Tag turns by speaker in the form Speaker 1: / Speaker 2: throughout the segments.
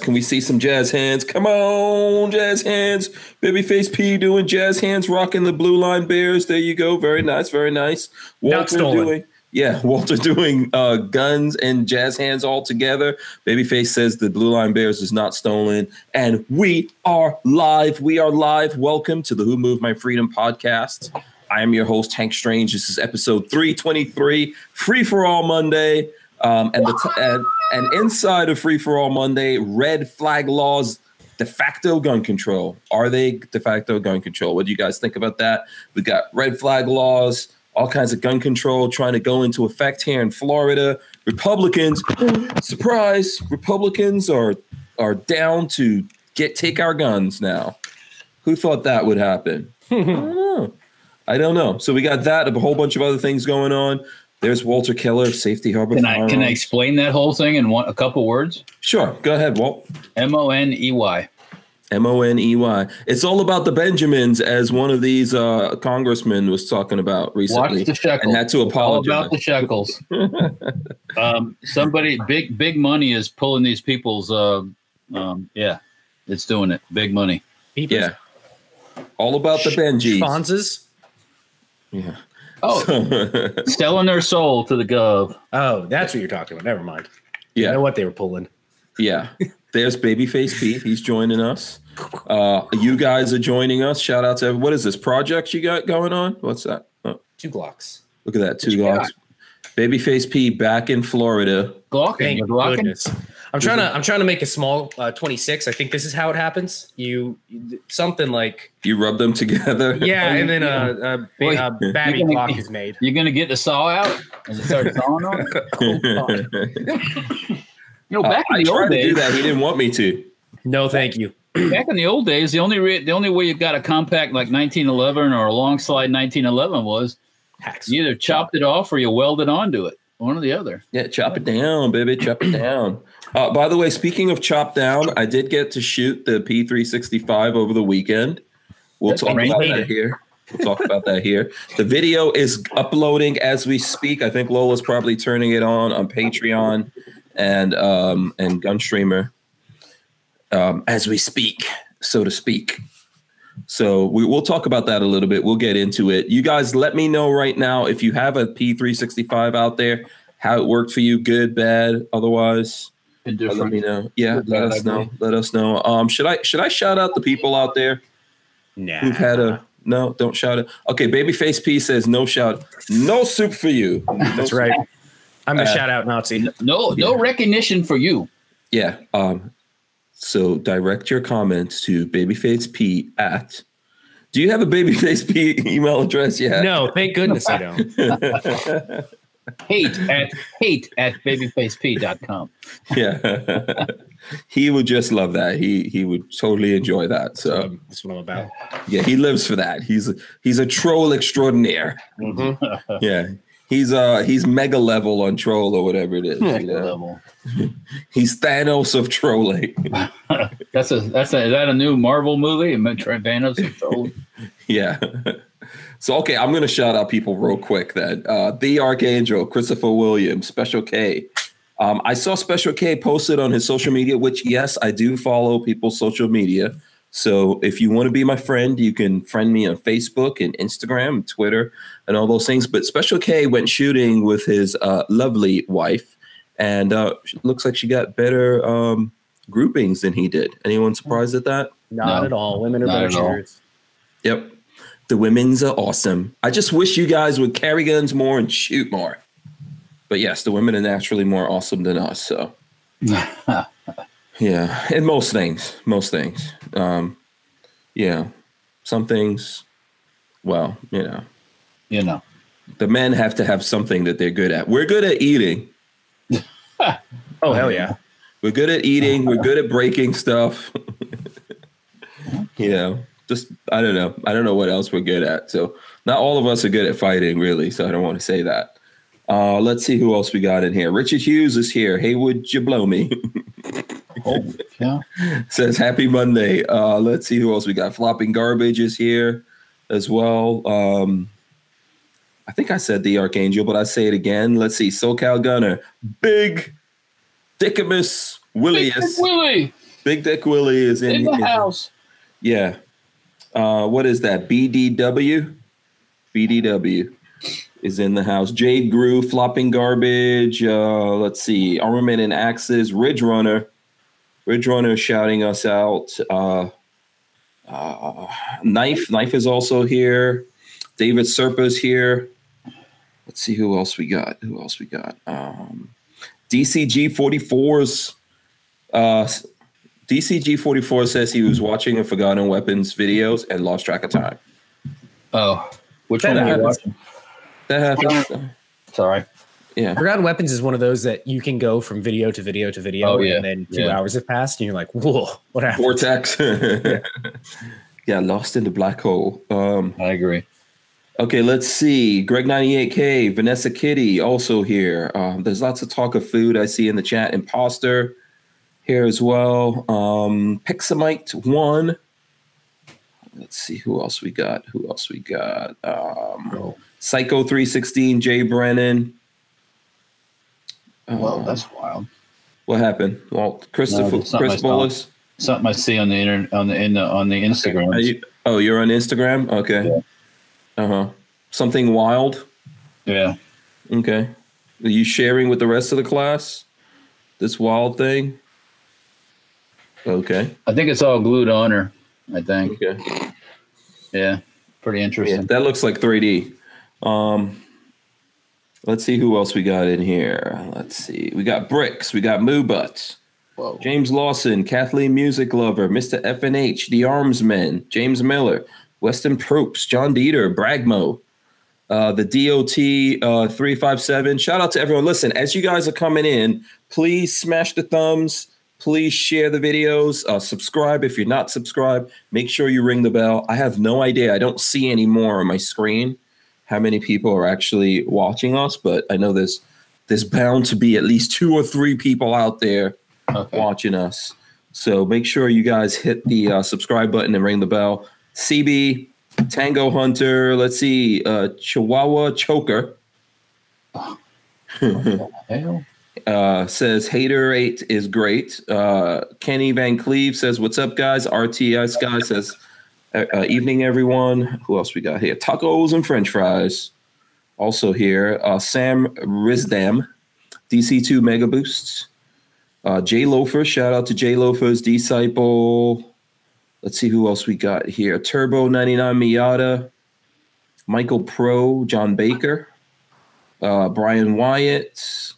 Speaker 1: Can we see some jazz hands? Come on, jazz hands. Babyface P doing jazz hands, rocking the blue line bears. There you go. Very nice, very nice.
Speaker 2: Not stolen.
Speaker 1: doing yeah, Walter doing uh, guns and jazz hands all together. Babyface says the Blue Line Bears is not stolen. And we are live. We are live. Welcome to the Who Moved My Freedom podcast. I am your host, Hank Strange. This is episode 323, Free for All Monday. Um, and, the t- and, and inside of Free for All Monday, red flag laws, de facto gun control. Are they de facto gun control? What do you guys think about that? We got red flag laws all kinds of gun control trying to go into effect here in Florida. Republicans, surprise, Republicans are are down to get take our guns now. Who thought that would happen? I don't know. I don't know. So we got that, a whole bunch of other things going on. There's Walter Keller, Safety Harbor.
Speaker 3: Can I can I
Speaker 1: Firearms.
Speaker 3: explain that whole thing in one, a couple words?
Speaker 1: Sure, go ahead, Walt.
Speaker 3: M O N E Y.
Speaker 1: M O N E Y. It's all about the Benjamins, as one of these uh, congressmen was talking about recently,
Speaker 3: Watch the shekel.
Speaker 1: and had to
Speaker 3: all
Speaker 1: apologize.
Speaker 3: about the shekels. um, somebody big big money is pulling these people's. Uh, um, yeah, it's doing it. Big money.
Speaker 1: yeah, all about the Benjis.
Speaker 2: Fonzes.
Speaker 1: Yeah.
Speaker 3: Oh,
Speaker 1: So,
Speaker 3: selling their soul to the gov.
Speaker 2: Oh, that's what you're talking about. Never mind. I know
Speaker 1: yeah,
Speaker 2: what they were pulling.
Speaker 1: yeah. There's Babyface Pete. He's joining us. Uh, you guys are joining us. Shout out to every- what is this project you got going on? What's that? Oh,
Speaker 2: Two Glocks.
Speaker 1: look at that two dogs. Babyface P back in Florida.
Speaker 3: Glocking.
Speaker 2: Thank
Speaker 3: You're glocking?
Speaker 2: goodness. I'm trying
Speaker 3: Mm-hmm.
Speaker 2: to. I'm trying to make a small uh, 26. I think this is how it happens. You something like
Speaker 1: You rub them together.
Speaker 2: yeah, and then uh, a, a,
Speaker 3: Oh, Wait.
Speaker 2: a babby
Speaker 3: You're gonna-
Speaker 2: Glock is made.
Speaker 3: You're gonna get the saw out and start sawing on. it? You know,
Speaker 1: Uh,
Speaker 3: back
Speaker 1: I
Speaker 3: in the
Speaker 1: tried
Speaker 3: old
Speaker 1: to do
Speaker 3: days,
Speaker 1: that. He didn't want me to.
Speaker 2: No, thank you.
Speaker 3: back in the old days, the only re- the only way you got a compact like 1911 or a long slide 1911 was
Speaker 2: Hacks.
Speaker 3: you either chopped it off or you welded onto it, one or the other.
Speaker 1: Yeah, chop it down, baby. Chop it down. Uh, by the way, speaking of chop down, I did get to shoot the P365 over the weekend. We'll
Speaker 3: That's
Speaker 1: talk about
Speaker 2: amazing.
Speaker 1: that here. We'll talk about that here. The video is uploading as we speak. I think Lola's probably turning it on on Patreon and um, and Gunstreamer um, as we speak, so to speak. So we, we'll talk about that a little bit. We'll get into it. You guys, let me know right now if you have a P365 out there, how it worked for you, good, bad, otherwise. uh, Let me know. Yeah,
Speaker 3: Good,
Speaker 1: let
Speaker 3: bad,
Speaker 1: us
Speaker 3: I agree.
Speaker 1: know. Let us know. Um, should I should I shout out the people out there
Speaker 2: Nah.
Speaker 1: who've had a no? Don't shout it. Okay, babyface P says no shout, no soup for you.
Speaker 2: That's right. I'm the
Speaker 1: Uh,
Speaker 2: shout out Nazi.
Speaker 3: No, no recognition for you.
Speaker 1: Yeah. Um, so direct your comments to babyface P at. Do you have a babyface P email address yet?
Speaker 2: No, thank goodness I don't.
Speaker 3: Hate at hate at babyfaceP.com.
Speaker 1: yeah he would just love that he he would totally enjoy that so
Speaker 2: Um, that's what I'm about.
Speaker 1: yeah he lives for that he's he's a troll extraordinaire
Speaker 3: Mm-hmm.
Speaker 2: Mm-hmm.
Speaker 1: yeah he's uh he's mega level on troll or whatever it is you know?
Speaker 3: Level.
Speaker 1: he's thanos of trolling
Speaker 3: That's a that's a is that a new Marvel movie? Am I trying- Thanos is old.
Speaker 1: yeah so okay i'm gonna shout out people real quick then uh the archangel christopher williams special k um, I saw Special K posted on his social media, which yes, I do follow people's social media. So if you want to be my friend, you can friend me on Facebook and Instagram, and Twitter, and all those things. But Special K went shooting with his uh, lovely wife, and uh, she- looks like she got better um, groupings than he did. Anyone surprised at that?
Speaker 2: Not
Speaker 3: No.
Speaker 2: at all. Women are
Speaker 3: Not
Speaker 2: better
Speaker 3: at all.
Speaker 2: shooters.
Speaker 1: Yep. The women's are awesome. I just wish you guys would carry guns more and shoot more. But yes, the women are naturally more awesome than us. So, yeah. And most things, most things. Um, yeah. Some things, well, you know,
Speaker 3: you know.
Speaker 1: the men have to have something that they're good at. We're good at eating.
Speaker 2: Oh hell yeah.
Speaker 1: We're good at eating. We're good at breaking stuff. you know, just I don't know. I don't know what else we're good at. So not all of us are good at fighting, really. So I don't want to say that. Uh, let's see who else we got in here. Richard Hughes is here. Hey, would you blow me?
Speaker 3: Oh yeah.
Speaker 1: Says happy Monday. Uh, let's see who else we got. Flopping garbage is here as well. Um, I think I said the Archangel, but I say it again. Let's see. SoCal Gunner, Big Dickamus Willius.
Speaker 3: Willie.
Speaker 1: Big Dick Willie is in,
Speaker 3: In the
Speaker 1: in-
Speaker 3: house.
Speaker 1: Yeah. Uh, what is that? BDW? BDW is in the house. Jade Grew, Flopping Garbage. Uh, let's see. Armament and Axes, Ridge Runner. Ridge Runner is shouting us out. Uh, uh, Knife. Knife is also here. David Serpa's here. Let's see who else we got. Who else we got? Um, DCG 44's uh, DCG44 says he was watching a Forgotten Weapons videos and lost track of time.
Speaker 3: Oh, which
Speaker 2: That
Speaker 3: one are you
Speaker 2: happens.
Speaker 3: watching?
Speaker 1: That happens.
Speaker 3: Sorry.
Speaker 1: Yeah.
Speaker 2: Forgotten Weapons is one of those that you can go from video to video to video,
Speaker 3: Oh, yeah.
Speaker 2: and then two
Speaker 3: Yeah.
Speaker 2: hours have passed, and you're like, "Whoa, what happened?"
Speaker 1: Vortex. yeah, lost in the black hole. Um,
Speaker 3: I agree.
Speaker 1: okay, let's see. Greg 98K, Vanessa Kitty also here. Um, there's lots of talk of food I see in the chat. Imposter here as well. Um, Pixamite1. Let's see who else we got. Who else we got? Um,
Speaker 3: Oh,
Speaker 1: Psycho 316, Jay Brennan. Uh,
Speaker 3: Well, that's wild.
Speaker 1: what happened. Well, Christopher,
Speaker 3: No, it's not my
Speaker 1: Chris
Speaker 3: style.
Speaker 1: Bullis.
Speaker 3: Something I see on the internet on the in the on the Instagram.
Speaker 1: Are you, oh, you're on Instagram? Okay. Uh huh. Something wild.
Speaker 3: yeah.
Speaker 1: Okay. Are you sharing with the rest of the class this wild thing? Okay.
Speaker 3: I think it's all glued on her. I think.
Speaker 1: Okay.
Speaker 3: Yeah. Pretty
Speaker 1: Yeah,
Speaker 3: interesting.
Speaker 1: that looks like 3D. Um, let's see who else we got in here. Let's see. We got Bricks. We got Moo Butts.
Speaker 3: Whoa.
Speaker 1: James Lawson, Kathleen Music Lover, Mr. FNH, The Arms Men, James Miller, Weston Propes, John Dieter, Bragmo, uh, the DOT uh, 357. Shout out to everyone. Listen, as you guys are coming in, please smash the thumbs. Please share the videos. Uh, subscribe if you're not subscribed. Make sure you ring the bell. I have no idea. I don't see anymore on my screen how many people are actually watching us, but I know there's there's bound to be at least two or three people out there
Speaker 3: Okay.
Speaker 1: watching us. So make sure you guys hit the uh, subscribe button and ring the bell. CB, Tango Hunter, let's see, uh, Chihuahua Choker
Speaker 3: Hell.
Speaker 1: uh, says Hater 8 is great. Uh, Kenny Van Cleve says, What's up, guys? RTI Sky says, uh, uh, Evening, everyone. Who else we got here? Tacos and French fries. Also here, uh, Sam Rizdam, DC2 Mega Boosts. Uh, J Loafer, shout out to J Loafer's Disciple. Let's see who else we got here. Turbo 99 Miata, Michael Pro, John Baker, uh, Brian Wyatt,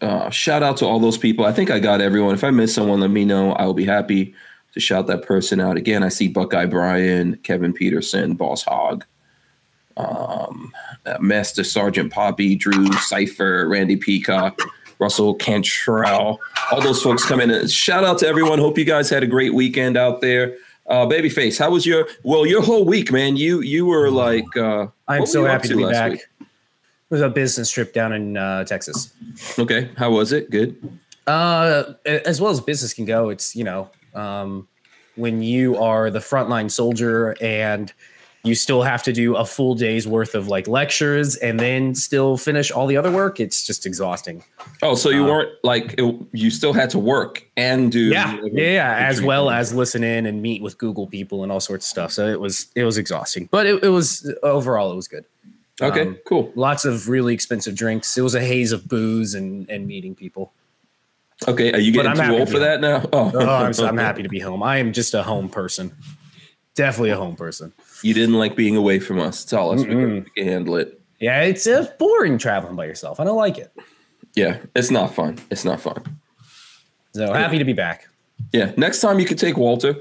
Speaker 1: uh, shout out to all those people. I think I got everyone. If I miss someone, let me know. I will be happy to shout that person out again. I see Buckeye Brian, Kevin Peterson, Boss Hog, um, uh, Master Sergeant Poppy, Drew Cipher, Randy Peacock, Russell Cantrell. All those folks coming in. Uh, Shout out to everyone. Hope you guys had a great weekend out there. Uh, Babyface, how was your well your whole week, man? You you were like uh, what
Speaker 2: I'm
Speaker 1: were
Speaker 2: so
Speaker 1: you up
Speaker 2: happy to be
Speaker 1: last
Speaker 2: back.
Speaker 1: week?
Speaker 2: It was a business trip down in uh, Texas.
Speaker 1: Okay, how was it? Good.
Speaker 2: Uh, a- as well as business can go, it's you know, um, when you are the frontline soldier and you still have to do a full day's worth of like lectures and then still finish all the other work. It's just exhausting.
Speaker 1: Oh, so you
Speaker 2: Uh,
Speaker 1: weren't like it, you still had to work and do
Speaker 2: Yeah, yeah, yeah. As
Speaker 1: retreat.
Speaker 2: well as listen in and meet with Google people and all sorts of stuff. So it was it was exhausting, but it, it was overall it was good.
Speaker 1: Okay,
Speaker 2: um,
Speaker 1: cool.
Speaker 2: Lots of really expensive drinks. It was a haze of booze and and meeting people.
Speaker 1: Okay, are you
Speaker 2: but
Speaker 1: getting
Speaker 2: I'm
Speaker 1: too
Speaker 2: happy
Speaker 1: old
Speaker 2: to
Speaker 1: for
Speaker 2: be
Speaker 1: that now? Oh,
Speaker 2: Oh, I'm, so- I'm happy to be home. I am just a home person. Definitely a home person.
Speaker 1: You didn't like being away from us. It's all us. We can-
Speaker 2: Mm-mm.
Speaker 1: we can handle it.
Speaker 2: Yeah, it's uh, boring traveling by yourself. I don't like it.
Speaker 1: Yeah, it's not fun. It's not fun.
Speaker 2: So happy to be back.
Speaker 1: Yeah, next time you could take Walter.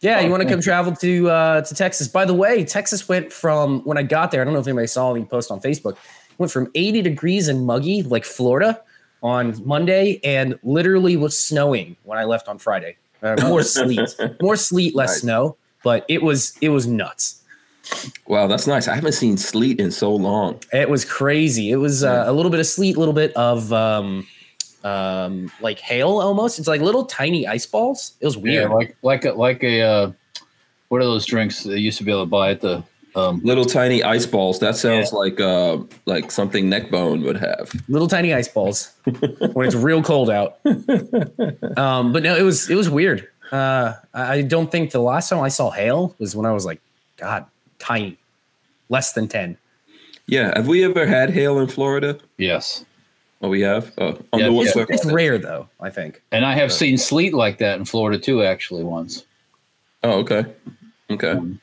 Speaker 2: Yeah,
Speaker 1: Oh,
Speaker 2: you want to
Speaker 1: thank
Speaker 2: come travel to uh, to Texas? By the way, Texas went from when I got there. I don't know if anybody saw the post on Facebook. Went from 80 degrees and muggy like Florida on Monday, and literally was snowing when I left on Friday. Uh, more sleet, more sleet, less
Speaker 1: Nice.
Speaker 2: snow. But it was it was nuts.
Speaker 1: Wow, that's nice. I haven't seen sleet in so long.
Speaker 2: It was crazy. It was
Speaker 1: Hmm.
Speaker 2: uh, a little bit of sleet, a little bit of um, um, like hail almost. It's like little tiny ice balls. It was
Speaker 3: Yeah,
Speaker 2: weird.
Speaker 3: like like a like a uh, what are those drinks that you used to be able to buy at the um
Speaker 1: Little tiny ice balls. That sounds like uh like something Neckbone would have.
Speaker 2: little tiny ice balls when it's real cold out. Um, but no, it was it was weird. Uh, I I don't think the last time I saw hail was when I was like, God, tiny, less than ten.
Speaker 1: Yeah. Have we ever had hail in Florida?
Speaker 3: Yes.
Speaker 1: Oh, we have. Oh, on
Speaker 3: Yeah,
Speaker 1: the
Speaker 3: yeah.
Speaker 1: circle.
Speaker 2: It's rare though. I think.
Speaker 3: And I have seen sleet like that in Florida too, actually, once.
Speaker 1: Oh, okay. Okay.
Speaker 2: Hmm.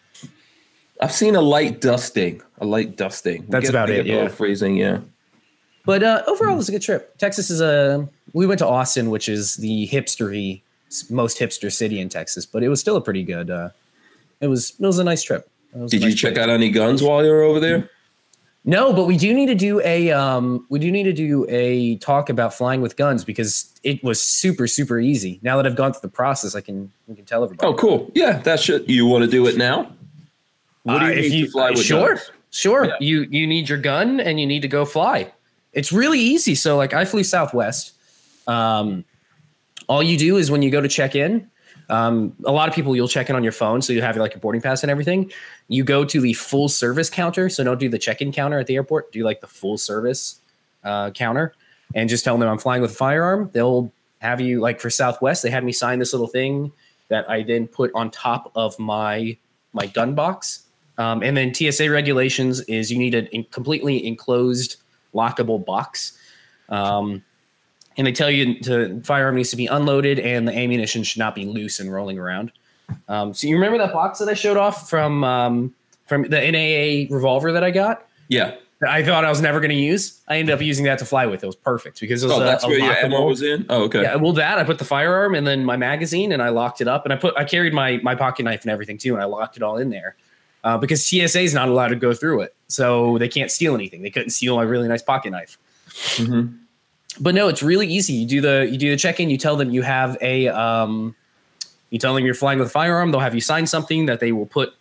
Speaker 1: I've seen a light dusting. A light dusting. We
Speaker 4: That's
Speaker 1: get-
Speaker 4: about
Speaker 1: we
Speaker 4: it,
Speaker 1: get below
Speaker 4: yeah.
Speaker 1: Freezing. Yeah.
Speaker 2: But uh, overall, it was a good trip. Texas is a. We went to Austin, which is the hipstery, most hipster city in Texas, but it was still a pretty good. Uh, it was it was a nice trip. It was a
Speaker 1: Did you
Speaker 2: nice
Speaker 1: check
Speaker 2: trip.
Speaker 1: out any guns while you were over there?
Speaker 2: No, but we do need to do a. Um, we do need to do a talk about flying with guns because it was super super easy. Now that I've gone through the process, I can we can tell everybody.
Speaker 1: Oh, cool. Yeah, that should. You want to do it now? What
Speaker 2: Uh, if
Speaker 1: need
Speaker 2: you- sure,
Speaker 1: guns?
Speaker 2: sure.
Speaker 1: Yeah.
Speaker 2: You you need your gun and you need to go fly. It's really easy. So like I flew Southwest. Um, all you do is when you go to check in. Um, a lot of people you'll check in on your phone, so you have like your boarding pass and everything. You go to the full service counter, so don't do the check-in counter at the airport. Do like the full service uh, counter, and just tell them I'm flying with a firearm. They'll have you like for Southwest. They had me sign this little thing that I then put on top of my my gun box. Um, and then TSA regulations is you need a in- completely enclosed, lockable box. Um, and they tell you to firearm needs to be unloaded and the ammunition should not be loose and rolling around. Um, so you remember that box that I showed off from um, from the NAA revolver that I got?
Speaker 1: Yeah.
Speaker 2: That I thought I was never going to use. I ended up using that to fly with. It was perfect because it was
Speaker 1: Oh,
Speaker 2: a,
Speaker 1: that's
Speaker 2: a
Speaker 1: where your ammo
Speaker 2: lockable-
Speaker 1: was in. Oh, okay.
Speaker 2: yeah, well, that I put the firearm and then my magazine, and I locked it up, and I put I carried my my pocket knife and everything too, and I locked it all in there uh, because TSA is not allowed to go through it, so they can't steal anything. They couldn't steal my really nice pocket knife.
Speaker 1: Mhm.
Speaker 2: But no, it's really easy. You do the you do the check in. You tell them you have a um, you tell them you're flying with a firearm. They'll have you sign something that they will put.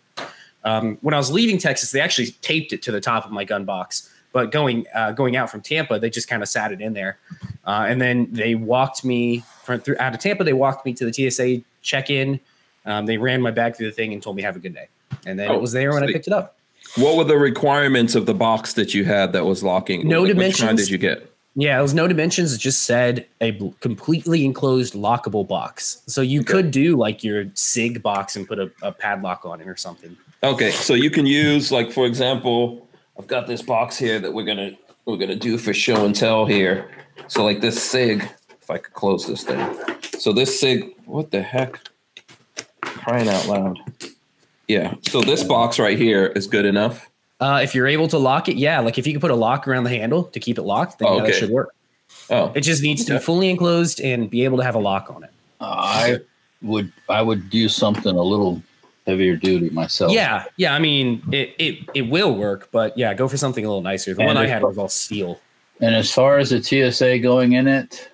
Speaker 2: Um, when I was leaving Texas, they actually taped it to the top of my gun box. But going uh, going out from Tampa, they just kind of sat it in there, uh, and then they walked me from through out of Tampa. They walked me to the TSA check in. Um, they ran my bag through the thing and told me have a good day, and then
Speaker 1: Oh,
Speaker 2: it was there when I
Speaker 1: sweet.
Speaker 2: picked it up.
Speaker 1: What were the requirements of the box that you had that was locking?
Speaker 2: No
Speaker 1: Like, Which kind
Speaker 2: dimensions.
Speaker 1: did you get?
Speaker 2: Yeah, it was no dimensions. It just said a bl- completely enclosed lockable box. So you could do like your SIG box and put a, a padlock on it or something.
Speaker 1: Okay, so you can use like for example, I've got this box here that we're gonna we're gonna do for show and tell here. So like this sig, if I could close this thing. So this sig, what the heck? Crying out loud. Yeah. So this box right here is good enough.
Speaker 2: Uh, if you're able to lock it, yeah, like if you could put a lock around the handle to keep it locked, then
Speaker 1: Oh,
Speaker 2: yeah, that
Speaker 1: okay.
Speaker 2: should work.
Speaker 1: Oh,
Speaker 2: It just needs to be
Speaker 1: Okay.
Speaker 2: fully enclosed and be able to have a lock on it.
Speaker 3: I would I would use something a little heavier duty myself.
Speaker 2: Yeah, yeah. I mean, it, it it will work, but yeah, go for something a little nicer. The
Speaker 3: And
Speaker 2: one I
Speaker 3: it's-
Speaker 2: had was all steel.
Speaker 3: And as far as the TSA going in it,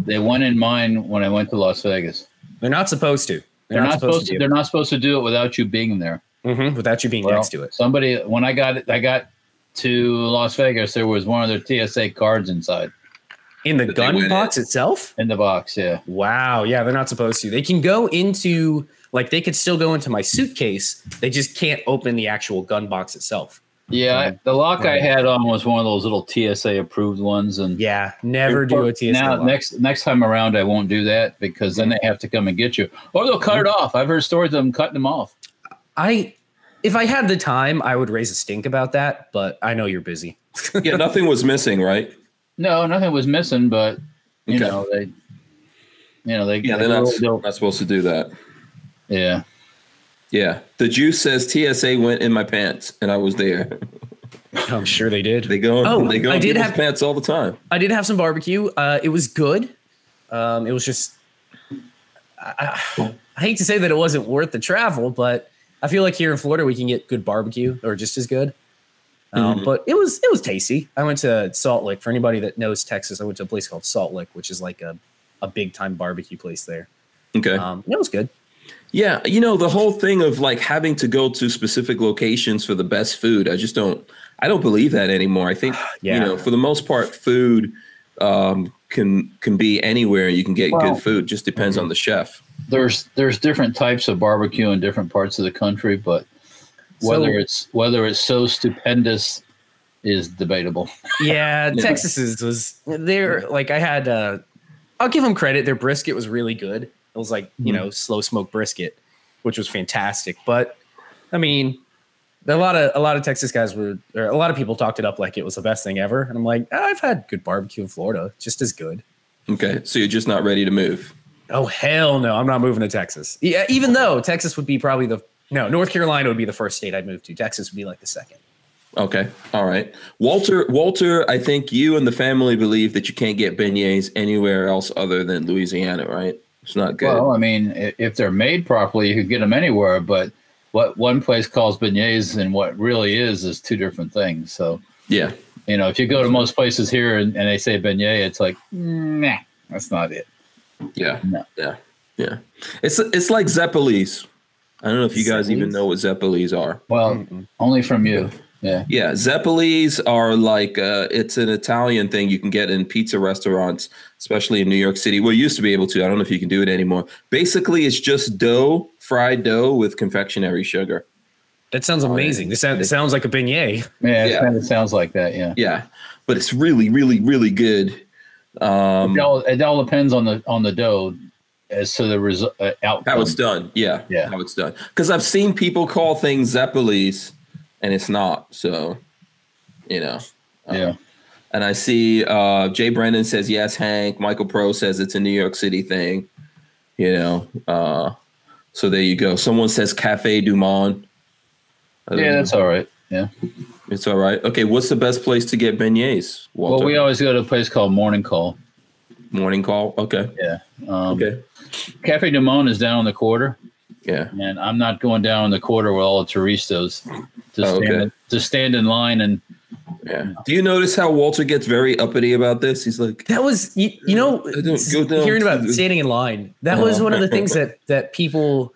Speaker 3: they went in mine when I went to Las Vegas.
Speaker 2: They're not supposed to. They're,
Speaker 3: They're, not, supposed to. They're not supposed to do it without you being there.
Speaker 2: hmm without you being
Speaker 3: Well,
Speaker 2: next to it.
Speaker 3: Somebody when I got I got to Las Vegas, there was one of their TSA cards inside
Speaker 2: In the
Speaker 1: But they went
Speaker 2: gun
Speaker 1: in.
Speaker 2: box itself.
Speaker 3: in the box. Yeah,
Speaker 2: Wow. Yeah, they're not supposed to. They can go into like they could still go into my suitcase. They just can't open the actual gun box itself.
Speaker 3: yeah. I- the lock I
Speaker 2: Right.
Speaker 3: had on was one of those little TSA approved ones, and
Speaker 2: Yeah, never do a TSA.
Speaker 3: Now
Speaker 2: lock.
Speaker 3: next next time around, I won't do that because then they have to come and get you, or they'll cut it
Speaker 2: Mm-hmm.
Speaker 3: off. I've heard stories of them cutting them off.
Speaker 2: I if I had the time, I would raise a stink about that, but I know you're busy.
Speaker 1: yeah, nothing was missing, right?
Speaker 3: No, nothing was missing, but you
Speaker 1: Okay.
Speaker 3: know they, you know they,
Speaker 1: Yeah,
Speaker 3: they
Speaker 1: they're not,
Speaker 3: really don't-
Speaker 1: not supposed to do that.
Speaker 3: yeah.
Speaker 1: Yeah. The juice says TSA went in my pants and I was there.
Speaker 2: I'm sure they did.
Speaker 1: They go
Speaker 2: Oh,
Speaker 1: they go
Speaker 2: I
Speaker 1: in
Speaker 2: did
Speaker 1: people's
Speaker 2: have-
Speaker 1: pants all the time.
Speaker 2: I did have some barbecue. Uh, it was good. Um, it was just, I, I, I hate to say that it wasn't worth the travel, but I feel like here in Florida we can get good barbecue or just as good. Um,
Speaker 1: Mhm.
Speaker 2: But it was it was tasty. I went to Salt Lake. For anybody that knows Texas, I went to a place called Salt Lake, which is like a, a big time barbecue place there.
Speaker 1: Okay.
Speaker 2: Um, and it was good.
Speaker 1: Yeah, you know the whole thing of like having to go to specific locations for the best food. I just don't. I don't believe that anymore. I think
Speaker 2: Yeah.
Speaker 1: you know for the most part, food um, can can be anywhere. You can get
Speaker 3: Well- Mm-hmm.
Speaker 1: good food. Just depends on the chef.
Speaker 3: There's there's different types of barbecue in different parts of the country, but whether
Speaker 2: So-
Speaker 3: it's whether it's so stupendous is debatable.
Speaker 2: Yeah,
Speaker 1: Yeah.
Speaker 2: Texas's was they're like I had. Uh, I'll give them credit. Their brisket was really good. It was like you know slow smoked brisket, which was fantastic. But I mean, a lot of a lot of Texas guys were, or a lot of people talked it up like it was the best thing ever. And I'm like, "Ah, I've had good barbecue in Florida, it's just as good.
Speaker 1: Okay, so you're just not ready to move.
Speaker 2: Oh hell no, I'm not moving to Texas. Yeah, even though Texas would be probably the no, North Carolina would be the first state I'd move to. Texas would be like the second.
Speaker 1: Okay, all right, Walter. Walter, I think you and the family believe that you can't get beignets anywhere else other than Louisiana, right? It's not good.
Speaker 3: Well, I mean, i- if they're made properly, you could get them anywhere. But what one place calls beignets and what really is is two different things. So
Speaker 1: yeah,
Speaker 3: you know, if you go to most places here and, and they say beignet, it's like, nah, that's not it.
Speaker 1: yeah,
Speaker 3: No.
Speaker 1: yeah, yeah. It's it's like Zeppelis. I don't know if you guys even
Speaker 2: Zeppelis?
Speaker 1: know what Zeppelis are.
Speaker 3: Well, only from you. Yeah.
Speaker 1: Yeah, Zeppelis are like uh, it's an Italian thing you can get in pizza restaurants, especially in New York City. Well, you used to be able to. I don't know if you can do it anymore. Basically, it's just dough, fried dough with confectionery sugar.
Speaker 2: That sounds amazing. This sound- sounds like a beignet.
Speaker 3: Yeah. It
Speaker 1: Yeah.
Speaker 3: kind of sounds like that. Yeah.
Speaker 1: Yeah, but it's really, really, really good. Um,
Speaker 3: It all, it all depends on the on the dough as to the result uh, outcome.
Speaker 1: how it's done. Yeah,
Speaker 3: Yeah.
Speaker 1: how it's done. Because I've seen people call things Zeppelis, and it's not. So, you know.
Speaker 3: Yeah.
Speaker 1: And I see uh, Jay Brendan says yes, Hank. Michael Pro says it's a New York City thing. You know, uh, so there you go. Someone says Cafe Du Monde. I don't
Speaker 3: Yeah, that's
Speaker 1: know.
Speaker 3: all right. Yeah.
Speaker 1: it's all right. Okay, what's the best place to get beignets? Walter?
Speaker 3: Well, we always go to a place called Morning Call.
Speaker 1: morning call. Okay,
Speaker 3: Yeah. Um,
Speaker 1: okay,
Speaker 3: Cafe Du Monde is down on the quarter,
Speaker 1: yeah,
Speaker 3: and I'm not going down on the quarter with all the turistas to,
Speaker 1: Oh,
Speaker 3: stand,
Speaker 1: okay.
Speaker 3: to stand in line. And
Speaker 1: yeah. Do you notice how Walter gets very uppity about this? He's like,
Speaker 2: That was you, you know
Speaker 1: don't
Speaker 2: s-
Speaker 1: go down
Speaker 2: hearing
Speaker 1: to
Speaker 2: about
Speaker 1: the-
Speaker 2: standing in line. That was
Speaker 1: Uh-huh.
Speaker 2: one of the things that that people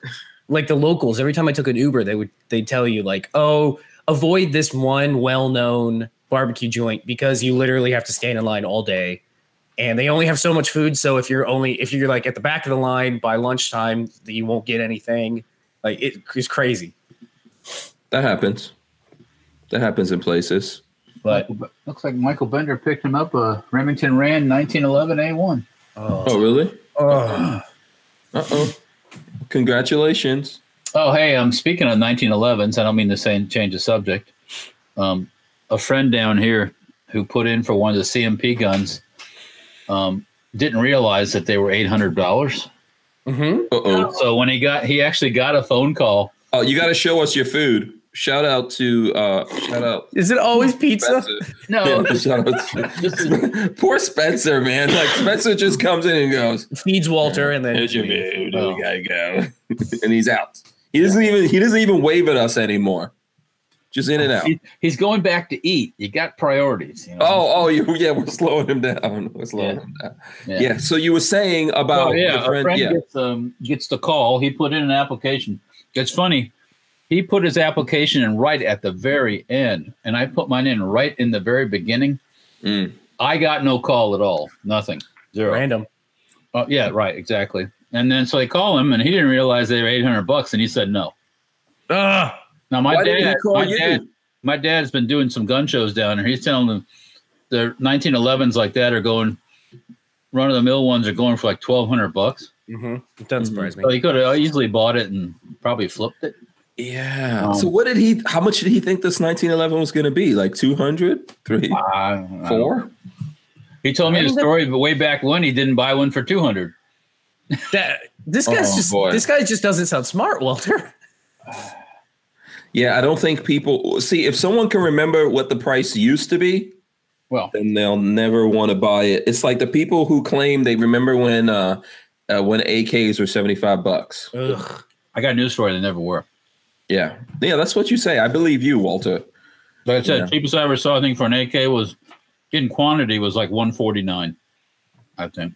Speaker 2: like the locals. Every time I took an Uber, they would they tell you like, oh, avoid this one well known barbecue joint because you literally have to stand in line all day, and they only have so much food. So if you're only if you're like at the back of the line by lunchtime, that you won't get anything. Like it is crazy.
Speaker 1: that happens. That happens in places.
Speaker 3: but looks like Michael Bender picked him up a Remington Rand 1911 A1.
Speaker 1: Oh, really?
Speaker 2: Ugh.
Speaker 1: Uh oh. Congratulations.
Speaker 3: Oh, hey, I'm speaking of 1911s. I don't mean to say, change the subject. Um, a friend down here who put in for one of the CMP guns um, didn't realize that they were $800.
Speaker 2: Mhm.
Speaker 3: Mm-hmm.
Speaker 1: Uh oh.
Speaker 3: So when he got, he actually got a phone call.
Speaker 1: Oh, you got to show us your food. Shout out to uh, shout out
Speaker 2: Is it always pizza?
Speaker 1: Spencer.
Speaker 3: No,
Speaker 1: Yeah, shout out
Speaker 3: this is,
Speaker 1: to- Poor Spencer, man. Like Spencer just comes in and goes,
Speaker 2: Feeds Walter and then
Speaker 1: "Here's your food.
Speaker 3: Oh.
Speaker 1: We gotta go," and he's out. He doesn't even he doesn't even wave at us anymore. Just in and out.
Speaker 3: he- he's going back to eat. You got priorities. You know?
Speaker 1: Oh, oh, you, yeah, we're slowing him down. We're slowing
Speaker 3: Yeah.
Speaker 1: him down.
Speaker 3: Yeah.
Speaker 1: Yeah. So you were saying about
Speaker 3: Oh, yeah,
Speaker 1: your
Speaker 3: a friend
Speaker 1: yeah.
Speaker 3: gets um, gets the call. He put in an application. It's funny. He put his application in right at the very end, and I put mine in right in the very beginning.
Speaker 1: Mm.
Speaker 3: I got no call at all. Nothing. Zero.
Speaker 2: Random.
Speaker 3: Oh, yeah, right, exactly. And then so they call him, and he didn't realize they were eight hundred bucks, and he said no.
Speaker 2: Ugh.
Speaker 1: Ah!
Speaker 3: Now my
Speaker 1: Why
Speaker 3: dad,
Speaker 1: didn't he call
Speaker 3: my
Speaker 1: you?
Speaker 3: dad, my dad's been doing some gun shows down there. He's telling them the 1911s like that are going, run of the mill ones are going for like twelve hundred bucks.
Speaker 2: Mhm. It doesn't
Speaker 1: Mhm.
Speaker 2: surprise me.
Speaker 3: So Oh, he could have easily bought it and probably flipped it.
Speaker 1: Yeah.
Speaker 3: Um,
Speaker 1: so what did he? How much did he think this 1911 was going to be? Like 200, three,
Speaker 3: I- I don't know.
Speaker 1: four?
Speaker 3: He told me
Speaker 2: I
Speaker 3: the
Speaker 2: don't think-
Speaker 3: story way back when he didn't buy one for two hundred.
Speaker 2: That this guy's
Speaker 1: Oh,
Speaker 2: just
Speaker 1: boy.
Speaker 2: this guy just doesn't sound smart, Walter.
Speaker 1: Yeah, I don't think people see if someone can remember what the price used to be,
Speaker 3: Well,
Speaker 1: then they'll never want to buy it. It's like the people who claim they remember when uh, uh when AKs were 75 bucks.
Speaker 2: Ugh.
Speaker 3: I got news for you. They never were.
Speaker 1: Yeah. Yeah, that's what you say. I believe you, Walter.
Speaker 3: Like I said,
Speaker 1: Yeah.
Speaker 3: cheapest I ever saw, I think, for an AK was in quantity was like one forty nine. I think.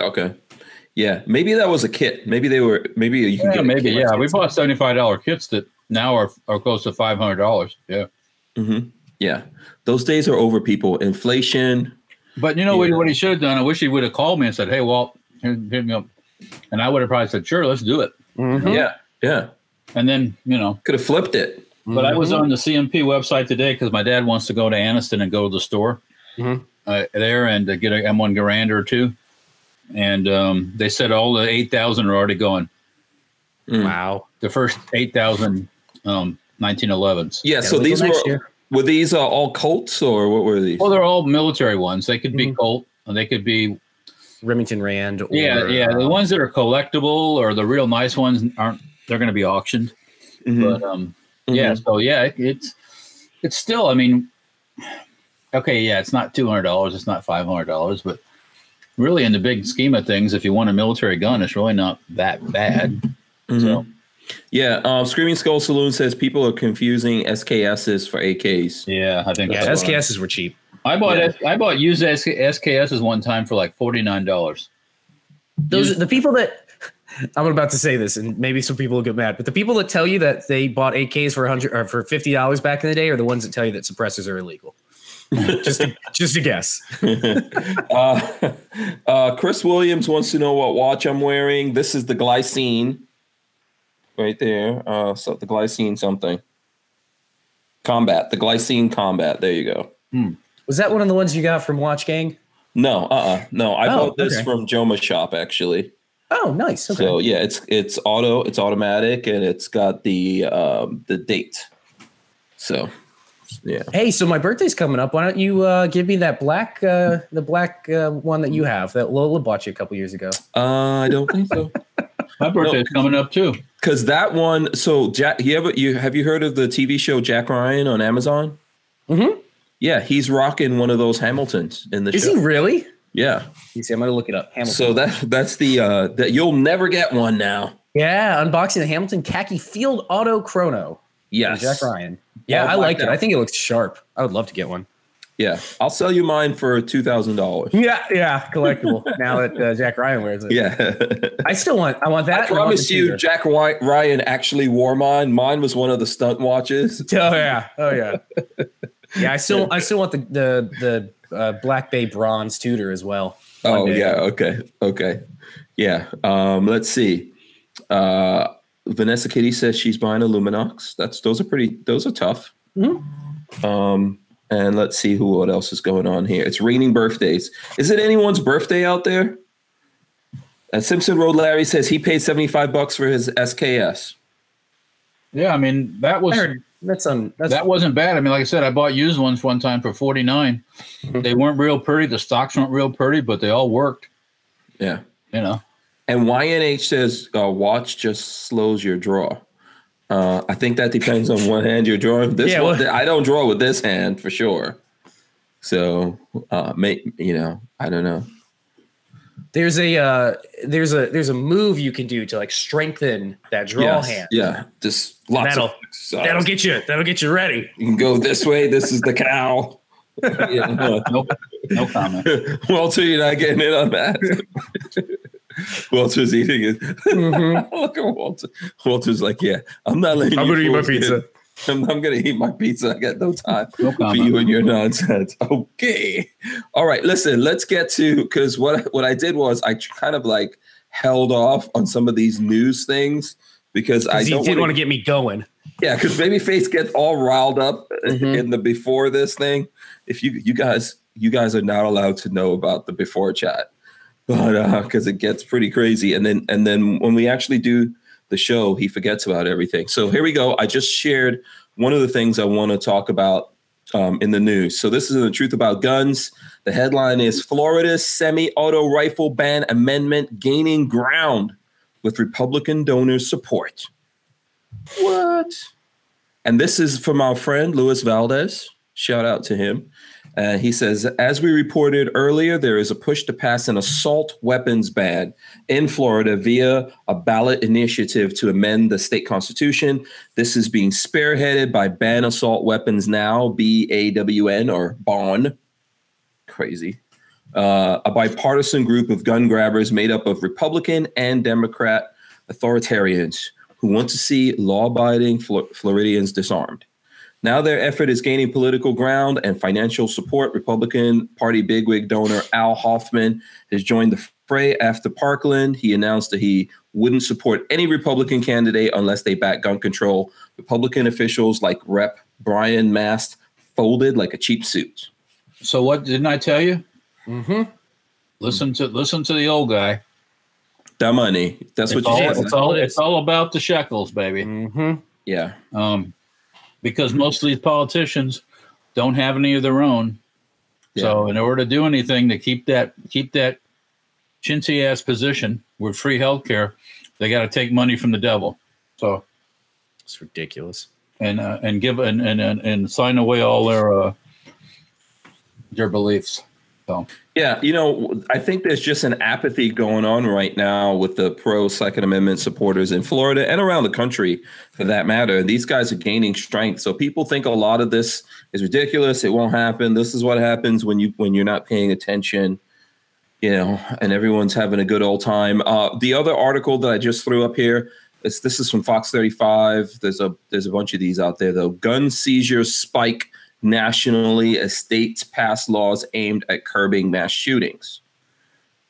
Speaker 1: Okay. Yeah, maybe that was a kit. Maybe they were maybe you can
Speaker 3: Yeah,
Speaker 1: get a
Speaker 3: maybe.
Speaker 1: kit.
Speaker 3: Yeah, we bought seventy five dollar kits that now are are close to five hundred dollars. Yeah.
Speaker 1: Mhm. Yeah. Those days are over people. Inflation,
Speaker 3: But you know what,
Speaker 1: Yeah.
Speaker 3: what he should have done? I wish he would have called me and said, "Hey, Walt, here, here me up," and I would have probably said, "Sure, let's do it."
Speaker 1: Yeah, yeah.
Speaker 3: And then you know,
Speaker 1: Could have flipped it.
Speaker 3: But I was
Speaker 1: Mm-hmm.
Speaker 2: Mhm.
Speaker 3: on the CMP website today because my dad wants to go to Anniston and go to the store
Speaker 2: Mhm.
Speaker 3: uh, there and uh, get a M1 Garand or two. and um, they said all the eight thousand are already gone.
Speaker 1: Mm.
Speaker 2: Wow.
Speaker 3: The first eight thousand um, 1911s.
Speaker 1: Yeah, so
Speaker 2: Gotta wait
Speaker 1: these
Speaker 2: till
Speaker 1: were
Speaker 2: next year.
Speaker 1: were these uh, all Colts or what were these?
Speaker 3: Well, they're all military ones. They could be
Speaker 2: Mhm.
Speaker 3: Colt, and they could be
Speaker 2: Remington Rand. Or, uh,
Speaker 3: yeah, yeah. The ones that are collectible or the real nice ones aren't. They're going to be auctioned.
Speaker 1: Mhm.
Speaker 3: But um,
Speaker 1: Mhm.
Speaker 3: yeah, so yeah, it, it's it's still. I mean, okay, yeah, it's not two hundred dollars. It's not five hundred dollars, but really, in the big scheme of things, if you want a military gun, it's really not that bad.
Speaker 1: Mhm.
Speaker 3: So
Speaker 1: Yeah, um, Screaming Skull Saloon says people are confusing SKSs for AKs.
Speaker 3: yeah, I think
Speaker 2: Yeah,
Speaker 3: that's right.
Speaker 2: SKSs were cheap.
Speaker 3: I bought
Speaker 1: Yeah.
Speaker 3: I bought used SK, SKSs one time for like forty nine dollars.
Speaker 2: Those the people that I'm about to say this, and maybe some people will get mad, but the people that tell you that they bought AKs for hundred or for fifty dollars back in the day are the ones that tell you that suppressors are illegal. just a, just a guess.
Speaker 1: uh, uh, Chris Williams wants to know what watch I'm wearing. This is the glycine, right there. Uh, so the glycine something. Combat, the glycine combat. There you go.
Speaker 2: Was that one of the ones you got from Watch Gang?
Speaker 1: No, uh, uh no. I
Speaker 2: Oh,
Speaker 1: bought this
Speaker 2: okay.
Speaker 1: from Joma Shop actually.
Speaker 2: Oh, nice. Okay.
Speaker 1: So yeah, it's it's auto, it's automatic, and it's got the um, the date. So yeah,
Speaker 2: hey, so my birthday's coming up. Why don't you uh, give me that black uh, the black uh, one that you have that Lola bought you a couple years ago?
Speaker 1: uh, I don't think so.
Speaker 3: My birthday's coming up too.
Speaker 1: Because that one, so Jack, you ever you have you heard of the TV show Jack Ryan on Amazon?
Speaker 2: Mhm.
Speaker 1: Yeah, he's rocking one of those Hamiltons in the
Speaker 2: Is
Speaker 1: show.
Speaker 2: he really?
Speaker 1: yeah,
Speaker 2: You see, I'm gonna look it up. Hamilton.
Speaker 1: so that that's the uh that you'll never get one now.
Speaker 2: yeah, unboxing the Hamilton khaki field auto chrono.
Speaker 1: Yes,
Speaker 2: Jack Ryan. Yeah,
Speaker 1: All
Speaker 2: I
Speaker 1: blacked
Speaker 2: liked it.
Speaker 1: out.
Speaker 2: I think it looks sharp. I would love to get one.
Speaker 1: Yeah, I'll sell you mine for two thousand dollars.
Speaker 2: Yeah, yeah, collectible. now that uh, Jack Ryan wears it,
Speaker 1: Yeah,
Speaker 2: I still want. I want that.
Speaker 1: I promise you,
Speaker 2: Jack-
Speaker 1: Jack Wy- Ryan actually wore mine. Mine was one of the stunt watches.
Speaker 2: oh yeah, oh yeah, yeah. I still, I still want the the the uh, Black Bay bronze Tudor as well.
Speaker 1: Oh
Speaker 2: day.
Speaker 1: yeah, okay, okay, yeah. Um, let's see. Uh, Vanessa Kitty says she's buying a Luminox. That's those are pretty. Those are tough.
Speaker 2: Mhm.
Speaker 1: Um, and let's see who what else is going on here. It's raining birthdays. Is it anyone's birthday out there? And Simpson Road Larry says he paid seventy five bucks for his SKS.
Speaker 3: Yeah, I mean that was
Speaker 2: I heard that's on. That's
Speaker 3: that wasn't bad. I mean, like I said, I bought used ones one time for forty nine. They weren't real pretty. The stocks weren't real pretty, but they all worked.
Speaker 1: Yeah.
Speaker 3: You know.
Speaker 1: And YNH says uh, watch just slows your draw. Uh, I think that depends on what hand you're drawing. This
Speaker 2: Yeah,
Speaker 1: one,
Speaker 2: well-
Speaker 1: I don't draw with this hand for sure. So, uh, may, you know, I don't know.
Speaker 2: there's a uh, there's a there's a move you can do to like strengthen that draw
Speaker 1: Yes,
Speaker 2: hand.
Speaker 1: Yeah, just lots
Speaker 2: That'll-
Speaker 1: of exercise.
Speaker 2: That'll get you. That'll get you ready.
Speaker 1: you can go this way. This is the cow. Yeah. uh,
Speaker 3: Nope. no comment.
Speaker 1: Walter, you're not getting in on that. Walter's eating it. Look at Walter. Walter's like, yeah, I'm not letting.
Speaker 2: I'm
Speaker 1: you
Speaker 2: gonna eat my
Speaker 1: fools get-
Speaker 2: pizza.
Speaker 1: I'm, I'm gonna eat my pizza. I got no time
Speaker 3: No
Speaker 1: for
Speaker 3: comment.
Speaker 1: you and your nonsense. Okay. All right. Listen, let's get to because what what I did was I kind of like held off on some of these news things because I
Speaker 2: Because he
Speaker 1: don't
Speaker 2: did
Speaker 1: wanna-
Speaker 2: want to get me going.
Speaker 1: yeah, because Babyface gets all riled up in the before this thing. If you you guys you guys are not allowed to know about the before chat, but because it gets pretty crazy, and then and then when we actually do the show, he forgets about everything. So here we go. I just shared one of the things I want to talk about um, in the news. So this is the truth about guns. The headline is Florida's semi-auto rifle ban amendment gaining ground with Republican donors' support. What? And this is from our friend Luis Valdez. Shout out to him. Uh, he says, as we reported earlier, there is a push to pass an assault weapons ban in Florida via a ballot initiative to amend the state constitution. This is being spearheaded by Ban Assault Weapons Now, B A W N, or BAWN. Crazy uh, a bipartisan group of gun grabbers made up of Republican and Democrat authoritarians who want to see law abiding Flor- Floridians disarmed. Now their effort is gaining political ground and financial support. Republican Party bigwig donor Al Hoffman has joined the fray after Parkland. He announced that he wouldn't support any Republican candidate unless they back gun control. Republican officials like Rep. Brian Mast folded like a cheap suit. Hmm.
Speaker 3: So what didn't I tell you?
Speaker 2: Mm-hmm.
Speaker 3: Listen to listen to the old guy.
Speaker 1: That money. That's what
Speaker 3: It's
Speaker 1: you
Speaker 3: all,
Speaker 1: said.
Speaker 2: said.
Speaker 3: it's all it's all about the shekels, baby.
Speaker 2: Mm-hmm.
Speaker 1: Yeah.
Speaker 3: Um, because most of these politicians don't have any of their own. So in order to do anything to keep that keep that chintzy ass position with free healthcare, they got to take money from the devil. So
Speaker 2: It's ridiculous.
Speaker 3: and uh, and give and, and and and sign away all their uh, their beliefs. So
Speaker 1: Yeah, you know, I think there's just an apathy going on right now with the pro Second Amendment supporters in Florida and around the country for that matter. These guys are gaining strength. So people think a lot of this is ridiculous. It won't happen. This is what happens when you when you're not paying attention, you know, and everyone's having a good old time. Uh, the other article that I just threw up here, it's this is from Fox 35. There's a there's a bunch of these out there though. Gun seizures spike nationally as states pass laws aimed at curbing mass shootings.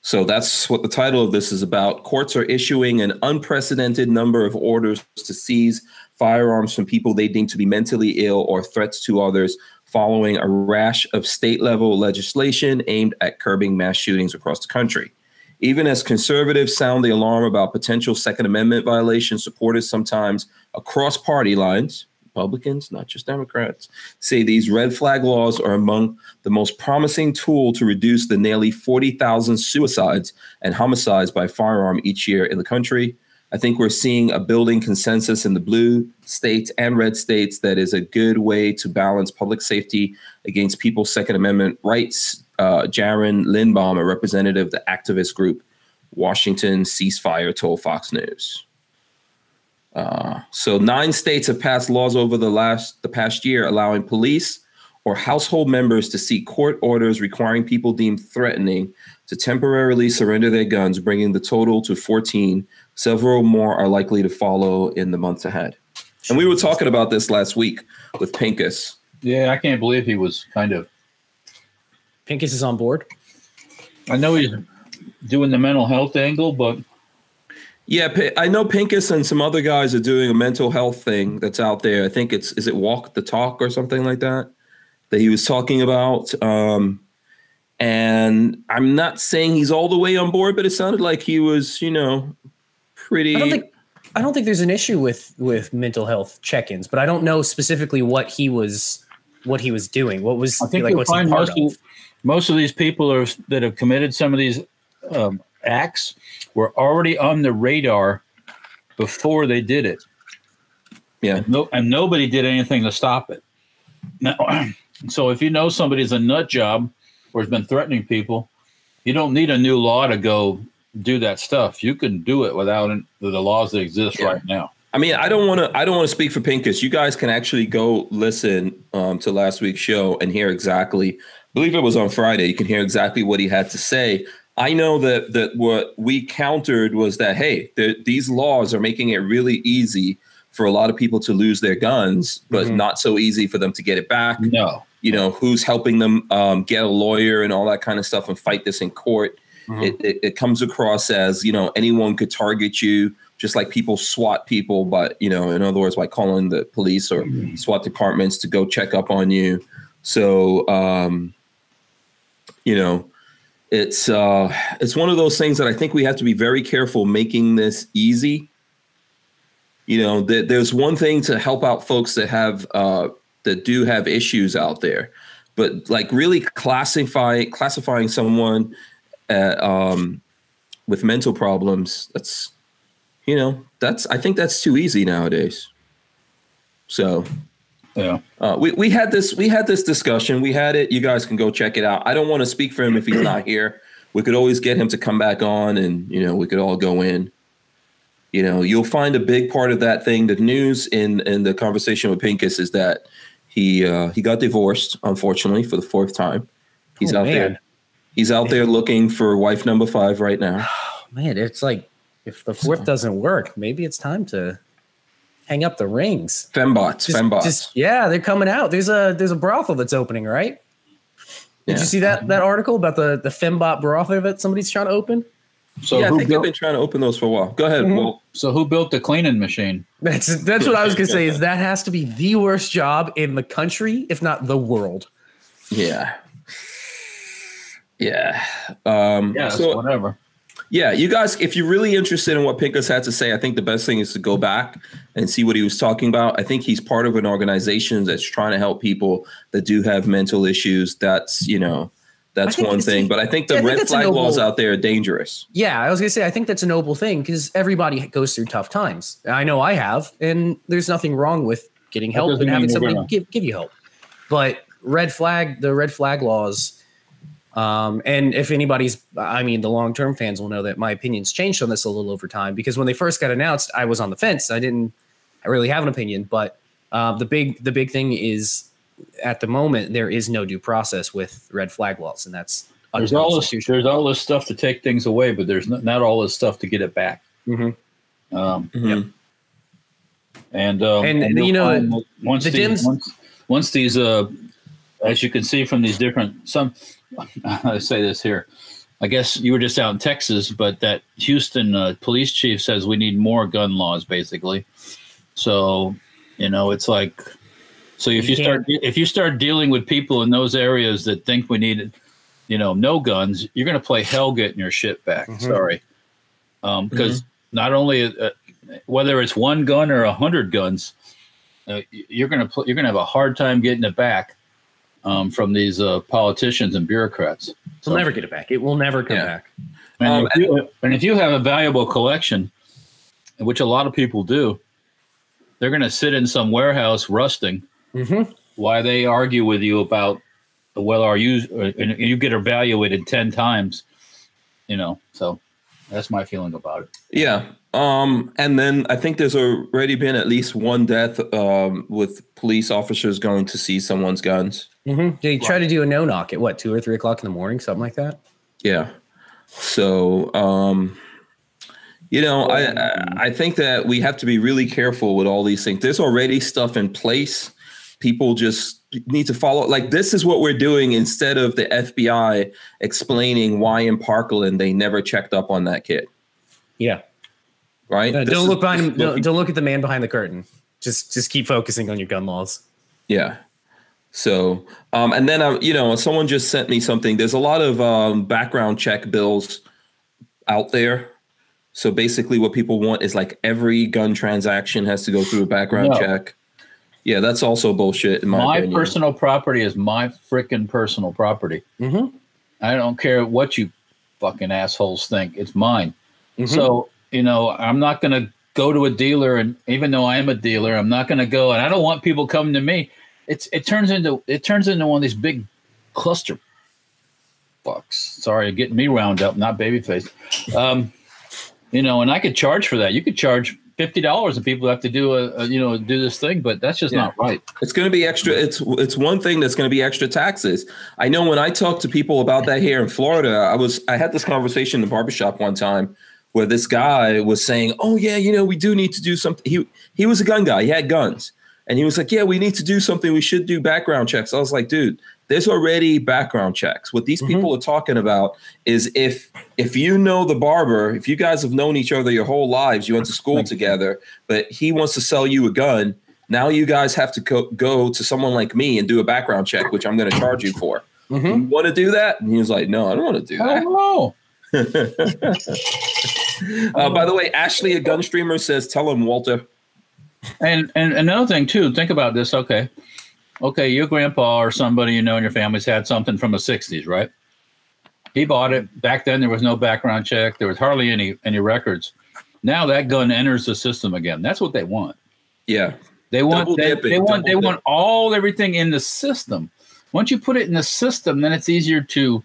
Speaker 1: So that's what the title of this is about. Courts are issuing an unprecedented number of orders to seize firearms from people they deem to be mentally ill or threats to others following a rash of state level legislation aimed at curbing mass shootings across the country. Even as conservatives sound the alarm about potential Second Amendment violations, supporters sometimes across party lines, Republicans, not just Democrats, say these red flag laws are among the most promising tool to reduce the nearly 40,000 suicides and homicides by firearm each year in the country. I think we're seeing a building consensus in the blue states and red states that is a good way to balance public safety against people's Second Amendment rights. Uh, Jaron Lindbaum, a representative of the activist group Washington Ceasefire, told Fox News. Uh, so nine states have passed laws over the last the past year allowing police or household members to seek court orders requiring people deemed threatening to temporarily surrender their guns, bringing the total to 14. Several more are likely to follow in the months ahead. And we were talking about this last week with Pincus.
Speaker 3: yeah, I can't believe he was kind of.
Speaker 2: Pincus is on board.
Speaker 3: I know he's doing the mental health angle, but
Speaker 1: Yeah, Pi- I know Pincus and some other guys are doing a mental health thing that's out there. I think it's is it Walk the Talk or something like that that he was talking about. Um, and I'm not saying he's all the way on board, but it sounded like he was, you know, pretty.
Speaker 2: I don't think I don't think there's an issue with with mental health check-ins, but I don't know specifically what he was what he was doing. What was
Speaker 3: I think
Speaker 2: like
Speaker 3: you'll
Speaker 2: what's he
Speaker 3: find
Speaker 2: part
Speaker 3: most
Speaker 2: of?
Speaker 3: of, most of these people are, that have committed some of these um, acts were already on the radar before they did it.
Speaker 1: Yeah.
Speaker 3: And No, and nobody did anything to stop it. Now, so if you know somebody's a nut job or has been threatening people, you don't need a new law to go do that stuff. You can do it without an- the laws that exist
Speaker 1: Yeah.
Speaker 3: right now.
Speaker 1: I mean, I don't want to. I don't want to speak for Pincus. You guys can actually go listen um, to last week's show and hear exactly. I believe it was on Friday. You can hear exactly what he had to say. I know that that what we countered was that hey, the, these laws are making it really easy for a lot of people to lose their guns, but
Speaker 2: Mhm.
Speaker 1: not so easy for them to get it back
Speaker 3: No.
Speaker 1: you know who's helping them um, get a lawyer and all that kind of stuff and fight this in court
Speaker 2: Mhm.
Speaker 1: it, it, it comes across as you know anyone could target you just like people swat people but you know in other words by calling the police or swat departments to go check up on you so um, you know it's uh it's one of those things that i think we have to be very careful making this easy you know th- there's one thing to help out folks that have uh that do have issues out there but like really classifying classifying someone uh, um with mental problems that's you know that's i think that's too easy nowadays so
Speaker 3: Yeah.
Speaker 1: uh, we, we had this we had this discussion. We had it. You guys can go check it out. I don't want to speak for him if he's not here. We could always get him to come back on, and you know we could all go in. You know, you'll find a big part of that thing. The news in in the conversation with Pincus is that he uh, he got divorced, unfortunately, for the fourth time. He's
Speaker 2: Oh,
Speaker 1: out
Speaker 2: man.
Speaker 1: there. He's out there looking for wife number five right now.
Speaker 2: Man, it's like if the fourth doesn't work, maybe it's time to hang up the rings.
Speaker 1: Fembots,
Speaker 2: Just-
Speaker 1: fembots.
Speaker 2: just- yeah, they're coming out. There's a there's a brothel that's opening, right? Did
Speaker 1: Yeah.
Speaker 2: you see that that article about the the fembot brothel that somebody's trying to open?
Speaker 3: So
Speaker 1: yeah, I
Speaker 3: who
Speaker 1: think
Speaker 3: built,
Speaker 1: I've been trying to open those for a while. Go ahead.
Speaker 2: Mhm.
Speaker 1: Well,
Speaker 3: so who built the cleaning machine?
Speaker 2: That's that's what I was gonna say. Is that has to be the worst job in the country, if not the world.
Speaker 1: yeah. Yeah. Um,
Speaker 3: Yeah,
Speaker 1: so
Speaker 3: whatever.
Speaker 1: Yeah, you guys, if you're really interested in what Pincus had to say, I think the best thing is to go back and see what he was talking about. I think he's part of an organization that's trying to help people that do have mental issues. That's, you know, that's
Speaker 2: think
Speaker 1: one
Speaker 2: it's-
Speaker 1: thing. But I think the
Speaker 2: yeah, I think
Speaker 1: red
Speaker 2: that's a
Speaker 1: flag laws
Speaker 2: noble-
Speaker 1: out there are dangerous.
Speaker 2: Yeah, I was gonna say I think that's a noble thing because everybody goes through tough times. I know I have, and there's nothing wrong with getting
Speaker 3: That
Speaker 2: help
Speaker 3: doesn't
Speaker 2: and having
Speaker 3: mean we're
Speaker 2: somebody
Speaker 3: gonna-
Speaker 2: give, give you help. But red flag, the red flag laws, um, and if anybody's, I mean, the long term fans will know that my opinions changed on this a little over time because when they first got announced, I was on the fence. I didn't really have an opinion, but uh, the big the big thing is at the moment there is no due process with red flag laws, and that's
Speaker 3: There's all this.
Speaker 2: unconstitutional.
Speaker 3: There's all this stuff to take things away, but there's not, not all this stuff to get it back.
Speaker 2: Mhm.
Speaker 3: Um,
Speaker 1: Mhm.
Speaker 3: and um,
Speaker 2: And,
Speaker 3: you'll
Speaker 2: you know,
Speaker 3: find that once
Speaker 2: the
Speaker 3: these,
Speaker 2: Dems-
Speaker 3: once, once these, uh, as you can see from these different, some I say this here. I guess you were just out in Texas, but that Houston uh, police chief says we need more gun laws, basically. So, you know, it's like, so if
Speaker 2: You
Speaker 3: you, start if you start dealing with people in those areas that think we need, you know, no guns, you're going to play hell getting your shit back.
Speaker 2: Mhm.
Speaker 3: Sorry, because not only uh, whether it's one gun or a hundred guns, uh, y- you're gonna pl- you're gonna have a hard time getting it back um, from these uh, politicians and bureaucrats.
Speaker 2: We'll never get it back. It will never come
Speaker 1: Yeah.
Speaker 2: back.
Speaker 3: And,
Speaker 1: Um,
Speaker 3: if you, and if you have a valuable collection, which a lot of people do, they're gonna sit in some warehouse rusting.
Speaker 2: Mm-hmm.
Speaker 3: Why they argue with you about well, are you uh, and you get evaluated ten times? You know, so that's my feeling about it.
Speaker 1: Yeah. Um, and then I think there's already been at least one death um, with police officers going to see someone's guns.
Speaker 2: Mm-hmm. They try to do a no knock at what two or three o'clock in the morning, something like that.
Speaker 1: Yeah. So, um, you know, I I- I think that we have to be really careful with all these things. There's already stuff in place. People just need to follow. Like this is what we're doing instead of the FBI explaining why in Parkland they never checked up on that kid.
Speaker 2: Yeah.
Speaker 1: Right?
Speaker 2: No,
Speaker 1: This
Speaker 2: Uh, don't
Speaker 1: is-
Speaker 2: look behind.
Speaker 1: this
Speaker 2: Him,
Speaker 1: is
Speaker 2: don't,
Speaker 1: looking-
Speaker 2: don't look at the man behind the curtain. Just just keep focusing on your gun laws.
Speaker 1: Yeah. So, um, and then, uh, you know, someone just sent me something. There's a lot of um, background check bills out there. So basically, what people want is like every gun transaction has to go through a background
Speaker 3: No.
Speaker 1: check. Yeah, that's also bullshit in my,
Speaker 3: my
Speaker 1: opinion.
Speaker 3: personal property is my freaking personal property.
Speaker 2: Mm-hmm.
Speaker 3: I don't care what you fucking assholes think. It's mine. So, you know, I'm not going to go to a dealer and even though I am a dealer, I'm not going to go and I don't want people coming to me. It's it turns into it turns into one of these big cluster fucks. Sorry, getting me round up, not babyface. Um, you know, and I could charge for that. You could charge fifty dollars, and people have to do a, a you know do this thing, but that's just
Speaker 1: Yeah.
Speaker 3: not right.
Speaker 1: It's going to be extra. It's it's one thing that's going to be extra taxes. I know when I talk to people about that here in Florida, I was I had this conversation in the barbershop one time where this guy was saying, "Oh yeah, you know we do need to do something." He he was a gun guy. He had guns, and he was like, "Yeah, we need to do something. We should do background checks." I was like, "Dude." There's already background checks. What these people are talking about is if if you know the barber, if you guys have known each other your whole lives, you went to school together, but he wants to sell you a gun, now you guys have to co- go to someone like me and do a background check, which I'm going to charge you for.
Speaker 3: Hmm?
Speaker 2: Mm-hmm.
Speaker 1: You want to do that? And he was like, No, I don't want to do
Speaker 3: I
Speaker 1: that.
Speaker 3: don't know.
Speaker 1: Uh, by the way, Ashley, a gun streamer, says, Tell him, Walter.
Speaker 3: And and another thing too, think about this. Okay, okay, your grandpa or somebody you know in your family's had something from the '60s, right? He bought it back then. There was no background check. There was hardly any any records. Now that gun enters the system again. That's what they want.
Speaker 1: Yeah.
Speaker 3: They want
Speaker 1: Double
Speaker 3: they,
Speaker 1: dipping,
Speaker 3: they want
Speaker 1: double
Speaker 3: they want
Speaker 1: dipping.
Speaker 3: all everything in the system. Once you put it in the system, then it's easier to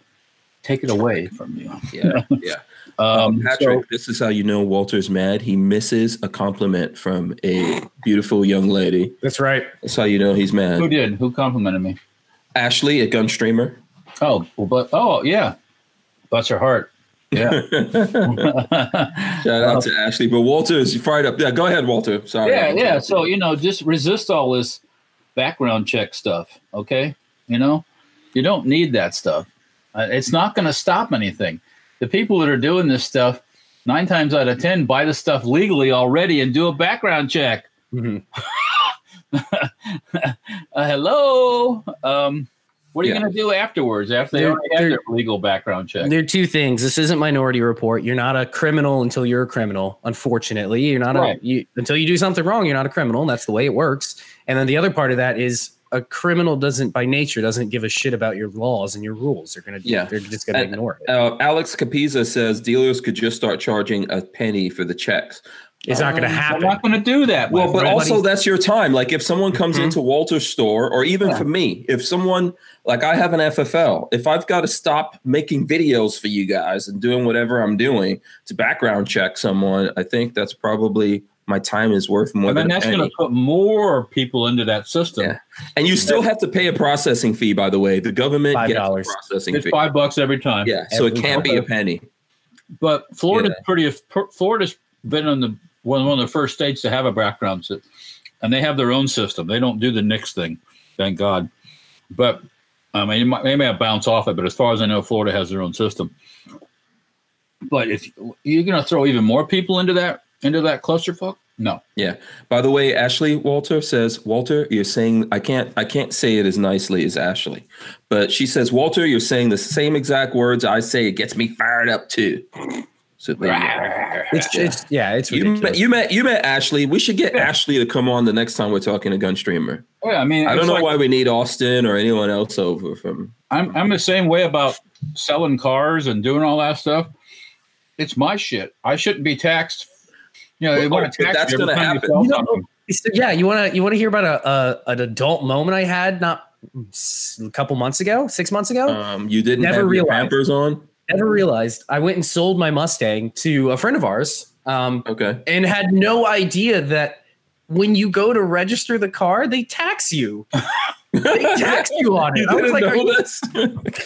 Speaker 3: take it away from you.
Speaker 1: Yeah. Yeah.
Speaker 3: Um,
Speaker 1: Patrick,
Speaker 3: so,
Speaker 1: this is how you know Walter's mad. He misses a compliment from a beautiful young lady.
Speaker 2: That's right.
Speaker 1: That's how you know he's
Speaker 3: who
Speaker 1: mad.
Speaker 3: did? Who complimented me?
Speaker 1: Ashley, a gun streamer.
Speaker 3: Oh, well, but oh yeah, bless her heart. Yeah.
Speaker 1: Shout out to Ashley. But Walter is fired up. Yeah, go ahead, Walter. Sorry.
Speaker 3: Uh, yeah yeah so you know just resist all this background check stuff okay you know you don't need that stuff Uh, it's not going to stop anything the people that are doing this stuff nine times out of ten buy the stuff legally already and do a background check
Speaker 2: Mhm.
Speaker 3: uh, hello um What are you
Speaker 1: Yeah.
Speaker 3: going to do afterwards after they
Speaker 2: They're-
Speaker 3: already have their
Speaker 2: they're-
Speaker 3: legal background check?
Speaker 2: There are two things. This isn't Minority Report. You're not a criminal until you're a criminal. Unfortunately, you're not
Speaker 3: Right.
Speaker 2: a you, until you do something wrong. You're not a criminal. That's the way it works. And then the other part of that is a criminal doesn't, by nature, doesn't give a shit about your laws and your rules. They're gonna,
Speaker 1: Yeah.
Speaker 2: they're just gonna
Speaker 1: And-
Speaker 2: ignore it.
Speaker 1: Uh, Alex Capiza says dealers could just start charging a penny for the checks.
Speaker 2: It's not gonna
Speaker 3: Um,
Speaker 2: happen.
Speaker 3: They're not going to do that.
Speaker 1: Well,
Speaker 3: my
Speaker 1: but
Speaker 3: friend.
Speaker 1: also that's your time. Like if someone comes
Speaker 2: Mhm.
Speaker 1: into Walter's store, or even for me, if someone like I have an FFL, if I've got to stop making videos for you guys and doing whatever I'm doing to background check someone, I think that's probably my time is worth more
Speaker 3: I mean,
Speaker 1: than a
Speaker 3: that's going
Speaker 1: penny.
Speaker 3: to put more people into that system.
Speaker 1: Yeah. And you still have to pay a processing fee, by the way. The government
Speaker 2: Five
Speaker 1: gets
Speaker 2: dollars.
Speaker 1: a processing
Speaker 3: It's
Speaker 1: fee.
Speaker 3: five bucks every time.
Speaker 1: Yeah, so it
Speaker 2: Every
Speaker 1: can't be a
Speaker 3: dollar.
Speaker 1: penny.
Speaker 3: But Florida's pretty. Florida's been on the one one of the first states to have a background system, and they have their own system. They don't do the Nix thing, thank God. But I mean, it might, they may have bounced off it, but as far as I know, Florida has their own system. But if you're going to throw even more people into that into that clusterfuck, no.
Speaker 1: Yeah. By the way, Ashley Walter says, Walter, you're saying I can't I can't say it as nicely as Ashley, but she says, Walter, you're saying the same exact words I say. It gets me fired up too. So there you go.
Speaker 2: It's, it's yeah, it's
Speaker 1: you
Speaker 2: ridiculous.
Speaker 1: met, you met you met Ashley. We should get
Speaker 3: Yeah.
Speaker 1: Ashley to come on the next time we're talking to Gunstreamer.
Speaker 3: Yeah, I mean,
Speaker 1: I don't
Speaker 3: it's
Speaker 1: know
Speaker 3: like-
Speaker 1: why we need Austin or anyone else over from.
Speaker 3: I'm I'm the same way about selling cars and doing all that stuff. It's my shit. I shouldn't be taxed. You know, they
Speaker 1: Well,
Speaker 3: want
Speaker 1: but
Speaker 3: to tax
Speaker 1: that's
Speaker 3: you every
Speaker 1: gonna
Speaker 3: time you
Speaker 1: happen.
Speaker 3: sell
Speaker 2: You know-
Speaker 3: something.
Speaker 2: So, yeah, you want to you want to hear about a, a an adult moment I had not s- a couple months ago, six months ago.
Speaker 1: Um, you didn't
Speaker 2: Oh. Never
Speaker 1: have your
Speaker 2: realized.
Speaker 1: Pampers on.
Speaker 2: Never realized I went and sold my Mustang to a friend of ours, um,
Speaker 1: Okay.
Speaker 2: and had no idea that when you go to register the car, they tax you. They tax you on it.
Speaker 1: You
Speaker 2: I was
Speaker 1: didn't
Speaker 2: like, are
Speaker 1: know
Speaker 2: you,
Speaker 1: this.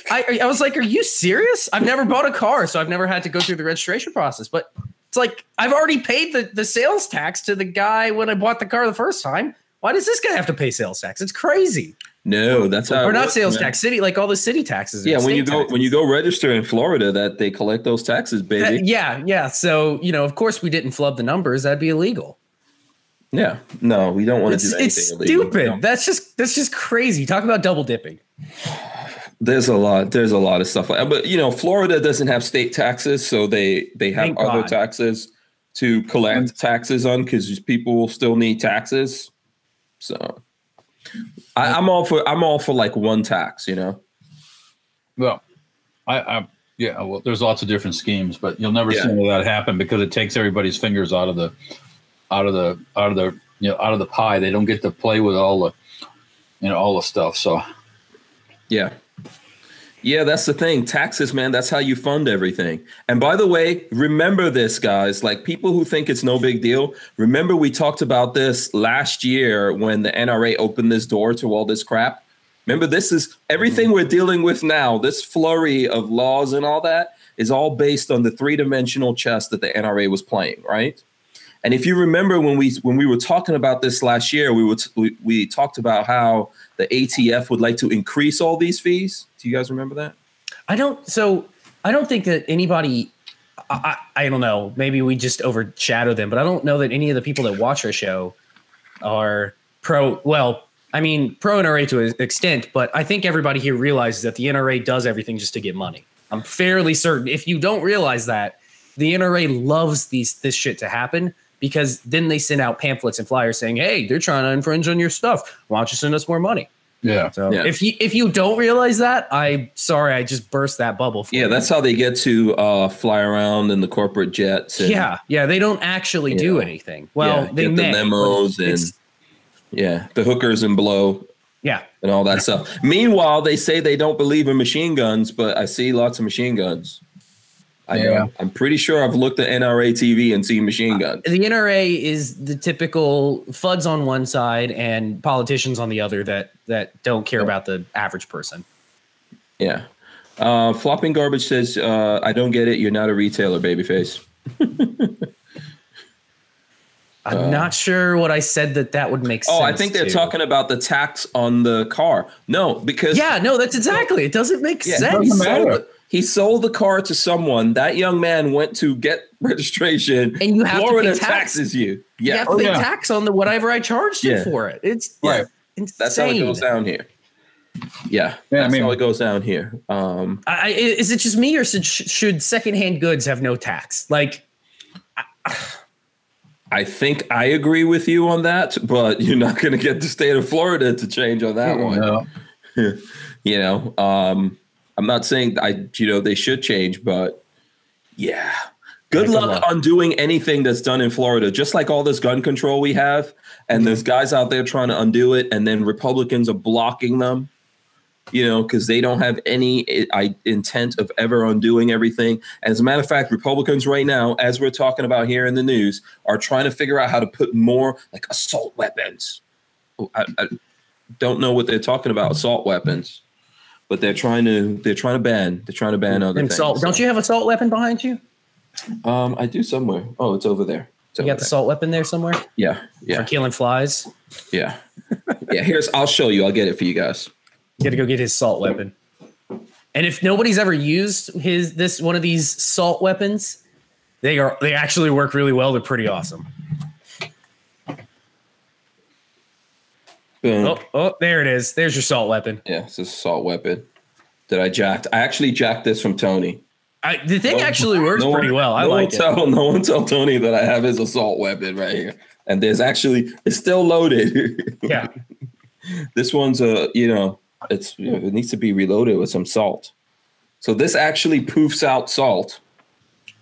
Speaker 2: I, I was like, are you serious? I've never bought a car, so I've never had to go through the registration process. But it's like I've already paid the, the sales tax to the guy when I bought the car the first time. Why does this guy have to pay sales tax? It's crazy.
Speaker 1: no, that's how.
Speaker 2: or
Speaker 1: it
Speaker 2: not
Speaker 1: works,
Speaker 2: sales
Speaker 1: man.
Speaker 2: tax, city like all the city taxes. and
Speaker 1: Uh, Yeah, when
Speaker 2: state
Speaker 1: you go
Speaker 2: taxes.
Speaker 1: when you go register in Florida, that they collect those taxes,
Speaker 2: That-
Speaker 1: baby.
Speaker 2: yeah, yeah. So you know, of course, we didn't flub the numbers. That'd be illegal.
Speaker 1: yeah, no, we don't want to
Speaker 2: It's,
Speaker 1: do anything
Speaker 2: it's
Speaker 1: illegal.
Speaker 2: stupid.
Speaker 1: No.
Speaker 2: That's just that's just crazy. Talk about double dipping.
Speaker 1: There's a lot. There's a lot of stuff like, but you know, Florida doesn't have state taxes, so they they have
Speaker 2: Thank
Speaker 1: other
Speaker 2: God.
Speaker 1: taxes to collect taxes on because people will still need taxes. So, I, I'm all for I'm all for like one tax. You know,
Speaker 3: Well, I, I yeah. Well, there's lots of different schemes, but you'll never
Speaker 1: Yeah.
Speaker 3: see any of that happen because it takes everybody's fingers out of the out of the out of the you know out of the pie. They don't get to play with all the you know all the stuff. So
Speaker 1: Yeah. Yeah, that's the thing. Taxes, man, that's how you fund everything. And by the way, remember this, guys. Like people who think it's no big deal, remember we talked about this last year when the NRA opened this door to all this crap. Remember, this is everything we're dealing with now, this flurry of laws and all that is all based on the three dimensional chess that the NRA was playing, right? And if you remember when we when we were talking about this last year, we were t- we, we talked about how the ATF would like to increase all these fees. Do you guys remember that?
Speaker 2: I don't. So I don't think that anybody. I, I, I don't know. Maybe we just overshadow them, but I don't know that any of the people that watch our show are pro. Well, I mean, pro NRA to an extent, but I think everybody here realizes that the NRA does everything just to get money. I'm fairly certain. If you don't realize that, the NRA loves these this shit to happen because then they send out pamphlets and flyers saying, "Hey, they're trying to infringe on your stuff. Why don't you send us more money?"
Speaker 3: yeah,
Speaker 2: So
Speaker 1: Yeah.
Speaker 2: if you if you don't realize that, I'm sorry, I just burst that bubble. For
Speaker 1: Yeah,
Speaker 2: you.
Speaker 1: that's how they get to uh, fly around in the corporate jets. And,
Speaker 2: yeah, yeah. They don't actually do anything. Well,
Speaker 1: yeah,
Speaker 2: they
Speaker 1: get
Speaker 2: may.
Speaker 1: the
Speaker 2: but
Speaker 1: memos and
Speaker 2: it's-
Speaker 1: yeah, the hookers and blow
Speaker 2: yeah,
Speaker 1: and all that stuff. Meanwhile, they say they don't believe in machine guns, but I see lots of machine guns. I
Speaker 3: Yeah.
Speaker 1: know. I'm pretty sure I've looked at NRA TV and seen machine guns.
Speaker 2: the NRA is the typical fuds on one side and politicians on the other that that don't care about the average person.
Speaker 1: Yeah. Uh, Flopping Garbage says, uh, I don't get it. You're not a retailer, babyface.
Speaker 2: I'm not sure what I said that that would make sense.
Speaker 1: Uh, Oh, I think they're
Speaker 2: to.
Speaker 1: talking about the tax on the car. No, because
Speaker 2: Yeah, no, that's exactly. It doesn't make
Speaker 1: Yeah,
Speaker 2: sense.
Speaker 1: he,
Speaker 3: doesn't
Speaker 1: sold
Speaker 3: matter.
Speaker 1: the, he sold the car to someone. That young man went to get registration.
Speaker 2: And you have to
Speaker 1: Florida
Speaker 2: pay tax.
Speaker 1: taxes you.
Speaker 2: You
Speaker 1: Yeah,
Speaker 2: have to pay
Speaker 3: yeah.
Speaker 2: tax on the whatever I charged you
Speaker 1: Yeah.
Speaker 2: for it. It's
Speaker 3: Right.
Speaker 2: Insane.
Speaker 1: that's how it goes down here. Yeah,
Speaker 3: Yeah, I
Speaker 1: that's
Speaker 3: mean-
Speaker 1: how it goes down here. Um,
Speaker 2: I, I- is it just me, or should, should secondhand goods have no tax? Like,
Speaker 1: I think I agree with you on that, but you're not going to get the state of Florida to change on that one.
Speaker 3: No.
Speaker 1: You know, um, I'm not saying I, you know, they should change, but yeah. Good
Speaker 2: Yeah, good
Speaker 1: luck,
Speaker 2: luck.
Speaker 1: on doing anything that's done in Florida, just like all this gun control we have.
Speaker 2: Mm-hmm.
Speaker 1: And there's guys out there trying to undo it, and then Republicans are blocking them, you know, because they don't have any I- I, intent of ever undoing everything. As a matter of fact, Republicans right now, as we're talking about here in the news, are trying to figure out how to put more like assault weapons. Oh, I, I don't know what they're talking about, assault weapons. But they're trying to they're trying to ban they're trying to ban other
Speaker 2: assault?
Speaker 1: things.
Speaker 2: Don't you have a salt weapon behind you?
Speaker 1: Um, I do somewhere. Oh, it's over there. It's
Speaker 2: You
Speaker 1: over
Speaker 2: got the salt weapon there somewhere
Speaker 1: there. Yeah,
Speaker 2: for
Speaker 1: yeah,
Speaker 2: killing flies.
Speaker 1: yeah, yeah. Here's. I'll show you. I'll get it for you guys.
Speaker 2: Got to go get his salt weapon. And if nobody's ever used his this one of these salt weapons, they are they actually work really well. They're pretty awesome.
Speaker 1: Boom.
Speaker 2: Oh, oh, there it is. There's your salt weapon.
Speaker 1: Yeah, it's a assault weapon that I jacked. I actually jacked this from Tony.
Speaker 2: I, the thing
Speaker 1: No-
Speaker 2: actually works
Speaker 1: no one-
Speaker 2: pretty well. I
Speaker 1: no
Speaker 2: like
Speaker 1: one
Speaker 2: it.
Speaker 1: Tell, no one tell Tony that I have his assault weapon right here. And there's actually it's still loaded.
Speaker 2: Yeah.
Speaker 1: this one's a you know it's you know, it needs to be reloaded with some salt. So this actually poofs out salt.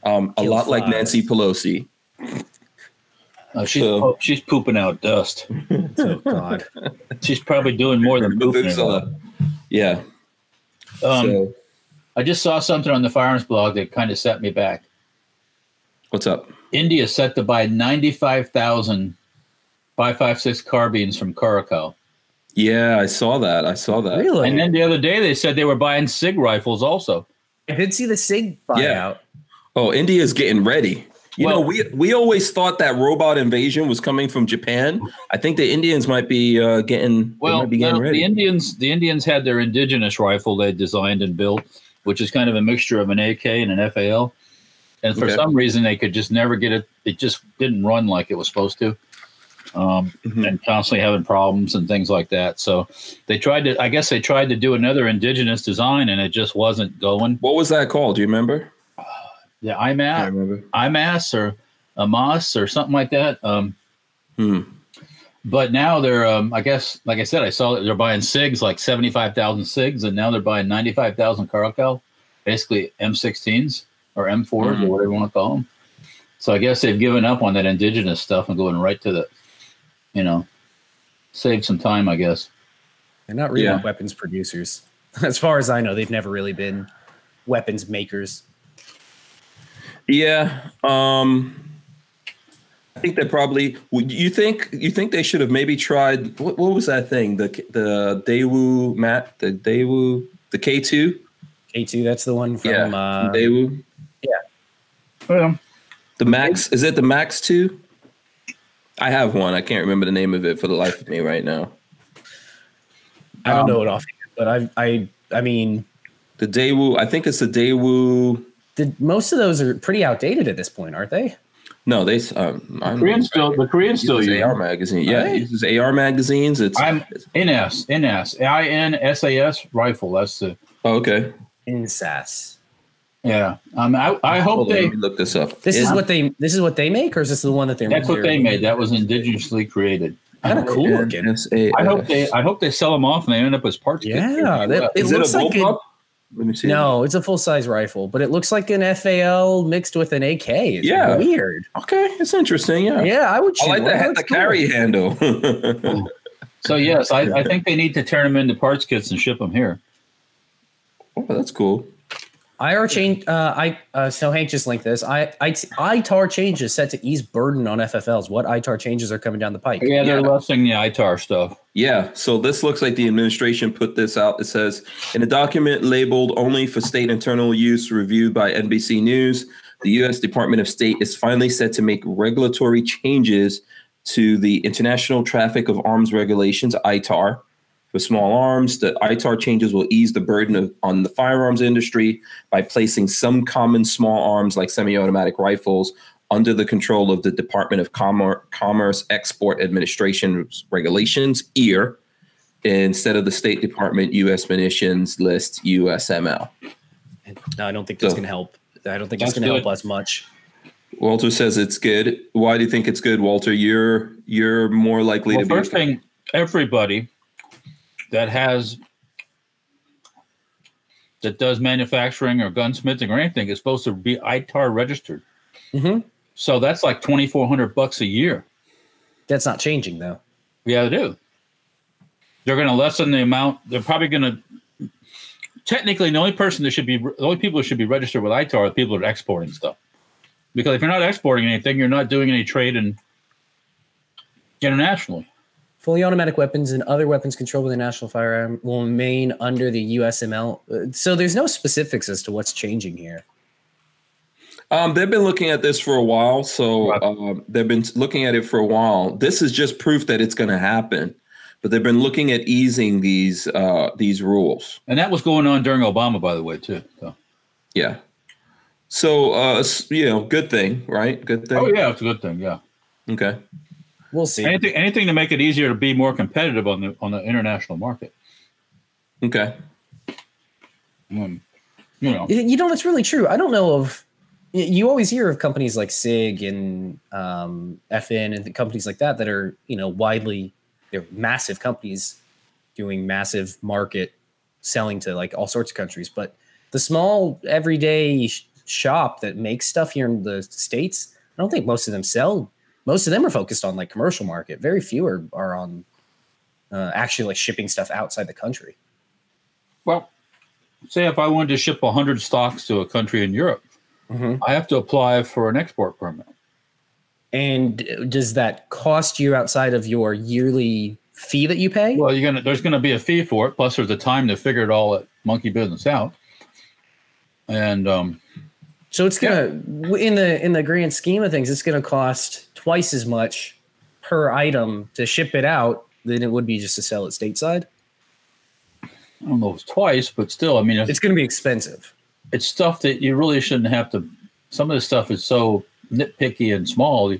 Speaker 1: Um, a
Speaker 2: Kill
Speaker 1: lot like
Speaker 2: flies.
Speaker 1: Nancy Pelosi.
Speaker 3: Uh, she's,
Speaker 1: So-
Speaker 3: po- she's pooping out dust.
Speaker 2: Oh God.
Speaker 3: She's probably doing more than pooping.
Speaker 1: Poofs
Speaker 3: it
Speaker 1: out-
Speaker 3: out.
Speaker 1: Yeah.
Speaker 3: Um,
Speaker 1: so
Speaker 3: I just saw something on the firearms blog that kind of set me back.
Speaker 1: what's up?
Speaker 3: India is set to buy 95,000 556 carbines from Caracal.
Speaker 1: Yeah, I saw that. I saw that.
Speaker 2: Really?
Speaker 3: And then the other day they said they were buying SIG rifles also.
Speaker 2: I did see the Sig buyout.
Speaker 1: Yeah. Oh, India's getting ready. You
Speaker 3: Well-
Speaker 1: know, we we always thought that robot invasion was coming from Japan. I think the Indians might be uh, getting they
Speaker 3: Well,
Speaker 1: might be
Speaker 3: the,
Speaker 1: getting
Speaker 3: the
Speaker 1: ready.
Speaker 3: Indians the Indians had their indigenous rifle they designed and built, which is kind of a mixture of an AK and an FAL. And for
Speaker 1: Okay.
Speaker 3: some reason, they could just never get it. It just didn't run like it was supposed to, um,
Speaker 1: Mhm.
Speaker 3: and constantly having problems and things like that. So they tried to. I guess they tried to do another indigenous design, and it just wasn't going.
Speaker 1: what was that called? Do you remember?
Speaker 3: The IMAS,
Speaker 1: remember.
Speaker 3: IMAS or AMAS or something like that. Um,
Speaker 1: Hmm.
Speaker 3: But now they're, um, I guess, like I said, I saw that they're buying SIGs, like 75,000 SIGs, and now they're buying 95,000 Caracal, basically M16s or M4s
Speaker 1: Mhm.
Speaker 3: or whatever you want to call them. So I guess they've given up on that indigenous stuff and going right to the, you know, save some time, I guess.
Speaker 2: They're not really
Speaker 1: Yeah.
Speaker 2: weapons producers. As far as I know, they've never really been weapons makers.
Speaker 1: Yeah. Um, I think they probably. would- You think you think they should have maybe tried what, what was that thing? The the Daewoo Matt the Daewoo the K two.
Speaker 2: A2, that's the one from
Speaker 1: Yeah,
Speaker 2: uh,
Speaker 1: Daewoo
Speaker 3: Well,
Speaker 1: the Max. Is it the Max two? I have one. I can't remember the name of it for the life of me right now.
Speaker 2: I don't
Speaker 3: um,
Speaker 2: know it offhand, but I I I mean
Speaker 1: The Daewoo, I think it's the Daewoo.
Speaker 2: the, most of those are pretty outdated at this point, aren't they?
Speaker 1: No, they. Um, I don't know.
Speaker 3: Koreans still, the Koreans still
Speaker 1: Uses
Speaker 3: use
Speaker 1: AR magazine. Yeah,
Speaker 2: Right.
Speaker 1: it uses AR magazines. It's
Speaker 3: I'm NS, NS, INSAS rifle. That's the,
Speaker 1: oh, okay.
Speaker 2: Insas.
Speaker 3: yeah. Um, I, I hope
Speaker 1: Hold on,
Speaker 3: they,
Speaker 1: let me look this up.
Speaker 2: This
Speaker 1: It-
Speaker 2: is what they this is what they make, or is this the one that they
Speaker 3: that's what
Speaker 2: they're-
Speaker 3: they made. That was indigenously created.
Speaker 2: kind of cool looking.
Speaker 1: NSAS.
Speaker 3: I hope they I hope they sell them off and they end up as parts. kits.
Speaker 2: Yeah, that- it
Speaker 1: Is
Speaker 2: looks
Speaker 1: it a
Speaker 2: like
Speaker 1: like
Speaker 2: a,
Speaker 1: Let me see.
Speaker 2: no, it's a full size rifle, but it looks like an FAL mixed with an AK. It's
Speaker 1: Yeah.
Speaker 2: weird.
Speaker 1: Okay, it's interesting. Yeah.
Speaker 2: Yeah, I would.
Speaker 1: I like the,
Speaker 2: shoot one.
Speaker 1: the
Speaker 2: That's cool.
Speaker 1: carry handle.
Speaker 3: So yes, I, I think they need to turn them into parts kits and ship them here.
Speaker 1: oh, that's cool.
Speaker 2: IR change. Uh, I uh, so Hank just linked this. I, I ITAR change is set to ease burden on FFLs. What ITAR changes are coming down the pike?
Speaker 3: Yeah, they're
Speaker 1: Yeah.
Speaker 3: lessening the ITAR stuff.
Speaker 1: Yeah, so this looks like the administration put this out. It says in a document labeled only for state internal use reviewed by NBC News, the U.S. Department of State is finally set to make regulatory changes to the International Traffic of Arms Regulations, ITAR, for small arms. The ITAR changes will ease the burden of, on the firearms industry by placing some common small arms like semi automatic rifles under the control of the Department of Commer- Commerce Export Administration's regulations, EAR, E instead of the State Department U.S. munitions list USML.
Speaker 2: No, I don't think that's
Speaker 1: So-
Speaker 2: going to help. I don't think
Speaker 3: That's
Speaker 2: it's going to help
Speaker 3: good.
Speaker 2: us much.
Speaker 1: Walter says it's good. Why do you think it's good, Walter? You're you're more likely
Speaker 3: Well,
Speaker 1: to be
Speaker 3: first thing, everybody that has that does manufacturing or gunsmithing or anything is supposed to be ITAR registered.
Speaker 2: hmm
Speaker 3: So that's like twenty four hundred bucks a year.
Speaker 2: That's not changing though.
Speaker 3: Yeah, they do. They're going to lessen the amount. They're probably going to. Technically, the only person that should be the only people that should be registered with ITAR are the people that are exporting stuff. Because if you're not exporting anything, you're not doing any trade in internationally.
Speaker 2: Fully automatic weapons and other weapons controlled by the National Firearm will remain under the USML. Uh, So there's no specifics as to what's changing here.
Speaker 1: Um, they've been looking at this for a while, so
Speaker 3: Right.
Speaker 1: um, they've been looking at it for a while. This is just proof that it's going to happen, but they've been looking at easing these uh, these rules.
Speaker 3: And that was going on during Obama, by the way, too. So.
Speaker 1: Yeah. So uh, s- you know, good thing, right? Good thing.
Speaker 3: Oh yeah, it's a good thing. Yeah,
Speaker 1: Okay.
Speaker 2: We'll see.
Speaker 3: anything anything to make it easier to be more competitive on the on the international market.
Speaker 1: Okay.
Speaker 3: Um, you know,
Speaker 2: You- You know, that's really true. I don't know of. y- You always hear of companies like SIG and um, FN and companies like that that are you know widely they're massive companies doing massive market selling to like all sorts of countries. But the small everyday sh- shop that makes stuff here in the states, I don't think most of them sell. Most of them are focused on like commercial market. Very few are are on uh, actually like shipping stuff outside the country.
Speaker 3: well, say if I wanted to ship hundred stocks to a country in Europe, I have to apply for an export permit.
Speaker 2: And does that cost you outside of your yearly fee that you pay?
Speaker 3: Well, you're gonna there's gonna be a fee for it. Plus, there's a time to figure it all at monkey business out. And um,
Speaker 2: so it's gonna w in the in the grand scheme of things, it's gonna cost twice as much per item to ship it out than it would be just to sell it stateside.
Speaker 3: I don't know if it's twice, but still, I mean, it's,
Speaker 2: It's gonna be expensive.
Speaker 3: it's stuff that you really shouldn't have to. Some of this stuff is so nitpicky and small.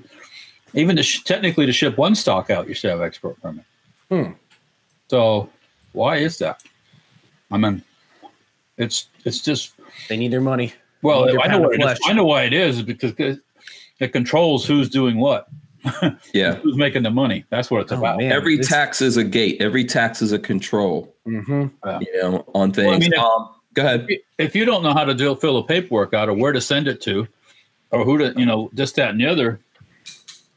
Speaker 3: Even to sh- technically to ship one stock out, you should have export permit.
Speaker 2: Hmm.
Speaker 3: So why is that? I mean, it's it's just
Speaker 2: They need their money.
Speaker 3: well,
Speaker 2: Need your
Speaker 3: I know
Speaker 2: pound
Speaker 3: what
Speaker 2: of
Speaker 3: it
Speaker 2: flesh.
Speaker 3: is. I know why it is because it it controls who's doing what,
Speaker 1: Yeah.
Speaker 3: who's making the money. That's what it's about.
Speaker 1: Every
Speaker 2: Oh, this-
Speaker 1: tax is a gate. Every tax is a control.
Speaker 2: Mhm.
Speaker 1: You know, on things.
Speaker 3: Well, I mean, if-
Speaker 1: um, go ahead.
Speaker 3: if you don't know how to do, fill the paperwork out or where to send it to, or who to, you know, this, that, and the other,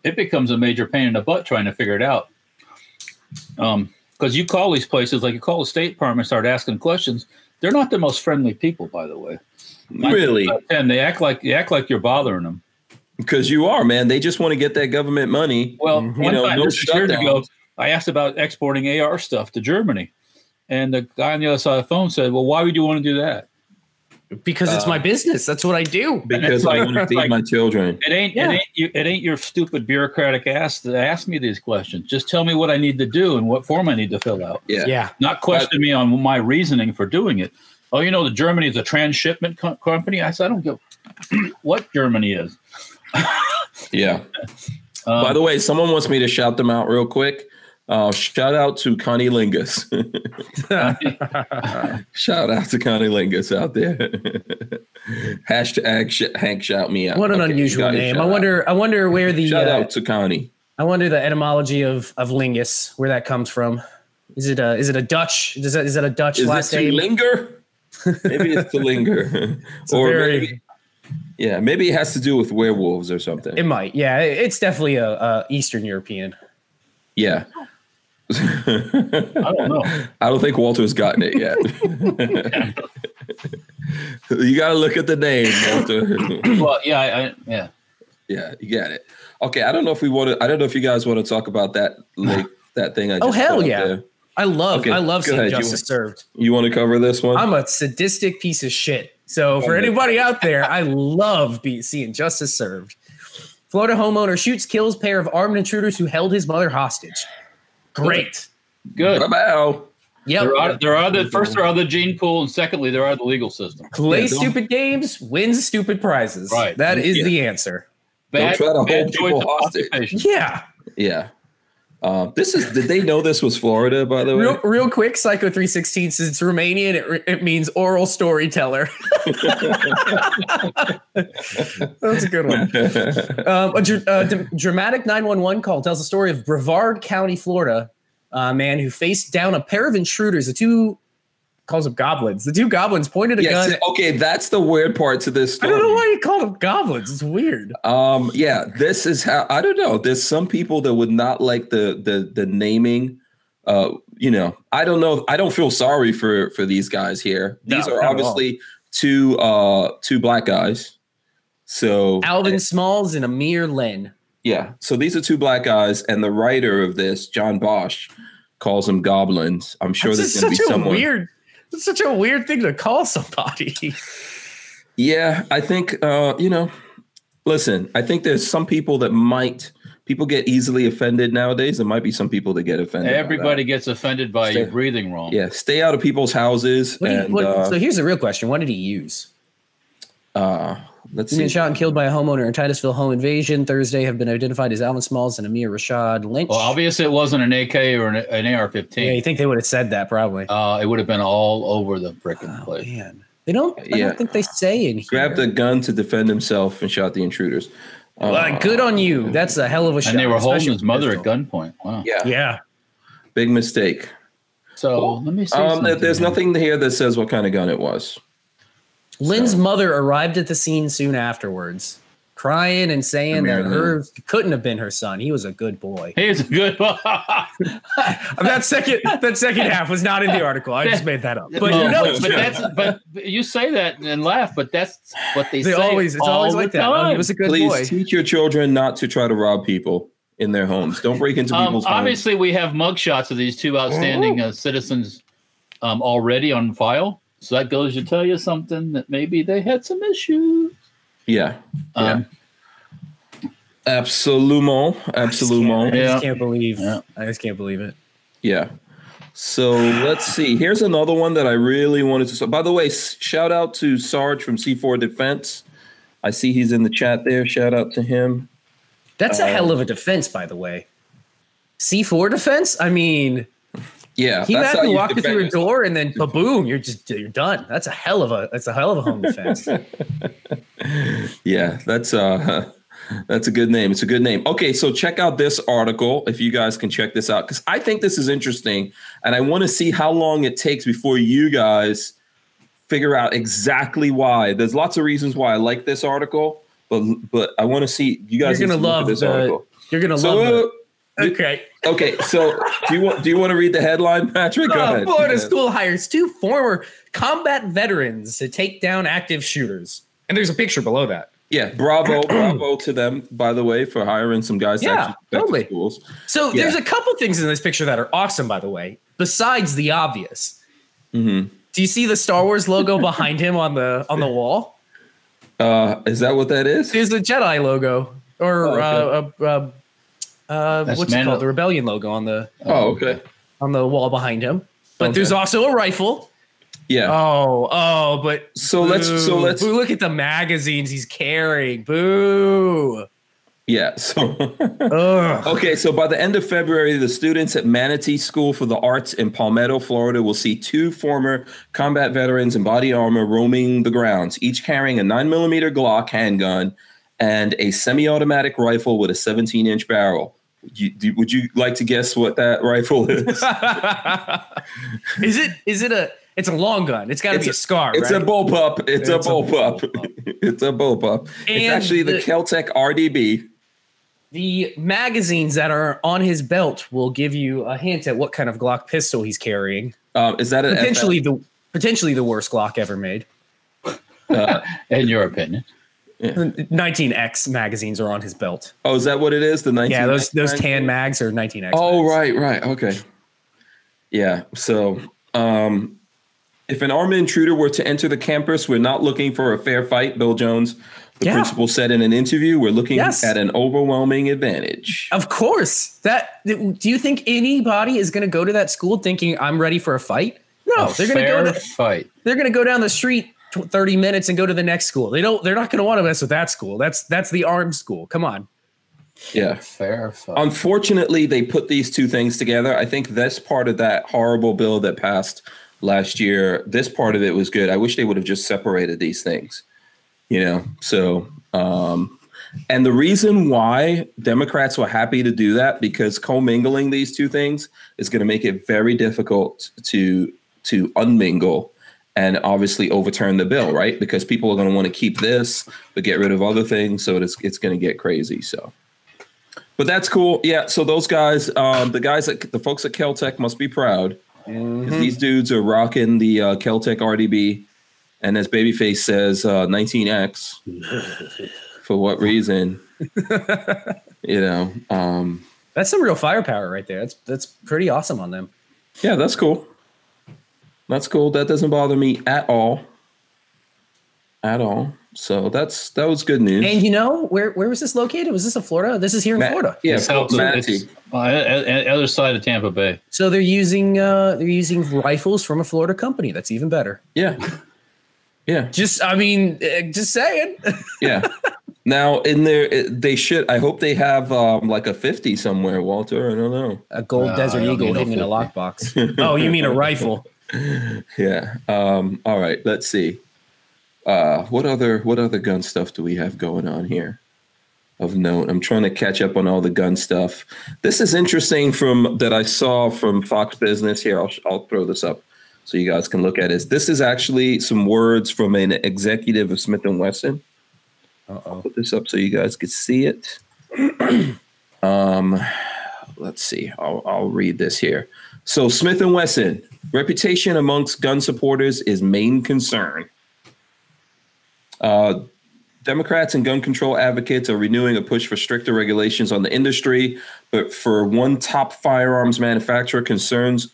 Speaker 3: it becomes a major pain in the butt trying to figure it out. Um, because you call these places, like you call the state department, and start asking questions. They're not the most friendly people, by the way.
Speaker 1: Really?
Speaker 3: And they act like they act like you're bothering them.
Speaker 1: Because you are, man. They just want to get that government money.
Speaker 3: Well,
Speaker 2: Mhm.
Speaker 1: Mm-hmm. You
Speaker 3: one
Speaker 1: know,
Speaker 3: time
Speaker 1: no
Speaker 3: this was years ago,
Speaker 1: shutdowns.
Speaker 3: I asked about exporting AR stuff to Germany, and the guy on the other side of the phone said, "Well, why would you want to do that?"
Speaker 2: because it's
Speaker 1: Uh,
Speaker 2: my business. That's what I do.
Speaker 1: Because I
Speaker 3: like-
Speaker 1: want to feed
Speaker 3: like-
Speaker 1: my children.
Speaker 3: It ain't,
Speaker 2: Yeah.
Speaker 3: it ain't you, it ain't your stupid bureaucratic ass that asked me these questions. Just tell me what I need to do and what form I need to fill out.
Speaker 1: Yeah.
Speaker 2: yeah.
Speaker 3: Not question me on my reasoning for doing it. Oh, you know, the Germany is a transshipment co- company. I said, I don't give what Germany is.
Speaker 1: Yeah.
Speaker 3: Um,
Speaker 1: By the way, someone wants me to shout them out real quick. Uh, shout out to Connie Lingus. shout out to Connie Lingus out there. Hashtag sh- Hank shout me out.
Speaker 2: What an
Speaker 1: Okay,
Speaker 2: unusual
Speaker 1: got it,
Speaker 2: name.
Speaker 1: shout
Speaker 2: I wonder. I wonder where
Speaker 1: Out.
Speaker 2: the
Speaker 1: Shout
Speaker 2: uh,
Speaker 1: out to Connie.
Speaker 2: I wonder the etymology of of lingus, where that comes from. Is it a is it a Dutch? Is that is that a Dutch
Speaker 1: Is it
Speaker 2: last
Speaker 1: to
Speaker 2: name?
Speaker 1: linger? Maybe it's to linger.
Speaker 2: It's a
Speaker 1: or
Speaker 2: very-
Speaker 1: maybe, yeah, maybe it has to do with werewolves or something.
Speaker 2: it might. Yeah, it- it's definitely a, a Eastern European.
Speaker 1: yeah.
Speaker 3: I don't know.
Speaker 1: I don't think Walter's gotten it yet. you got to look at the name, Walter.
Speaker 3: well, yeah, I, I, yeah.
Speaker 1: yeah, you got it. Okay, I don't know if we want to. I don't know if you guys want to talk about that like that thing. I just
Speaker 2: Oh, hell
Speaker 1: put up
Speaker 2: yeah. I love
Speaker 1: Okay,
Speaker 2: I love
Speaker 1: go
Speaker 2: seeing
Speaker 1: ahead, you-
Speaker 2: justice served.
Speaker 1: You want to cover this one?
Speaker 2: I'm a sadistic piece of shit. So
Speaker 1: Oh,
Speaker 2: for
Speaker 1: yeah.
Speaker 2: anybody out there, I love be, seeing justice served. Florida homeowner shoots kills pair of armed intruders who held his mother hostage. Great.
Speaker 3: Good.
Speaker 1: Bye bye.
Speaker 2: Yep.
Speaker 3: There are, there are the first, there are the gene pool, and secondly, there are the legal system.
Speaker 2: Play
Speaker 1: yeah, don't-
Speaker 2: stupid games, win stupid prizes.
Speaker 3: Right.
Speaker 2: That is
Speaker 1: Yeah.
Speaker 2: the answer.
Speaker 1: Don't try to hold people
Speaker 3: choice of
Speaker 1: hostage.
Speaker 3: occupation.
Speaker 2: Yeah.
Speaker 1: Yeah. Uh, this is did they know this was Florida by the way?
Speaker 2: Real, real quick, Psycho 316 says it's Romanian. It, re- it means oral storyteller. That's a good one. Um, a dr- uh, d- dramatic 911 call tells the story of Brevard County, Florida, a man who faced down a pair of intruders. The two calls them goblins. The two goblins pointed a
Speaker 1: yes,
Speaker 2: gun.
Speaker 1: okay, that's the weird part to this
Speaker 2: I
Speaker 1: story.
Speaker 2: don't know why he called them goblins. It's weird.
Speaker 1: Um, yeah, this is how I don't know. There's some people that would not like the the the naming. Uh, you know, I don't know. I don't feel sorry for for these guys here.
Speaker 2: No,
Speaker 1: These
Speaker 2: not
Speaker 1: are
Speaker 2: at all.
Speaker 1: obviously two uh two black guys. So
Speaker 2: Alvin Smalls and Amir Len.
Speaker 1: yeah. So these are two black guys, and the writer of this, John Bosch, calls them goblins. I'm sure
Speaker 2: This
Speaker 1: there's
Speaker 2: is
Speaker 1: gonna be
Speaker 2: such a
Speaker 1: someone.
Speaker 2: weird. That's such a weird thing to call somebody.
Speaker 1: Yeah, I think uh, you know. Listen, I think there's some people that might people get easily offended nowadays. There might be some people that get offended. by that.
Speaker 3: Everybody gets offended by you breathing wrong.
Speaker 1: Yeah, stay out of people's houses
Speaker 2: What do you-
Speaker 1: and
Speaker 2: what-
Speaker 1: uh,
Speaker 2: so here's the real question: What did he use?
Speaker 1: uh, let's
Speaker 2: Two men
Speaker 1: see.
Speaker 2: shot and killed by a homeowner in Titusville home invasion Thursday have been identified as Alvin Smalls and Amir Rashad Lynch.
Speaker 3: Well, obviously it wasn't an AK or an, an
Speaker 2: yeah, you
Speaker 3: AR-15.
Speaker 2: think they would have said that probably?
Speaker 3: Uh, it would have been all over the frickin'
Speaker 2: oh
Speaker 3: place.
Speaker 2: man, they don't. I
Speaker 1: Yeah.
Speaker 2: don't think they say in here.
Speaker 1: Grabbed a gun to defend himself and shot the intruders. Uh,
Speaker 2: Well, good on you. That's a hell of a shot.
Speaker 3: And they were holding
Speaker 2: especially
Speaker 3: his mother at
Speaker 2: pistol.
Speaker 3: gunpoint. Wow.
Speaker 1: Yeah,
Speaker 2: Yeah,
Speaker 1: big mistake.
Speaker 3: So let me see.
Speaker 1: Um,
Speaker 3: something
Speaker 1: there's
Speaker 3: here.
Speaker 1: nothing here that says what kind of gun it was.
Speaker 2: Lynn's
Speaker 1: So-
Speaker 2: mother arrived at the scene soon afterwards, crying and saying that
Speaker 1: Amir
Speaker 2: her couldn't have been her son. He was a good boy.
Speaker 3: Here's a good one.
Speaker 2: that second that second half was not in the article. I
Speaker 3: just
Speaker 2: made that up.
Speaker 3: But,
Speaker 1: you know it's
Speaker 3: but
Speaker 1: true.
Speaker 3: that's but you say that and laugh, but that's what they,
Speaker 2: they
Speaker 3: say.
Speaker 2: always it's always
Speaker 3: all
Speaker 2: like
Speaker 3: the
Speaker 2: that. Oh, he
Speaker 3: time.
Speaker 2: was a good
Speaker 1: Please
Speaker 2: boy.
Speaker 1: teach your children not to try to rob people in their homes. Don't break into
Speaker 3: Um,
Speaker 1: people's homes.
Speaker 3: obviously, we have mugshots of these two outstanding uh, citizens um, already on file. So that goes to tell you something that maybe they had some issues.
Speaker 1: Yeah,
Speaker 3: Um,
Speaker 1: absolument,
Speaker 2: I
Speaker 1: absolument.
Speaker 2: just
Speaker 3: Yeah.
Speaker 2: can't believe.
Speaker 3: Yeah.
Speaker 2: I just can't believe it.
Speaker 1: Yeah. So let's see. Here's another one that I really wanted to. So, by the way, s- shout out to Sarge from C4 Defense. I see he's in the chat there. Shout out to him.
Speaker 2: That's
Speaker 1: Uh,
Speaker 2: a hell of a defense, by the way. C four defense. I mean,
Speaker 1: Yeah,
Speaker 2: he had to
Speaker 1: you
Speaker 2: walk
Speaker 1: defend
Speaker 2: through your
Speaker 1: yourself.
Speaker 2: door and then boom, you're just you're done. That's a hell of a that's a hell of a home defense.
Speaker 1: Yeah, that's uh, that's a good name. It's a good name. Okay, so check out this article if you guys can check this out because I think this is interesting, and I want to see how long it takes before you guys figure out exactly why. There's lots of reasons why I like this article, but but I want to see you
Speaker 2: You're
Speaker 1: guys.
Speaker 2: gonna
Speaker 1: need to look at
Speaker 2: love
Speaker 1: this
Speaker 2: the.
Speaker 1: article.
Speaker 2: You're gonna
Speaker 1: So,
Speaker 2: love
Speaker 1: uh,
Speaker 2: it. Okay.
Speaker 1: Okay, so do you want do you want to read the headline, Patrick? Go
Speaker 2: Oh,
Speaker 1: ahead.
Speaker 2: Florida
Speaker 1: Yeah.
Speaker 2: school hires two former combat veterans to take down active shooters. And there's a picture below that.
Speaker 1: Yeah, bravo, bravo to them, by the way, for hiring some guys. to
Speaker 2: Yeah,
Speaker 1: actually protect the
Speaker 2: totally.
Speaker 1: Schools.
Speaker 2: So
Speaker 1: Yeah.
Speaker 2: there's a couple things in this picture that are awesome, by the way, besides the obvious.
Speaker 1: Mm-hmm.
Speaker 2: Do you see the Star Wars logo behind him on the on the wall?
Speaker 1: Uh, is that what that is?
Speaker 2: There's the Jedi logo, or
Speaker 1: Oh,
Speaker 2: uh, uh, uh, uh,
Speaker 3: That's
Speaker 2: what's it
Speaker 3: Mando-
Speaker 2: called? The Rebellion logo on the
Speaker 1: Oh, okay.
Speaker 2: on the wall behind him. But
Speaker 1: Okay.
Speaker 2: there's also a rifle.
Speaker 1: Yeah.
Speaker 2: Oh, oh, but
Speaker 1: So let's- so
Speaker 2: boo.
Speaker 1: let's-
Speaker 2: Boo, look at the magazines he's carrying. Boo.
Speaker 1: Yeah. So,
Speaker 2: Ugh.
Speaker 1: okay. So, by the end of February, the students at Manatee School for the Arts in Palmetto, Florida, will see two former combat veterans in body armor roaming the grounds, each carrying a 9mm Glock handgun and a semi automatic rifle with a 17 inch barrel. You, do, would you like to guess what that rifle is?
Speaker 2: is it is it a it's a long gun. It's gotta
Speaker 1: It's
Speaker 2: be
Speaker 1: a-
Speaker 2: a scar,
Speaker 1: It's
Speaker 2: right?
Speaker 1: a bullpup. It's, a
Speaker 2: It's a
Speaker 1: bullpup. it's a bullpup. It's
Speaker 2: And
Speaker 1: actually the,
Speaker 2: the-
Speaker 1: Keltec RDB.
Speaker 2: the magazines that are on his belt will give you a hint at what kind of Glock pistol he's carrying.
Speaker 1: Um, is that an
Speaker 2: Potentially the potentially the worst Glock ever made.
Speaker 3: in your opinion,
Speaker 2: 19X magazines are on his belt.
Speaker 1: Oh, is that what it is? The 19.
Speaker 2: Yeah, those those tan
Speaker 1: maps.
Speaker 2: mags are 19X.
Speaker 1: Oh,
Speaker 2: mags.
Speaker 1: right, right. Okay. Yeah. So, um, if an armed intruder were to enter the campus, we're not looking for a fair fight, Bill Jones, the
Speaker 2: Yeah.
Speaker 1: principal said in an interview. We're looking
Speaker 2: Yes. Oh.
Speaker 1: at an overwhelming advantage.
Speaker 2: Of course. That do you think anybody is going to go to that school thinking I'm ready for a fight? No,
Speaker 1: Oh,
Speaker 3: a
Speaker 2: Oh, they're going to
Speaker 3: fair
Speaker 2: go to,
Speaker 3: fight.
Speaker 2: they're going to go down the street tw- 30 minutes and go to the next school. They don't they're not going to want to mess with that school. That's that's the armed school. Come on.
Speaker 1: Yeah.
Speaker 3: Fair fuck.
Speaker 1: Unfortunately, they put these two things together. I think that's part of that horrible bill that passed last year. This part of it was good. I wish they would have just separated these things, you know? So, um, and the reason why Democrats were happy to do that because commingling these two things is going to make it very difficult to to unmingle and obviously overturn the bill, right? Because people are going to want to keep this but get rid of other things, so it's it's going to get crazy. So, but that's cool. Yeah. So those guys, um, the guys at the folks at Caltech must be proud. 'Cause These dudes are rocking the uh, Caltech RDB, and as Babyface says, uh, 19x. For what reason? you know. Um,
Speaker 2: That's some real firepower right there. That's that's pretty awesome on them.
Speaker 1: yeah, that's cool. That's cool. That doesn't bother me at all. At all. So that's that was good news.
Speaker 2: And you know where where was this located? Was this in Florida? This is here in
Speaker 1: Ma-
Speaker 2: Florida.
Speaker 1: Yeah,
Speaker 3: It's out-
Speaker 1: Matty.
Speaker 3: it's, uh, o- o- other side of Tampa Bay.
Speaker 2: So they're using uh, they're using rifles from a Florida company. That's even better.
Speaker 1: Yeah. Yeah.
Speaker 2: Just I mean, eh, just saying.
Speaker 1: yeah. Now in there, it- they should. I hope they have um, like a fifty somewhere, Walter. I don't know.
Speaker 2: A gold
Speaker 3: Nah, I
Speaker 2: Desert
Speaker 3: don't
Speaker 2: Eagle
Speaker 3: need no
Speaker 2: hidden in a lockbox. oh, you mean a rifle?
Speaker 1: Yeah. Um, all right. Let's see. Uh, what other what other gun stuff do we have going on here? Of note, I'm trying to catch up on all the gun stuff. This is interesting from that I saw from Fox Business. Here, I'll I'll throw this up so you guys can look at it. This is actually some words from an executive of Smith and Wesson.
Speaker 2: Uh oh.
Speaker 1: put this up so you guys could see it. um, let's see. I'll, I'll read this here. So Smith and Wesson reputation amongst gun supporters is main concern. Uh, Democrats and gun control advocates are renewing a push for stricter regulations on the industry, but for one top firearms manufacturer, concerns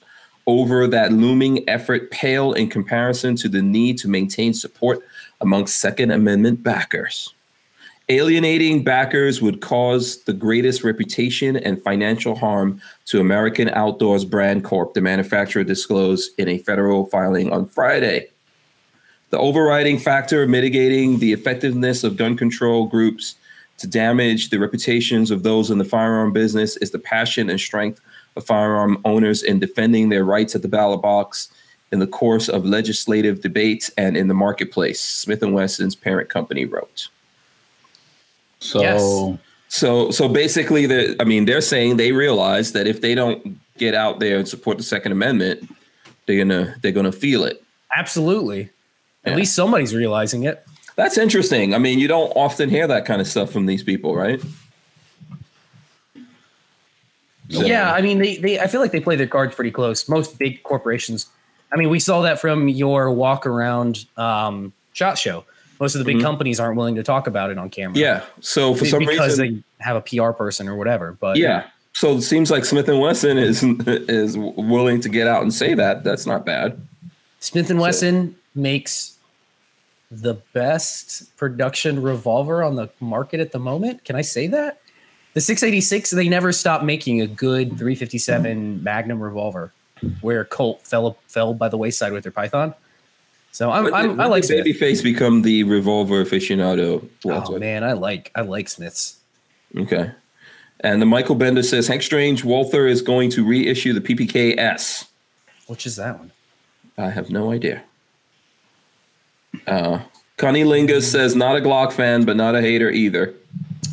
Speaker 1: over that looming effort pale in comparison to the need to maintain support amongst Second Amendment backers. Alienating backers would cause the greatest reputation and financial harm to American Outdoors Brand Corp, the manufacturer disclosed in a federal filing on Friday. The overriding factor mitigating the effectiveness of gun control groups to damage the reputations of those in the firearm business is the passion and strength of firearm owners in defending their rights at the ballot box in the course of legislative debates and in the marketplace, Smith & Wesson's parent company wrote.
Speaker 3: So
Speaker 2: Yes.
Speaker 1: So so basically, the I mean, they're saying they realize that if they don't get out there and support the Second Amendment, they're gonna they're gonna feel it.
Speaker 2: Absolutely. At
Speaker 1: Yeah.
Speaker 2: least somebody's realizing it.
Speaker 1: That's interesting. I mean, you don't often hear that kind of stuff from these people, right? So-
Speaker 2: Yeah, I mean, they, they I feel like they play their cards pretty close. Most big corporations. I mean, we saw that from your walk around um, shot show. Most of the big companies aren't willing to talk about it on camera.
Speaker 1: Yeah. So for
Speaker 2: be-
Speaker 1: some
Speaker 2: because
Speaker 1: reason,
Speaker 2: they have a PR person or whatever. But
Speaker 1: yeah. So it seems like Smith and Wesson is is willing to get out and say that. That's not bad.
Speaker 2: Smith and Wesson makes the best production revolver on the market at the moment. Can I say that? The 686, they never stopped making a good 357 Magnum revolver where Colt fell fell by the wayside with their Python. So I'm,
Speaker 1: When did-
Speaker 2: I'm, I
Speaker 1: when
Speaker 2: like
Speaker 1: did
Speaker 2: Smith.
Speaker 1: Babyface become the revolver aficionado.
Speaker 2: Oh
Speaker 1: Walter?
Speaker 2: man, I like I like Smiths.
Speaker 1: Okay. And the Michael Bender says Hank Strange Walther is going to reissue the PPKS.
Speaker 2: Which is that one?
Speaker 1: I have no idea. Uh, Connie Lingus says not a Glock fan, but not a hater either.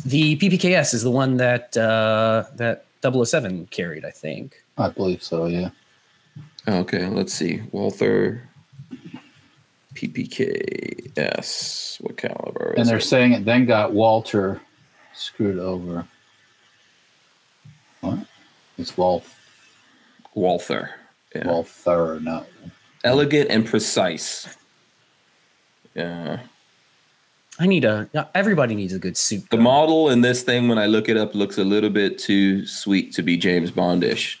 Speaker 2: The PPKS is the one that uh, that 007 carried, I think.
Speaker 3: I believe so. Yeah.
Speaker 1: Okay, let's see. Walther PPKS. What caliber
Speaker 3: And
Speaker 1: is
Speaker 3: they're
Speaker 1: it?
Speaker 3: saying it then got Walter screwed over. What? It's Wal
Speaker 1: Walther. Yeah.
Speaker 3: Walther, not
Speaker 1: Elegant and precise. Yeah.
Speaker 2: I need a. Everybody needs a good suit.
Speaker 1: The
Speaker 2: gun.
Speaker 1: model in this thing, when I look it up, looks a little bit too sweet to be James Bondish.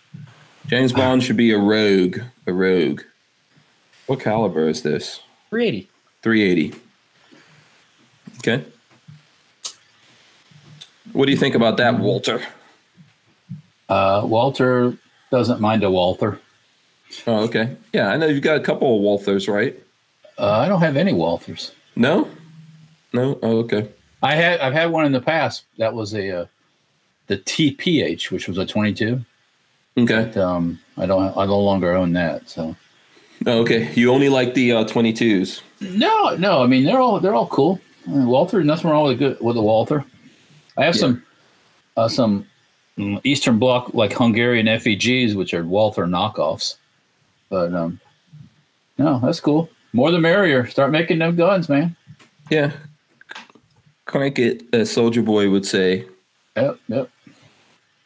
Speaker 1: James Bond should be a rogue. A rogue. What caliber is this?
Speaker 2: 380.
Speaker 1: 380. Okay. What do you think about that, Walter?
Speaker 3: Uh, Walter doesn't mind a Walther.
Speaker 1: Oh, okay. Yeah, I know you've got a couple of Walthers, right?
Speaker 3: Uh, I don't have any Walthers.
Speaker 1: No? No? Oh, okay.
Speaker 3: I had I've had one in the past. That was a uh, the TPH, which was a 22.
Speaker 1: Okay.
Speaker 3: Um, I don't. I no longer own that. So
Speaker 1: Oh, okay. You only like the uh, 22s.
Speaker 3: no, no. I mean, they're all they're all cool. Uh, Walther, nothing wrong with a good with a Walther. I have
Speaker 1: Yeah.
Speaker 3: some uh, some mm, Eastern Bloc like Hungarian FEGs, which are Walther knockoffs. But um, no, that's cool. More the merrier. Start making them guns, man.
Speaker 1: Yeah. Crank it, as Soldier Boy would say.
Speaker 3: Yep, yep.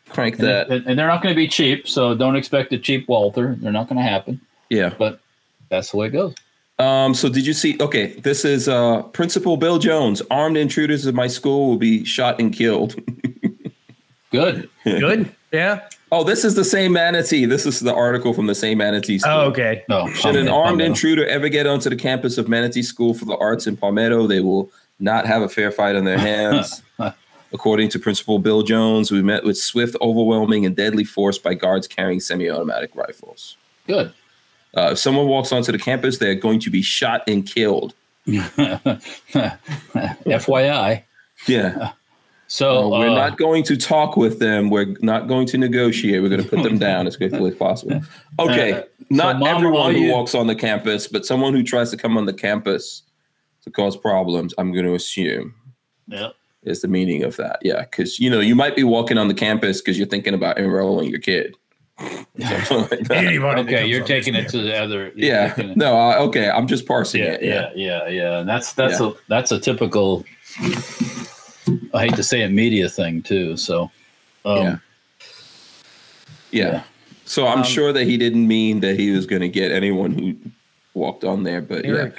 Speaker 1: Crank
Speaker 3: And,
Speaker 1: that.
Speaker 3: and- and they're not going to be cheap, so don't expect a cheap Walther. They're not going to happen.
Speaker 1: Yeah.
Speaker 3: But that's the way it goes.
Speaker 1: Um, so did you see? Okay, this is uh, Principal Bill Jones. Armed intruders of my school will be shot and killed.
Speaker 3: Good.
Speaker 2: Good. Yeah.
Speaker 1: oh, this is the same manatee. This is the article from the same manatee. School.
Speaker 2: Oh, okay.
Speaker 3: No,
Speaker 1: Should an
Speaker 3: I'm-
Speaker 1: armed
Speaker 3: I'm-
Speaker 1: intruder ever get onto the campus of Manatee School for the Arts in Palmetto, they will not have a fair fight on their hands. According to Principal Bill Jones, we met with swift, overwhelming, and deadly force by guards carrying semi automatic rifles.
Speaker 3: Good.
Speaker 1: Uh, if someone walks onto the campus, they are going to be shot and killed.
Speaker 3: FYI.
Speaker 1: Yeah.
Speaker 3: So
Speaker 1: Uh, we're
Speaker 3: uh,
Speaker 1: not going to talk with them. We're not going to negotiate. We're going to put them down as quickly as possible. Okay.
Speaker 3: Uh, so
Speaker 1: not
Speaker 3: Mom,
Speaker 1: everyone
Speaker 3: are
Speaker 1: who
Speaker 3: you-
Speaker 1: walks on the campus, but someone who tries to come on the campus to cause problems, I'm going to assume
Speaker 3: yeah.
Speaker 1: is the meaning of that. Yeah. Because, you know, you might be walking on the campus because you're thinking about enrolling your kid. Something like that.
Speaker 2: Anybody
Speaker 3: Okay,
Speaker 2: comes
Speaker 3: you're
Speaker 2: on
Speaker 3: taking
Speaker 2: this
Speaker 3: it to the other. you're
Speaker 1: Yeah.
Speaker 3: taking it-
Speaker 1: No, I, okay. I'm just parsing
Speaker 3: Yeah,
Speaker 1: it. Yeah.
Speaker 3: yeah, yeah, yeah. And that's that's a that's a typical. I hate to say a media thing too. So, um,
Speaker 1: Yeah. Yeah.
Speaker 3: Yeah.
Speaker 1: So I'm
Speaker 2: Um,
Speaker 1: sure that he didn't mean that he was going to get anyone who walked on there, but yeah.
Speaker 2: Eric,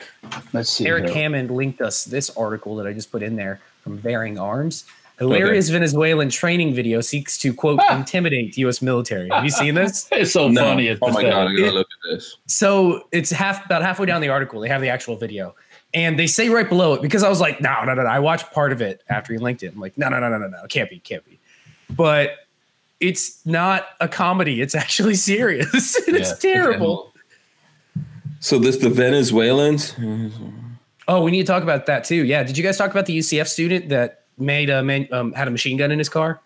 Speaker 3: let's see.
Speaker 2: Eric
Speaker 3: here.
Speaker 2: Hammond linked us this article that I just put in there from Bearing Arms. Hilarious Venezuelan training video seeks to quote
Speaker 3: Ah.
Speaker 2: intimidate U.S. military. Have you seen this?
Speaker 3: It's so
Speaker 1: No.
Speaker 3: funny. It's
Speaker 1: Oh my god! I
Speaker 3: pathetic.
Speaker 1: gotta look at this.
Speaker 2: So it's half about halfway down the article. They have the actual video, and they say right below it because I was like, no, no, no, no. I watched part of it after he linked it. I'm like, no, no, no, no, no, no. It can't be, can't be. But it's not a comedy. It's actually serious. and
Speaker 3: Yeah.
Speaker 2: It's terrible.
Speaker 1: So this the Venezuelans.
Speaker 2: Oh, we need to talk about that too. Yeah, did you guys talk about the UCF student that made a man, um, had a machine gun in his car?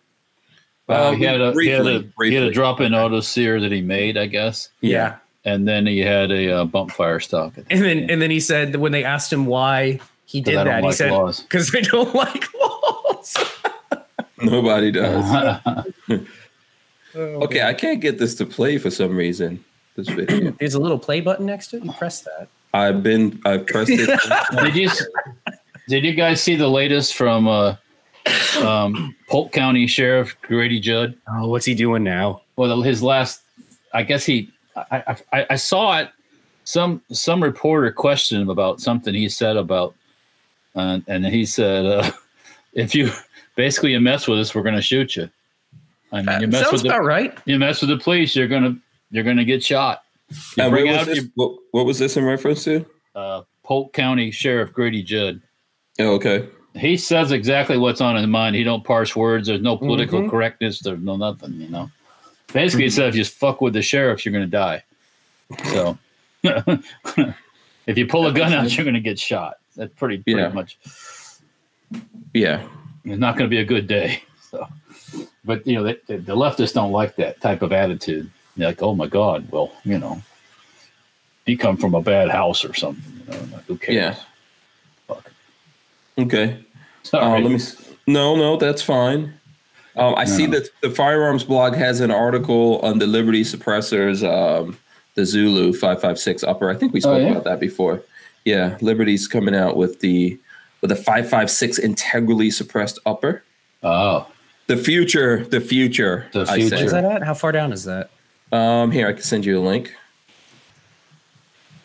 Speaker 3: Wow,
Speaker 1: Um,
Speaker 3: Uh, he, had a, he, had a,
Speaker 1: briefly,
Speaker 3: he had a
Speaker 1: briefly.
Speaker 3: drop in auto sear that he made, I guess,
Speaker 1: Yeah.
Speaker 3: and then he had a uh, bump fire stock.
Speaker 2: And then and then he said that when they asked him why he did
Speaker 3: I don't
Speaker 2: that, he
Speaker 3: like
Speaker 2: said
Speaker 3: laws.
Speaker 2: because they don't like laws.
Speaker 1: Nobody
Speaker 3: Uh-huh.
Speaker 1: does.
Speaker 3: That's Oh.
Speaker 1: Okay, I can't get this to play for some reason. This video.
Speaker 2: There's a little play button next to it. You press that.
Speaker 1: I've been. I've pressed it.
Speaker 3: did you s- did you guys see the latest from uh, um, Polk County Sheriff Grady Judd?
Speaker 2: Oh, what's he doing now?
Speaker 3: Well, his last, I guess he, I, I, I saw it. Some some reporter questioned him about something he said about, uh, and he said, uh, "If you basically you mess with us, we're going to shoot you. I mean, you mess
Speaker 2: Uh, Sounds
Speaker 3: with
Speaker 2: about
Speaker 3: the,
Speaker 2: right.
Speaker 3: you mess with the police, you're gonna you're gonna get shot." You
Speaker 1: And what,
Speaker 3: bring
Speaker 1: was
Speaker 3: out
Speaker 1: this,
Speaker 3: your,
Speaker 1: what, what was this in reference to?
Speaker 3: uh, Polk County Sheriff Grady Judd.
Speaker 1: Oh, okay.
Speaker 3: he says exactly what's on his mind. He don't parse words. There's
Speaker 1: Mm-hmm.
Speaker 3: no political
Speaker 2: Mhm.
Speaker 3: correctness. There's no nothing. You know. Basically,
Speaker 1: Mm-hmm.
Speaker 3: he said if you fuck with the sheriffs, you're gonna die. So, if you pull a gun out, you're gonna get shot. That's pretty pretty
Speaker 1: Yeah.
Speaker 3: much.
Speaker 1: Yeah.
Speaker 3: It's not gonna be a good day. So, but you know, they, they, the leftists don't like that type of attitude. They're like, oh my god, well, you know, he come from a bad house or something. You know, like, who cares?
Speaker 1: Yeah.
Speaker 3: Fuck.
Speaker 1: Okay. Uh,
Speaker 3: Sorry.
Speaker 1: let me. s- No, no, that's fine. Um, I see
Speaker 3: No.
Speaker 1: that the firearms blog has an article on the Liberty suppressors, um, the Zulu five five six upper. I think we spoke
Speaker 3: Oh, yeah?
Speaker 1: about that before. Yeah, Liberty's coming out with the with the five five six integrally suppressed upper.
Speaker 3: oh,
Speaker 1: The future, the future.
Speaker 3: The
Speaker 1: I say.
Speaker 2: Where's
Speaker 3: future.
Speaker 2: that at? How far down is that?
Speaker 1: Um, here I can send you a link.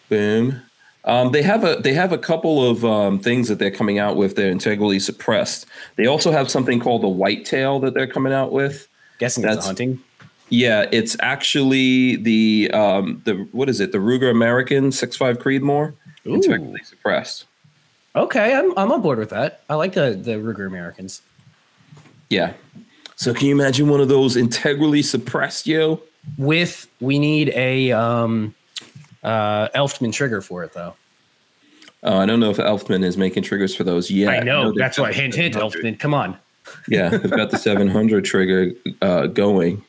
Speaker 1: Boom. Um, they have a they have a couple of um, things that they're coming out with. They're integrally suppressed. They also have something called the whitetail that they're coming out with.
Speaker 2: Guessing it's
Speaker 1: That's-
Speaker 2: hunting.
Speaker 1: Yeah, it's actually the um, the what is it? The Ruger American six five Creedmoor
Speaker 2: Ooh.
Speaker 1: integrally suppressed.
Speaker 2: Okay, I'm I'm on board with that. I like the the Ruger Americans.
Speaker 1: Yeah. So can you imagine one of those integrally suppressed, yo?
Speaker 2: With we need a um uh Elftman trigger for it though.
Speaker 1: Uh, I don't know if Elfman is making triggers for those yet.
Speaker 2: I know.
Speaker 1: they-
Speaker 2: That's why hint hint
Speaker 1: Elfman.
Speaker 2: Elftman. Come on.
Speaker 1: yeah, they've got the 700 trigger uh, going.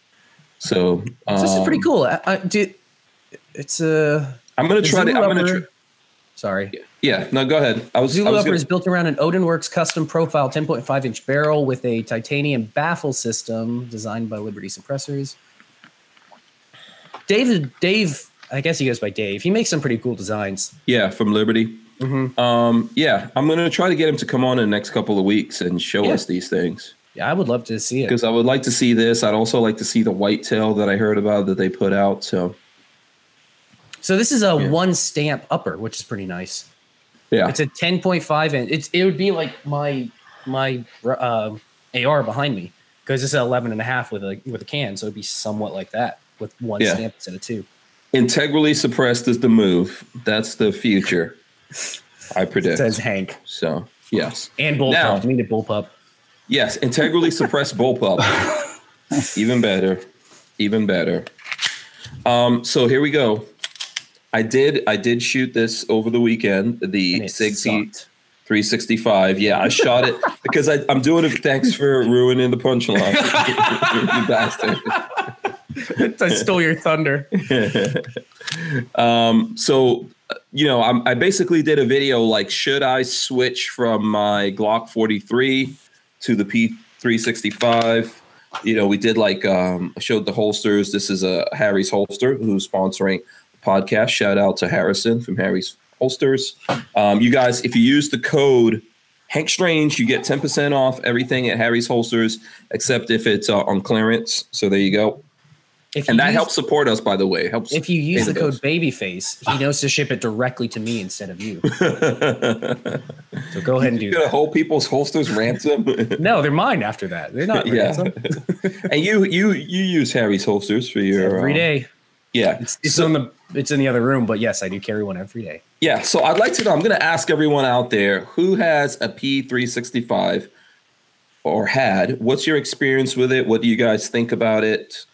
Speaker 1: So, um,
Speaker 2: So this is pretty cool. I, I, do, it's a.
Speaker 1: I'm gonna
Speaker 2: the
Speaker 1: try to. I'm gonna.
Speaker 2: Zulupper-
Speaker 1: Tr-
Speaker 2: sorry.
Speaker 1: yeah, no, go ahead. I was. I
Speaker 2: Zulu
Speaker 1: was
Speaker 2: Upper
Speaker 1: gonna,
Speaker 2: is built around an Odinworks custom profile 10.5 inch barrel with a titanium baffle system designed by Liberty Suppressors. David, Dave, I guess he goes by Dave. He makes some pretty cool designs.
Speaker 1: yeah, from Liberty.
Speaker 2: Mhm.
Speaker 1: Um, yeah, I'm gonna try to get him to come on in the next couple of weeks and show
Speaker 2: Yeah.
Speaker 1: us these things
Speaker 2: Yeah, I would love to see it.
Speaker 1: because I would like to see this. I'd also like to see the whitetail that I heard about that they put out. So,
Speaker 2: So this is a
Speaker 1: Yeah.
Speaker 2: one stamp upper, which is pretty nice.
Speaker 1: yeah,
Speaker 2: It's a 10.5 inch. It's it would be like my my uh, AR behind me because it's an 11 and a half with a with a can, so it'd be somewhat like that with one
Speaker 1: Yeah.
Speaker 2: stamp instead of two.
Speaker 1: integrally suppressed is the move. That's the future. I predict.
Speaker 2: Says Hank
Speaker 1: So, yes.
Speaker 2: and bullpup.
Speaker 1: Now-
Speaker 2: you need a bullpup.
Speaker 1: Yes, integrally suppressed bullpup. Even better. Even better. Um, so here we go. I did I did shoot this over the weekend, the
Speaker 2: and it
Speaker 1: Sig
Speaker 2: sucked.
Speaker 1: 365. Yeah, I shot it because I, I'm doing it. Thanks for ruining the punchline. you bastard.
Speaker 2: I stole your thunder.
Speaker 1: um, so uh, you know I'm, i basically did a video like should i switch from my glock 43 to the p365 you know we did like um, I showed the holsters this is a harry's holster who's sponsoring the podcast shout out to harrison from harry's holsters um, you guys if you use the code hank strange you get 10% off everything at harry's holsters except if it's uh, on clearance so there you go
Speaker 2: If
Speaker 1: and
Speaker 2: you
Speaker 1: that
Speaker 2: use-
Speaker 1: helps support us by the way helps
Speaker 2: If you use the
Speaker 1: Innovate.
Speaker 2: code babyface, he knows to ship it directly to me instead of you. So go ahead and do
Speaker 1: You're gonna
Speaker 2: that.
Speaker 1: hold people's holsters ransom.
Speaker 2: No, they're mine after that. They're not
Speaker 1: yeah,
Speaker 2: ransom.
Speaker 1: and you you you use Harry's holsters for your
Speaker 2: every
Speaker 1: um,
Speaker 2: day.
Speaker 1: Yeah,
Speaker 2: It's, it's
Speaker 1: So-
Speaker 2: on the it's in the other room, but yes, I do carry one every day.
Speaker 1: yeah. So I'd like to know. I'm gonna ask everyone out there who has a P365 or had. What's your experience with it? What do you guys think about it?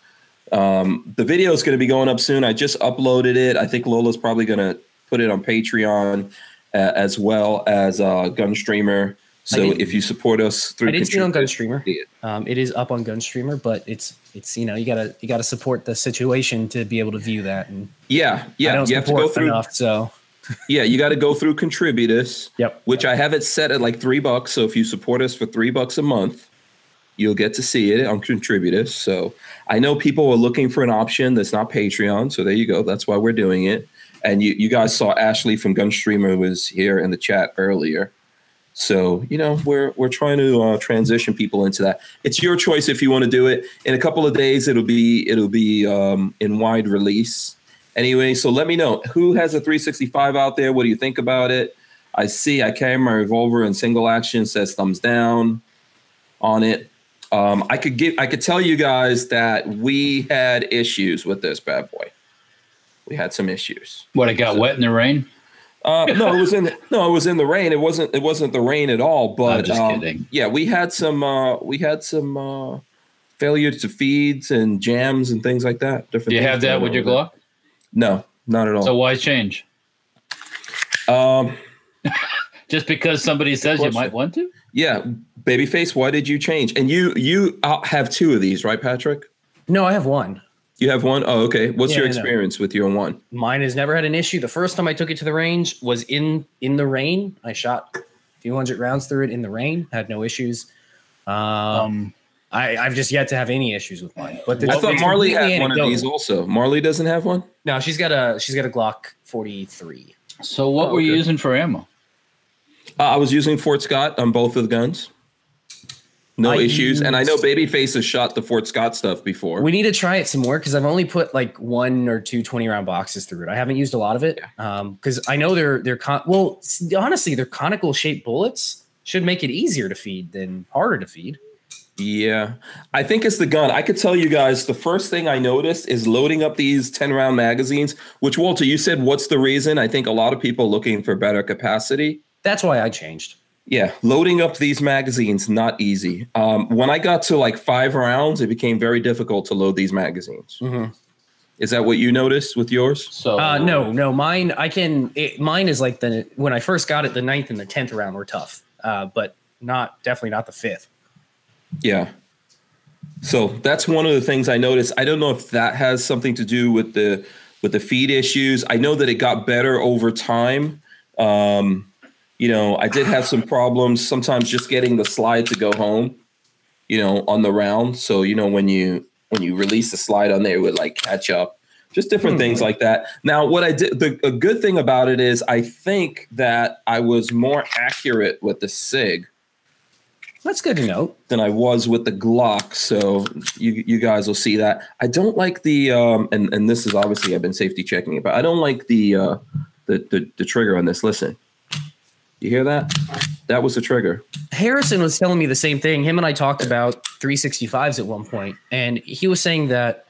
Speaker 1: Um, the video is gonna be going up soon. I just uploaded it. I think Lola's probably gonna put it on Patreon uh, as well as uh, Gunstreamer. So
Speaker 2: didn't-
Speaker 1: if you support us through
Speaker 2: I did see it on
Speaker 1: contrib-
Speaker 2: GunStreamer.
Speaker 1: Yeah.
Speaker 2: Um, it is up on GunStreamer, but it's it's you know you gotta you gotta support the situation to be able to view that. And
Speaker 1: yeah, yeah,
Speaker 2: I don't
Speaker 1: you have to go
Speaker 2: support
Speaker 1: through.
Speaker 2: enough, so
Speaker 1: Yeah, you got to go through Contributus,
Speaker 2: yep.
Speaker 1: which I have it set at like three bucks. So if you support us for three bucks a month, you'll get to see it on Contributus. So I know people are looking for an option that's not Patreon. So there you go. That's why we're doing it. And you, you guys saw Ashley from Gunstreamer was here in the chat earlier. So you know we're we're trying to uh, transition people into that. It's your choice if you want to do it. In a couple of days, it'll be it'll be um, in wide release. Anyway, so let me know who has a 365 out there. What do you think about it? I see I carry my revolver in single action. Says thumbs down on it. Um, I could give I could tell you guys that we had issues with this bad boy. We had some issues.
Speaker 3: What it got wet in the rain?
Speaker 1: Uh, no, it was in no, it was in the rain. It wasn't it wasn't the rain at all. But
Speaker 3: just
Speaker 1: um,
Speaker 3: kidding.
Speaker 1: yeah, we had some uh, we had some uh, failure to feeds and jams and things like that. Different.
Speaker 3: Do you
Speaker 1: things
Speaker 3: have that
Speaker 1: going
Speaker 3: with your
Speaker 1: on
Speaker 3: Glock?
Speaker 1: No, not at all.
Speaker 3: So why change?
Speaker 1: um,
Speaker 3: Just because somebody says you
Speaker 1: question.
Speaker 3: might want to?
Speaker 1: yeah, babyface, why did you change? And you you uh, have two of these, right, Patrick?
Speaker 2: No, I have one.
Speaker 1: You have one. Oh, okay. What's
Speaker 2: Yeah,
Speaker 1: your
Speaker 2: I know.
Speaker 1: experience with your one?
Speaker 2: Mine has never had an issue. The first time I took it to the range was in in the rain. I shot a few hundred rounds through it in the rain. Had no issues. Um,
Speaker 3: Um,
Speaker 2: I, I've just yet to have any issues with mine. But
Speaker 1: I
Speaker 2: it's-
Speaker 1: thought
Speaker 2: it's
Speaker 1: Marley
Speaker 2: completely
Speaker 1: had one of
Speaker 2: anecdotal.
Speaker 1: these also. Marley doesn't have one.
Speaker 2: No, she's got a she's got a Glock forty three.
Speaker 3: so what
Speaker 1: Oh,
Speaker 3: were you
Speaker 1: okay.
Speaker 3: using for ammo?
Speaker 1: Uh, I was using Fort Scott on both of the guns. No
Speaker 2: I
Speaker 1: issues. and I know
Speaker 2: used-
Speaker 1: Babyface has shot the Fort Scott stuff before.
Speaker 2: We need to try it some more because I've only put like one or two 20 round boxes through it. I haven't used a lot of it because I know they're they're con- well s- honestly they're conical shaped bullets should make it easier to feed than harder to feed.
Speaker 1: Yeah, I think it's the gun. I could tell you guys the first thing I noticed is loading up these 10 round magazines, which Walter, you said, what's the reason? I think a lot of people looking for better capacity.
Speaker 2: That's why I changed.
Speaker 1: Yeah, loading up these magazines, not easy. Um, when I got to like five rounds, it became very difficult to load these magazines. Is that what you noticed with yours?
Speaker 3: So
Speaker 2: Uh, no, no, mine I can. It, mine is like the when I first got it, the ninth and the tenth round were tough, uh, but not definitely not the fifth.
Speaker 1: Yeah. So that's one of the things I noticed. I don't know if that has something to do with the with the feed issues. I know that it got better over time. Um, you know, I did have some problems sometimes just getting the slide to go home. You know, on the round. So you know when you when you release the slide on there, it would like catch up. Just different things like that. Now, what I did, the a good thing about it is, I think that I was more accurate with the Sig
Speaker 2: That's good to know.
Speaker 1: than I was with the Glock. So you you guys will see that. I don't like the um and and this is obviously I've been safety checking it, but I don't like the uh the the, the trigger on this. Listen. You hear that? That was the trigger.
Speaker 2: Harrison was telling me the same thing. Him and I talked about 365s at one point, and he was saying that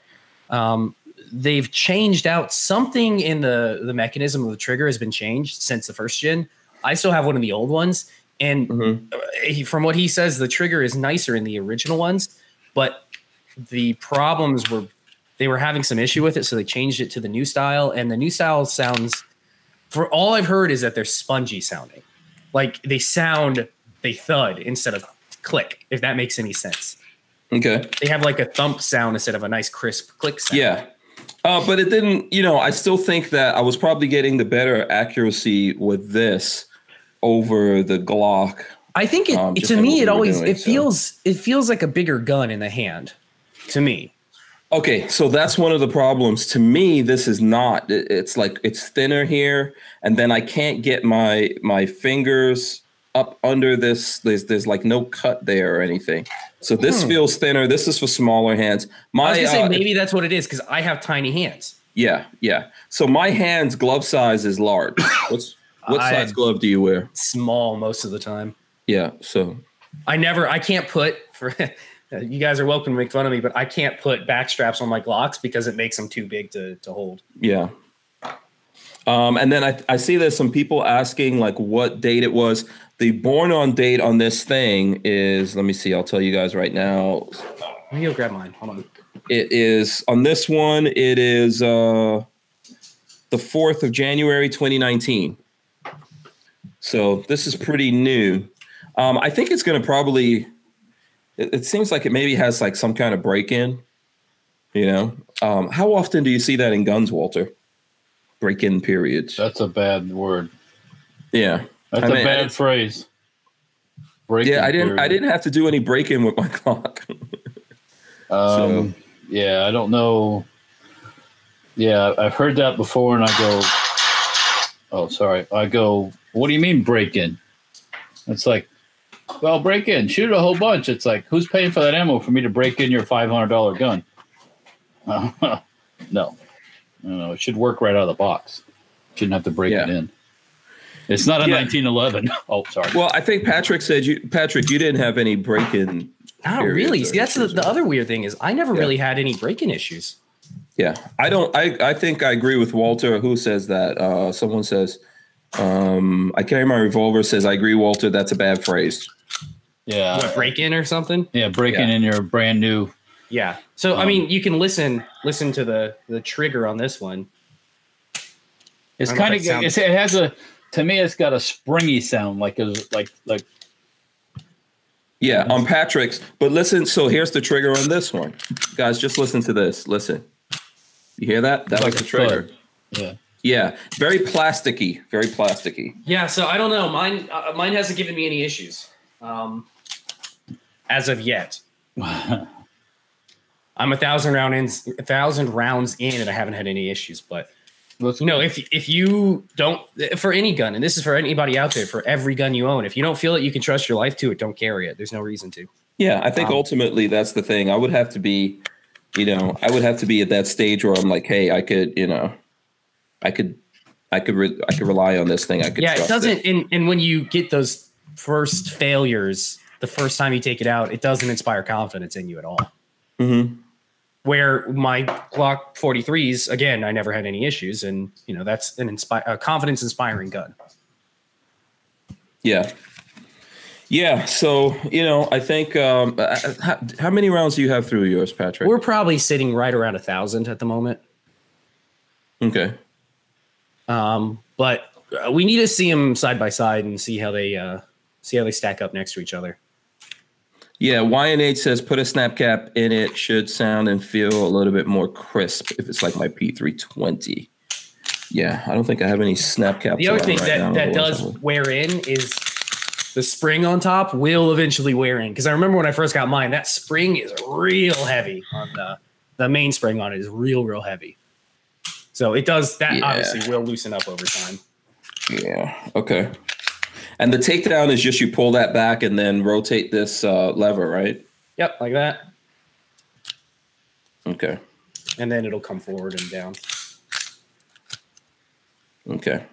Speaker 2: um, they've changed out something in the the mechanism of the trigger has been changed since the first gen. I still have one of the old ones, and uh, he, from what he says, the trigger is nicer in the original ones, but the problems were they were having some issue with it, so they changed it to the new style, and the new style sounds. For all I've heard is that they're spongy sounding like they sound they thud instead of click if that makes any sense
Speaker 1: Okay.
Speaker 2: they have like a thump sound instead of a nice crisp click sound
Speaker 1: Yeah. Uh, but it didn't, you know, I still think that I was probably getting the better accuracy with this over the Glock.
Speaker 2: i think it
Speaker 1: Um, just
Speaker 2: to
Speaker 1: like what
Speaker 2: me
Speaker 1: we
Speaker 2: it
Speaker 1: were
Speaker 2: always
Speaker 1: doing,
Speaker 2: it
Speaker 1: so.
Speaker 2: feels it feels like a bigger gun in the hand to me
Speaker 1: Okay, so that's one of the problems. To me, this is not. It- It's like it's thinner here, and then I can't get my my fingers up under this. There's there's like no cut there or anything. So this feels thinner. This is for smaller hands. My
Speaker 2: Hmm. i was gonna
Speaker 1: uh,
Speaker 2: say maybe that's what it is because i have tiny hands
Speaker 1: yeah yeah. So my hands glove size is large. What's what
Speaker 2: I-
Speaker 1: size glove do you wear?
Speaker 2: small most of the time
Speaker 1: Yeah. So
Speaker 2: i never i can't put for you guys are welcome to make fun of me but i can't put back straps on my glocks because it makes them too big to, to hold
Speaker 1: Yeah. Um, and then I, I see there's some people asking like what date it was. The born on date on this thing is let me see, I'll tell you guys right now.
Speaker 2: let me go grab mine hold on
Speaker 1: It is on this one, it is uh the 4th of January 2019. So this is pretty new. Um, I think it's gonna probably it, it seems like it maybe has like some kind of break-in, you know. Um, how often do you see that in guns, Walter? Break-in periods.
Speaker 3: That's a bad word.
Speaker 1: Yeah.
Speaker 3: That's
Speaker 1: I
Speaker 3: a
Speaker 1: mean, I
Speaker 3: bad
Speaker 1: didn't-
Speaker 3: phrase. Breaking
Speaker 1: yeah, I didn't I
Speaker 3: period.
Speaker 1: didn't have to do any break in with my clock.
Speaker 3: Um, Yeah, I don't know. Yeah, I've heard that before, and I go, "Oh, sorry." I go, "What do you mean break in?" It's like, "Well, break in, shoot a whole bunch." It's like, "Who's paying for that ammo for me to break in your five hundred dollar gun?" no, no, no. It should work right out of the box. Shouldn't have to break it
Speaker 1: Yeah.
Speaker 3: in. It's not a
Speaker 1: Yeah.
Speaker 3: nineteen eleven. Oh, sorry.
Speaker 1: well, I think Patrick said you Patrick, you didn't have any break in.
Speaker 2: Not
Speaker 1: periods
Speaker 2: really.
Speaker 1: or
Speaker 2: See, that's the,
Speaker 1: issues
Speaker 2: the
Speaker 1: or-
Speaker 2: other weird thing is I never
Speaker 1: Yeah.
Speaker 2: really had any break-in issues.
Speaker 1: Yeah. I don't I, I think I agree with Walter who says that. Uh someone says, um, I carry my revolver says I agree, Walter, that's a bad phrase.
Speaker 2: What,
Speaker 3: Yeah,
Speaker 2: break-in or something?
Speaker 3: yeah. Breaking
Speaker 1: Yeah.
Speaker 3: in your brand new.
Speaker 2: Yeah. So I
Speaker 3: Um,
Speaker 2: mean, you can listen listen to the the trigger on this one.
Speaker 3: It's
Speaker 2: I don't know
Speaker 3: kind
Speaker 2: if
Speaker 3: of
Speaker 2: that sounds-
Speaker 3: it's, it has a to me it's got a springy sound like it's like like
Speaker 1: Yeah, on Patrick's. But listen, so here's the trigger on this one. Guys, just listen to this. Listen. You hear that? That was
Speaker 3: Like
Speaker 1: the
Speaker 3: a
Speaker 1: trigger.
Speaker 3: thud. yeah
Speaker 1: Yeah. Very plasticky. Very plasticky.
Speaker 2: Yeah. So I don't know. Mine uh, mine hasn't given me any issues, um, as of yet. I'm a thousand round in, a thousand rounds in, and I haven't had any issues. But
Speaker 3: Let's-
Speaker 2: you know, if if you don't for any gun, and this is for anybody out there, for every gun you own, if you don't feel it, you can trust your life to it. Don't carry it. There's no reason to.
Speaker 1: Yeah, I think
Speaker 2: Um,
Speaker 1: ultimately that's the thing. I would have to be, you know, I would have to be at that stage where I'm like, hey, I could, you know, I could, I could, re- I could rely on this thing. I could.
Speaker 2: yeah it
Speaker 1: trust
Speaker 2: doesn't and and when you get those first failures the first time you take it out it doesn't inspire confidence in you at all
Speaker 1: Mhm.
Speaker 2: where my glock 43s again i never had any issues and you know that's an inspire a confidence inspiring gun
Speaker 1: Yeah. Yeah. So you know, I think. Um, I- I- how, how many rounds do you have through yours, Patrick?
Speaker 2: we're probably sitting right around a thousand at the moment
Speaker 1: okay.
Speaker 2: um but uh, we need to see them side by side and see how they uh see how they stack up next to each other
Speaker 1: Yeah, YNH says put a snap cap in it. Should sound and feel a little bit more crisp if it's like my P320. Yeah, I don't think I have any snap caps.
Speaker 2: The other
Speaker 1: around
Speaker 2: thing
Speaker 1: right now,
Speaker 2: that, that
Speaker 1: otherwise
Speaker 2: does
Speaker 1: I would.
Speaker 2: wear in is the spring on top will eventually wear in. Because I remember when I first got mine, that spring is real heavy on the the main spring on it is real, real heavy. So it does that
Speaker 1: Yeah.
Speaker 2: obviously will loosen up over time.
Speaker 1: Yeah. Okay. And the takedown is just you pull that back and then rotate this uh, lever, right?
Speaker 2: Yep, like that.
Speaker 1: Okay.
Speaker 2: And then it'll come forward and down.
Speaker 1: Okay.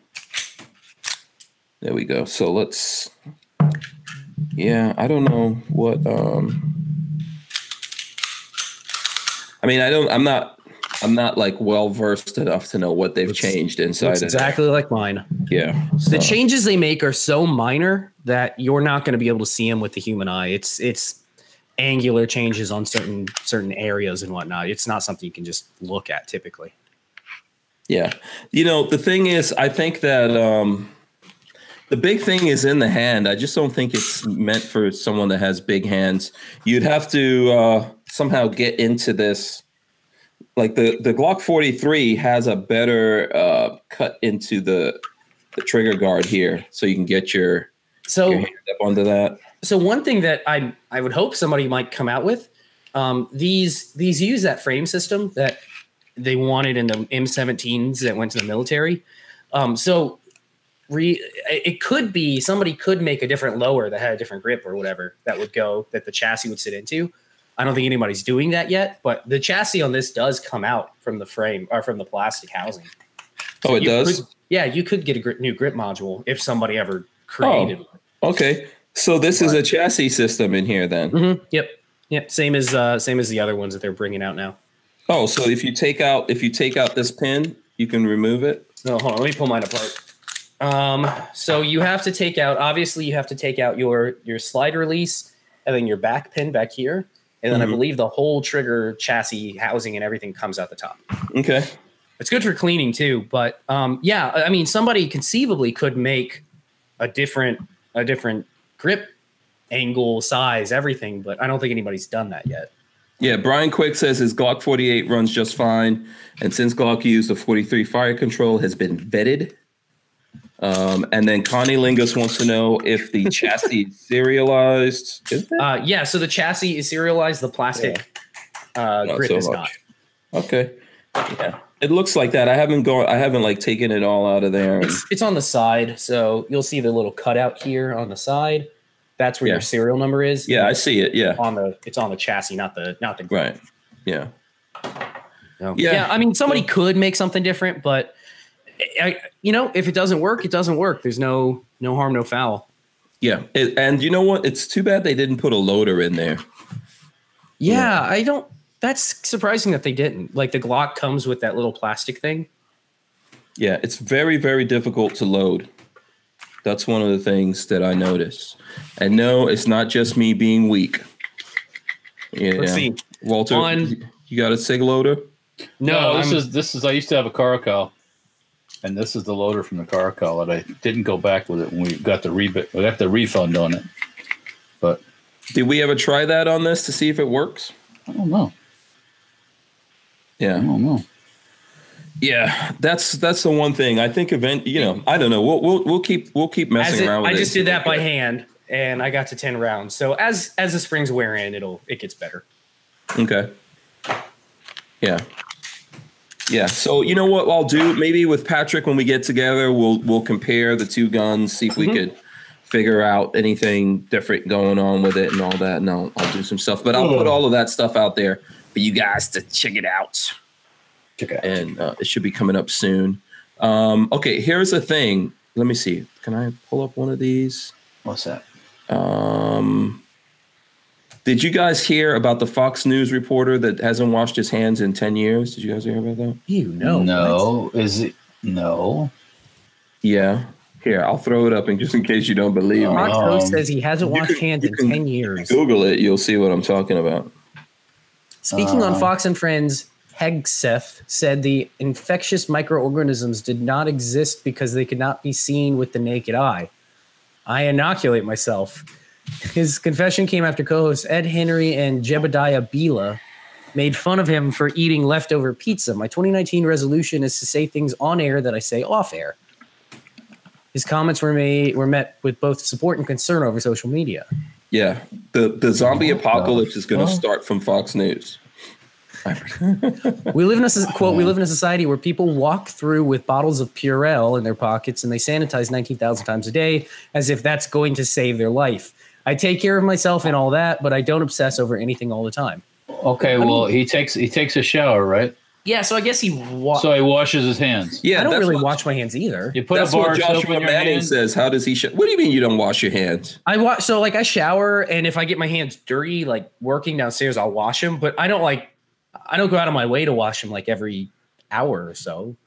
Speaker 1: There we go. So let's. Yeah, I don't know what. Um, I mean, I don't. I'm not. I'm not like well versed enough to know what they've
Speaker 2: Looks-
Speaker 1: changed inside.
Speaker 2: Looks
Speaker 1: of-
Speaker 2: exactly like mine.
Speaker 1: Yeah.
Speaker 2: The
Speaker 1: so-
Speaker 2: changes they make are so minor that you're not going to be able to see them with the human eye. It's it's angular changes on certain certain areas and whatnot. It's not something you can just look at typically.
Speaker 1: Yeah. You know, the thing is, I think that um, the big thing is in the hand. I just don't think it's meant for someone that has big hands. You'd have to uh, somehow get into this. Like the, the Glock 43 has a better uh, cut into the, the trigger guard here, so you can get your,
Speaker 2: So
Speaker 1: your hand up onto that.
Speaker 2: so one thing that I I would hope somebody might come out with um, these these use that frame system that they wanted in the M17s that went to the military. Um, so re, it could be somebody could make a different lower that had a different grip or whatever that would go that the chassis would sit into. I don't think anybody's doing that yet, but the chassis on this does come out from the frame or from the plastic housing.
Speaker 1: Oh, it
Speaker 2: You
Speaker 1: does.
Speaker 2: could- yeah, you could get a gri- new grip module if somebody ever created one.
Speaker 1: Okay. So this is a chassis system in here then.
Speaker 2: Mm-hmm. Yep. Yep. Same as uh, same as the other ones that they're bringing out now.
Speaker 1: Oh, so if you take out if you take out this pin, you can remove it.
Speaker 2: No, Oh, hold on. Let me pull mine apart. Um, so you have to take out. Obviously, you have to take out your your slide release and then your back pin back here, and then
Speaker 1: Mhm.
Speaker 2: I believe the whole trigger chassis housing and everything comes out the top.
Speaker 1: Okay.
Speaker 2: It's good for cleaning too, but um, yeah, I I mean, somebody conceivably could make a different a different grip angle, size, everything, but I don't think anybody's done that yet.
Speaker 1: Yeah, Brian Quick says his Glock 48 runs just fine, and since Glock used the 43 fire control has been vetted. Um, and then Connie Lingus wants to know if the chassis is serialized. Is that
Speaker 2: Uh, yeah, so the chassis is serialized. The plastic uh,
Speaker 1: Not
Speaker 2: grip
Speaker 1: so
Speaker 2: is
Speaker 1: much.
Speaker 2: not.
Speaker 1: okay? Yeah, it looks like that. I haven't gone. I haven't like taken it all out of there. and-
Speaker 2: It's, it's on the side, so you'll see the little cutout here on the side. That's where
Speaker 1: Yeah.
Speaker 2: your serial number is.
Speaker 1: yeah, I see it. Yeah,
Speaker 2: on the it's on the chassis, not the not the grip.
Speaker 1: right. Yeah,
Speaker 2: No.
Speaker 1: Yeah.
Speaker 2: Yeah. I mean, somebody could make something different, but eh, I, I- you know, if it doesn't work, it doesn't work. There's no no harm, no foul.
Speaker 1: yeah. It, and you know what? It's too bad they didn't put a loader in there.
Speaker 2: Yeah, I don't. That's surprising that they didn't. Like the Glock comes with that little plastic thing.
Speaker 1: Yeah, it's very, very difficult to load. That's one of the things that I notice. And no, it's not just me being weak. Yeah.
Speaker 2: Let's see.
Speaker 1: Walter,
Speaker 2: On-
Speaker 1: you got a SIG loader?
Speaker 3: No, this
Speaker 2: I'm-
Speaker 3: is this is. I used to have a Caracal, and this is the loader from the Caracal, and I didn't go back with it when we got the rebate. We got the refund on it, but
Speaker 1: Did we ever try that on this to see if it works?
Speaker 3: I don't know. I
Speaker 1: Yeah.
Speaker 3: don't know.
Speaker 1: Yeah. That's that's the one thing. I think event, you know, I don't know. We'll we'll, we'll keep we'll keep messing
Speaker 2: As it-
Speaker 1: around with
Speaker 2: I
Speaker 1: it.
Speaker 2: just did that by hand, and I got to ten rounds. So as as the springs wear in, it'll it gets better.
Speaker 1: Okay. Yeah. Yeah. So you know what I'll do? Maybe with Patrick when we get together, we'll we'll compare the two guns, see if we could figure out anything different going on with it and all that. And I'll, I'll do some stuff. But I'll put all of that stuff out there for you guys to check it out.
Speaker 3: Check it out.
Speaker 1: And uh, it should be coming up soon. Um, okay, here's the thing. Let me see. Can I pull up one of these?
Speaker 3: What's that?
Speaker 1: Um, did you guys hear about the Fox News reporter that hasn't washed his hands in 10 years? Did you guys hear about that?
Speaker 2: You know,
Speaker 3: no. Is it no?
Speaker 1: Yeah. Here, I'll throw it up and just in case you don't believe me.
Speaker 3: Uh-huh.
Speaker 2: Foxco
Speaker 3: Um,
Speaker 2: says he hasn't washed
Speaker 1: can-
Speaker 2: hands
Speaker 1: you
Speaker 2: in
Speaker 1: can-
Speaker 2: 10 years.
Speaker 1: Google it, you'll see what I'm talking about.
Speaker 2: Speaking
Speaker 3: Uh,
Speaker 2: on Fox and Friends, Hegseth said the infectious microorganisms did not exist because they could not be seen with the naked eye. I inoculate myself. His confession came after co-hosts Ed Henry and Jebediah Bila made fun of him for eating leftover pizza. My 2019 resolution is to say things on air that I say off air. His comments were made were met with both support and concern over social media.
Speaker 1: Yeah, the the zombie apocalypse is going to
Speaker 3: Well.
Speaker 1: start from Fox News.
Speaker 2: We live in a soc- quote. We live in a society where people walk through with bottles of Purell in their pockets and they sanitize nineteen thousand times a day, as if that's going to save their life. I take care of myself and all that, but I don't obsess over anything all the time.
Speaker 3: Okay, well he takes he takes a shower, right?
Speaker 2: Yeah, so I guess he. Wa-
Speaker 3: So he washes his hands.
Speaker 1: Yeah,
Speaker 2: I don't
Speaker 1: that's
Speaker 2: really
Speaker 1: what-
Speaker 2: wash my hands either.
Speaker 3: You put
Speaker 1: That's
Speaker 3: a bar
Speaker 1: what
Speaker 3: of soap
Speaker 1: Joshua
Speaker 3: in your
Speaker 1: Manning
Speaker 3: hand.
Speaker 1: says. How does he? Sh- what do you mean you don't wash your hands?
Speaker 2: I wash so like I shower, and if I get my hands dirty, like working downstairs, I'll wash them. But I don't like, I don't go out of my way to wash them like every hour or so.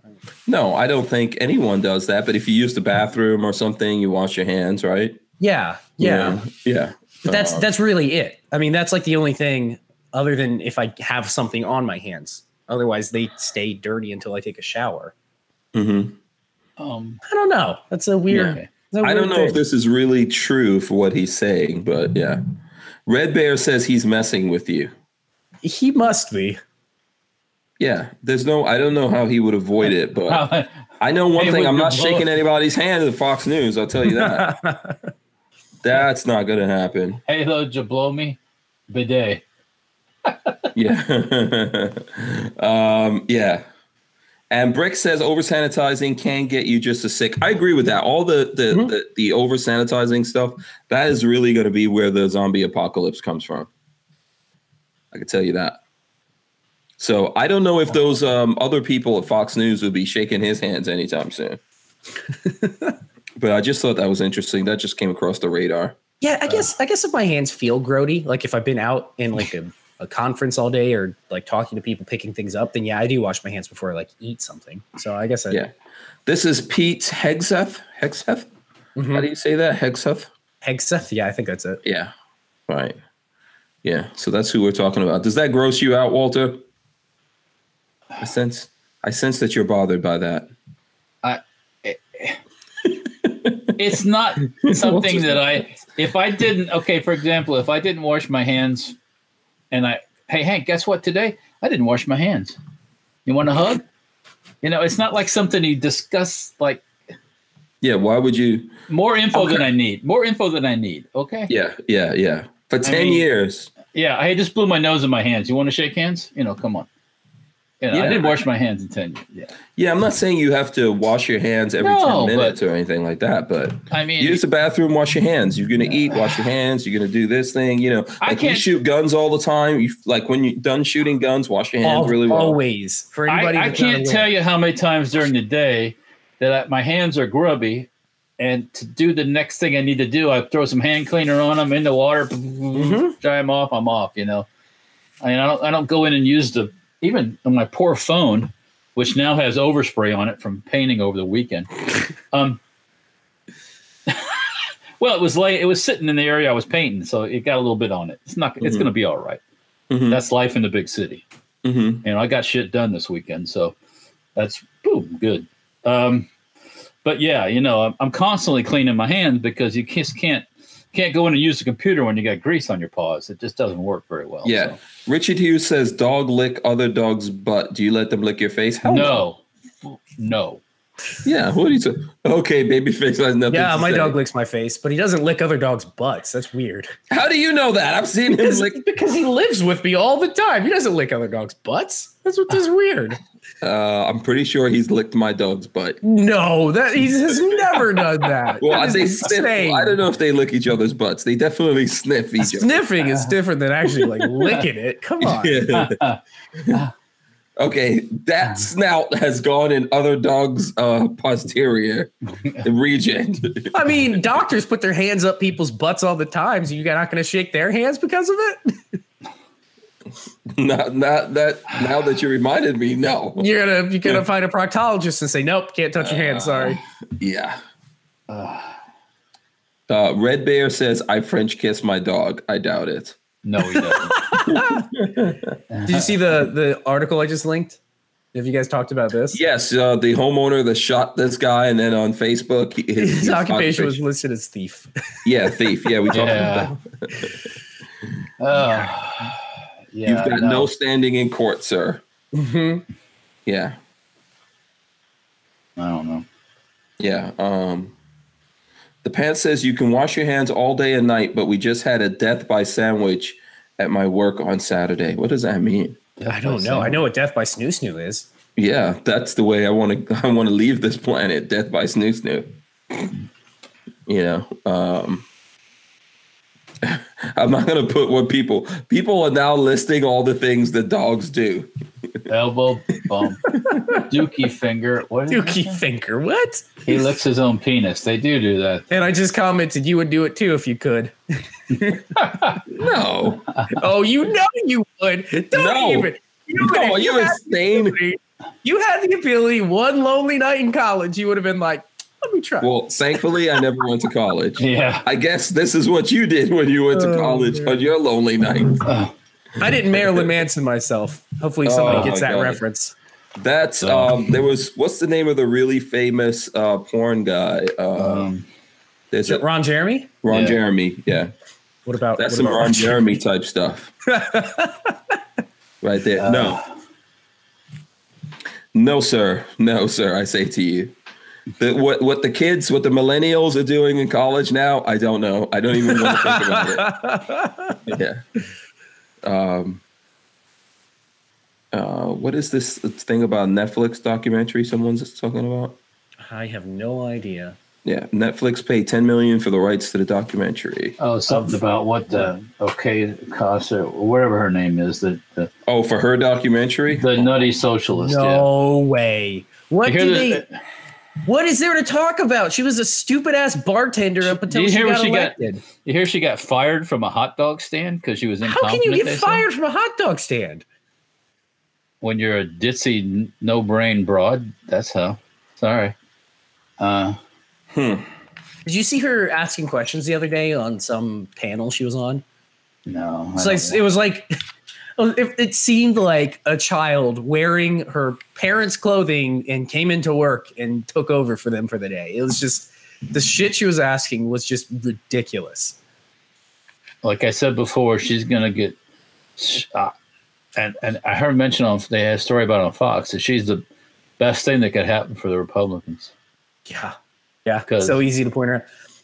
Speaker 1: No, I don't think anyone does that. But if you use the bathroom or something, you wash your hands, right?
Speaker 2: Yeah, yeah.
Speaker 1: yeah. yeah.
Speaker 2: But that's
Speaker 1: Uh,
Speaker 2: that's really it. I mean, that's like the only thing other than if I have something on my hands. Otherwise, they stay dirty until I take a shower.
Speaker 1: mhm.
Speaker 3: Um,
Speaker 2: I don't know. That's a weird.
Speaker 3: Okay.
Speaker 2: that's a
Speaker 1: I
Speaker 2: weird
Speaker 1: don't know if
Speaker 2: thing.
Speaker 1: this is really true for what he's saying, but yeah. Red Bear says he's messing with you.
Speaker 2: he must be.
Speaker 1: Yeah, there's no. I don't know how he would avoid it, but I know one
Speaker 3: Hey,
Speaker 1: thing.
Speaker 3: would
Speaker 1: I'm
Speaker 3: you
Speaker 1: not
Speaker 3: blow-
Speaker 1: shaking anybody's hand at Fox News. I'll tell you that. That's not going to happen.
Speaker 3: hey, though, did you blow me? Bidet.
Speaker 1: Yeah. um, yeah. And Brick says over sanitizing can get you just as sick. I agree with that. All the the the, the over sanitizing stuff that is really going to be where the zombie apocalypse comes from. I can tell you that. So I don't know if those um, other people at Fox News would be shaking his hands anytime soon. but I just thought that was interesting. That just came across the radar.
Speaker 2: Yeah, I guess I guess if my hands feel grody, like if I've been out in like a, a conference all day or like talking to people, picking things up, then yeah, I do wash my hands before I like eat something. So I guess I
Speaker 1: Yeah. This is Pete Hegseth. Hegseth?
Speaker 3: Mm-hmm.
Speaker 1: How do you say that? Hegseth?
Speaker 2: Hegseth, yeah, I think that's it.
Speaker 1: Yeah. Right. Yeah. So that's who we're talking about. Does that gross you out, Walter? I sense I sense that you're bothered by that.
Speaker 3: It's not something
Speaker 1: Walter's
Speaker 3: that I. If I didn't, okay, for example, if I didn't wash my hands, and I, hey Hank, guess what? Today I didn't wash my hands. You want a hug? You know, it's not like something you discuss. Like
Speaker 1: Yeah, why would you
Speaker 3: more info than
Speaker 1: Okay.
Speaker 3: I need. More info than I need. Okay.
Speaker 1: Yeah, yeah, yeah. For ten
Speaker 3: mean-
Speaker 1: years.
Speaker 3: Yeah, I just blew my nose in my hands. You want to shake hands? You know, come on. You know,
Speaker 1: Yeah.
Speaker 3: I didn't wash my hands in ten years. Yeah.
Speaker 1: Yeah, I'm not saying you have to wash your hands every
Speaker 3: No,
Speaker 1: ten minutes
Speaker 3: but-
Speaker 1: or anything like that, but
Speaker 3: I mean,
Speaker 1: use the bathroom, wash your hands. You're gonna eat, wash your hands, you're gonna do this thing, you know. Like
Speaker 3: I
Speaker 1: you
Speaker 3: can't-
Speaker 1: shoot guns all the time. You like when you're done shooting guns, wash your hands
Speaker 2: Al-
Speaker 1: really well.
Speaker 2: Always for anybody.
Speaker 3: I, I
Speaker 2: that's not
Speaker 3: can't
Speaker 2: aware.
Speaker 3: tell you how many times during the day that I, my hands are grubby, and to do the next thing I need to do, I throw some hand cleaner on them in the water,
Speaker 2: Mm-hmm.
Speaker 3: dry them off. I'm off. You know, I mean, I don't I don't go in and use the even on my poor phone, which now has overspray on it from painting over the weekend. um. Well, it was late. It was sitting in the area I was painting, so it got a little bit on it. It's not. It's
Speaker 2: Mm-hmm.
Speaker 1: Mhm.
Speaker 3: going to be all right.
Speaker 1: Mhm.
Speaker 3: That's life in the big city
Speaker 1: Mm-hmm.
Speaker 3: and I got shit done this weekend. So that's boom, good. Um, but yeah, you know, I'm, I'm constantly cleaning my hands because you just can't can't go in and use the computer when you got grease on your paws. It just doesn't work very well.
Speaker 1: Yeah. Richard Hughes says, dog lick other dog's butt. Do you let them lick your face?
Speaker 3: So.
Speaker 1: Hell
Speaker 3: No. No.
Speaker 1: Yeah. What do you say? Okay, baby face has nothing
Speaker 2: Yeah,
Speaker 1: to
Speaker 2: my
Speaker 1: say.
Speaker 2: dog licks my face, but he doesn't lick other dogs' butts. That's weird.
Speaker 1: How do you know that? I've seen him
Speaker 2: Because,
Speaker 1: lick.
Speaker 2: because he lives with me all the time. He doesn't lick other dogs' butts. That's what is weird.
Speaker 1: Uh, I'm pretty sure he's licked my dog's butt.
Speaker 2: No, that he has never done that.
Speaker 1: Well,
Speaker 2: That
Speaker 1: I
Speaker 2: is
Speaker 1: say sniff.
Speaker 2: insane.
Speaker 1: I don't know if they lick each other's butts. They definitely sniff each other.
Speaker 2: Sniffing is different than actually like licking it. Come on.
Speaker 1: Yeah. okay, that snout has gone in other dogs' uh, posterior region.
Speaker 2: I mean, doctors put their hands up people's butts all the time, so you're not going to shake their hands because of it.
Speaker 1: not, not that. Now that you reminded me, no.
Speaker 2: You're gonna you're gonna find a proctologist and say, "Nope, can't touch your
Speaker 1: Uh,
Speaker 2: hand." Sorry.
Speaker 1: Yeah. Uh, Red Bear says, I French kiss my dog. I doubt it.
Speaker 3: No, he doesn't.
Speaker 2: Did you see the the article I just linked? Have you guys talked about this?
Speaker 1: Yes, uh, the homeowner that shot this guy, and then on Facebook, he- his,
Speaker 2: His
Speaker 1: his
Speaker 2: occupation was listed as thief.
Speaker 1: yeah, thief. Yeah, we talked
Speaker 3: Yeah.
Speaker 1: about that.
Speaker 3: Uh, yeah,
Speaker 1: You've got no. standing in court, sir.
Speaker 2: Mhm.
Speaker 1: Yeah,
Speaker 3: I don't know.
Speaker 1: yeah. Um, the pant says you can wash your hands all day and night, but we just had a death by sandwich at my work on Saturday. What does that mean?
Speaker 2: I don't know. I know what death by snoo snoo is.
Speaker 1: Yeah, that's the way I want to. I want to leave this planet. Death by snoo snoo. You know, um, I'm not gonna put what people. People are now listing all the things that dogs do.
Speaker 3: Elbow bump, dookie finger. What is
Speaker 2: Dookie
Speaker 3: that?
Speaker 2: Finker, what?
Speaker 3: He licks his own penis. They do do that.
Speaker 2: And I just commented, you would do it too if you could.
Speaker 1: No,
Speaker 2: oh, you know you would. Don't
Speaker 1: No.
Speaker 2: even. You would-
Speaker 1: no, are you
Speaker 2: had
Speaker 1: insane?
Speaker 2: you had the ability one lonely night in college, you would have been like, let me try.
Speaker 1: Well, thankfully, I never went to college.
Speaker 3: Yeah.
Speaker 1: I guess this is what you did when you went to
Speaker 2: Oh,
Speaker 1: college
Speaker 2: man.
Speaker 1: on your lonely night.
Speaker 3: Uh,
Speaker 2: I didn't Marilyn Manson myself. Hopefully somebody
Speaker 1: Oh,
Speaker 2: gets that
Speaker 1: God.
Speaker 2: reference.
Speaker 1: That's
Speaker 3: So-
Speaker 1: um. There was what's the name of the really famous uh, porn guy? Uh,
Speaker 3: um,
Speaker 1: there's
Speaker 2: Is it
Speaker 1: a,
Speaker 2: Ron Jeremy?
Speaker 1: Ron
Speaker 3: Yeah.
Speaker 1: Jeremy. Yeah.
Speaker 2: What about
Speaker 1: That's
Speaker 2: what
Speaker 1: some
Speaker 2: about
Speaker 1: Ron Jeremy type stuff. right there. no. No, sir. No, sir. I say to you. That what what the kids, what the millennials are doing in college now, I don't know. I don't even want to think about it. Yeah. Um uh, what is this thing about Netflix documentary someone's talking about?
Speaker 2: I have no idea.
Speaker 1: Yeah, Netflix paid 10 million for the rights to the documentary.
Speaker 3: oh, something about what the okay Casa, whatever her name is, the the,
Speaker 1: Oh, for her documentary?
Speaker 3: the nutty socialist.
Speaker 2: No way.
Speaker 3: Yeah.
Speaker 2: What
Speaker 3: You hear
Speaker 2: did
Speaker 3: the- uh,
Speaker 2: they? What is there to talk about? She was a stupid ass bartender up
Speaker 3: Do
Speaker 2: until
Speaker 3: you
Speaker 2: she
Speaker 3: hear what
Speaker 2: got
Speaker 3: she got?
Speaker 2: elected.
Speaker 3: You hear she got fired from a hot dog stand because she was incompetent.
Speaker 2: How can you
Speaker 3: they
Speaker 2: get
Speaker 3: say?
Speaker 2: fired from a hot dog stand?
Speaker 3: when you're a ditzy, no brain broad? That's how. Sorry. Uh,
Speaker 2: Did you see her asking questions the other day on some panel she was on?
Speaker 3: no. I
Speaker 2: It's
Speaker 3: don't
Speaker 2: like it was like it, it seemed like a child wearing her parents' clothing and came into work and took over for them for the day. It was just the shit she was asking was just ridiculous.
Speaker 3: like I said before, she's gonna get. sh- Uh, and and I heard mention on they had a story about on Fox that she's the best thing that could happen for the Republicans.
Speaker 2: Yeah. Yeah.
Speaker 3: 'Cause-
Speaker 2: So easy to point out.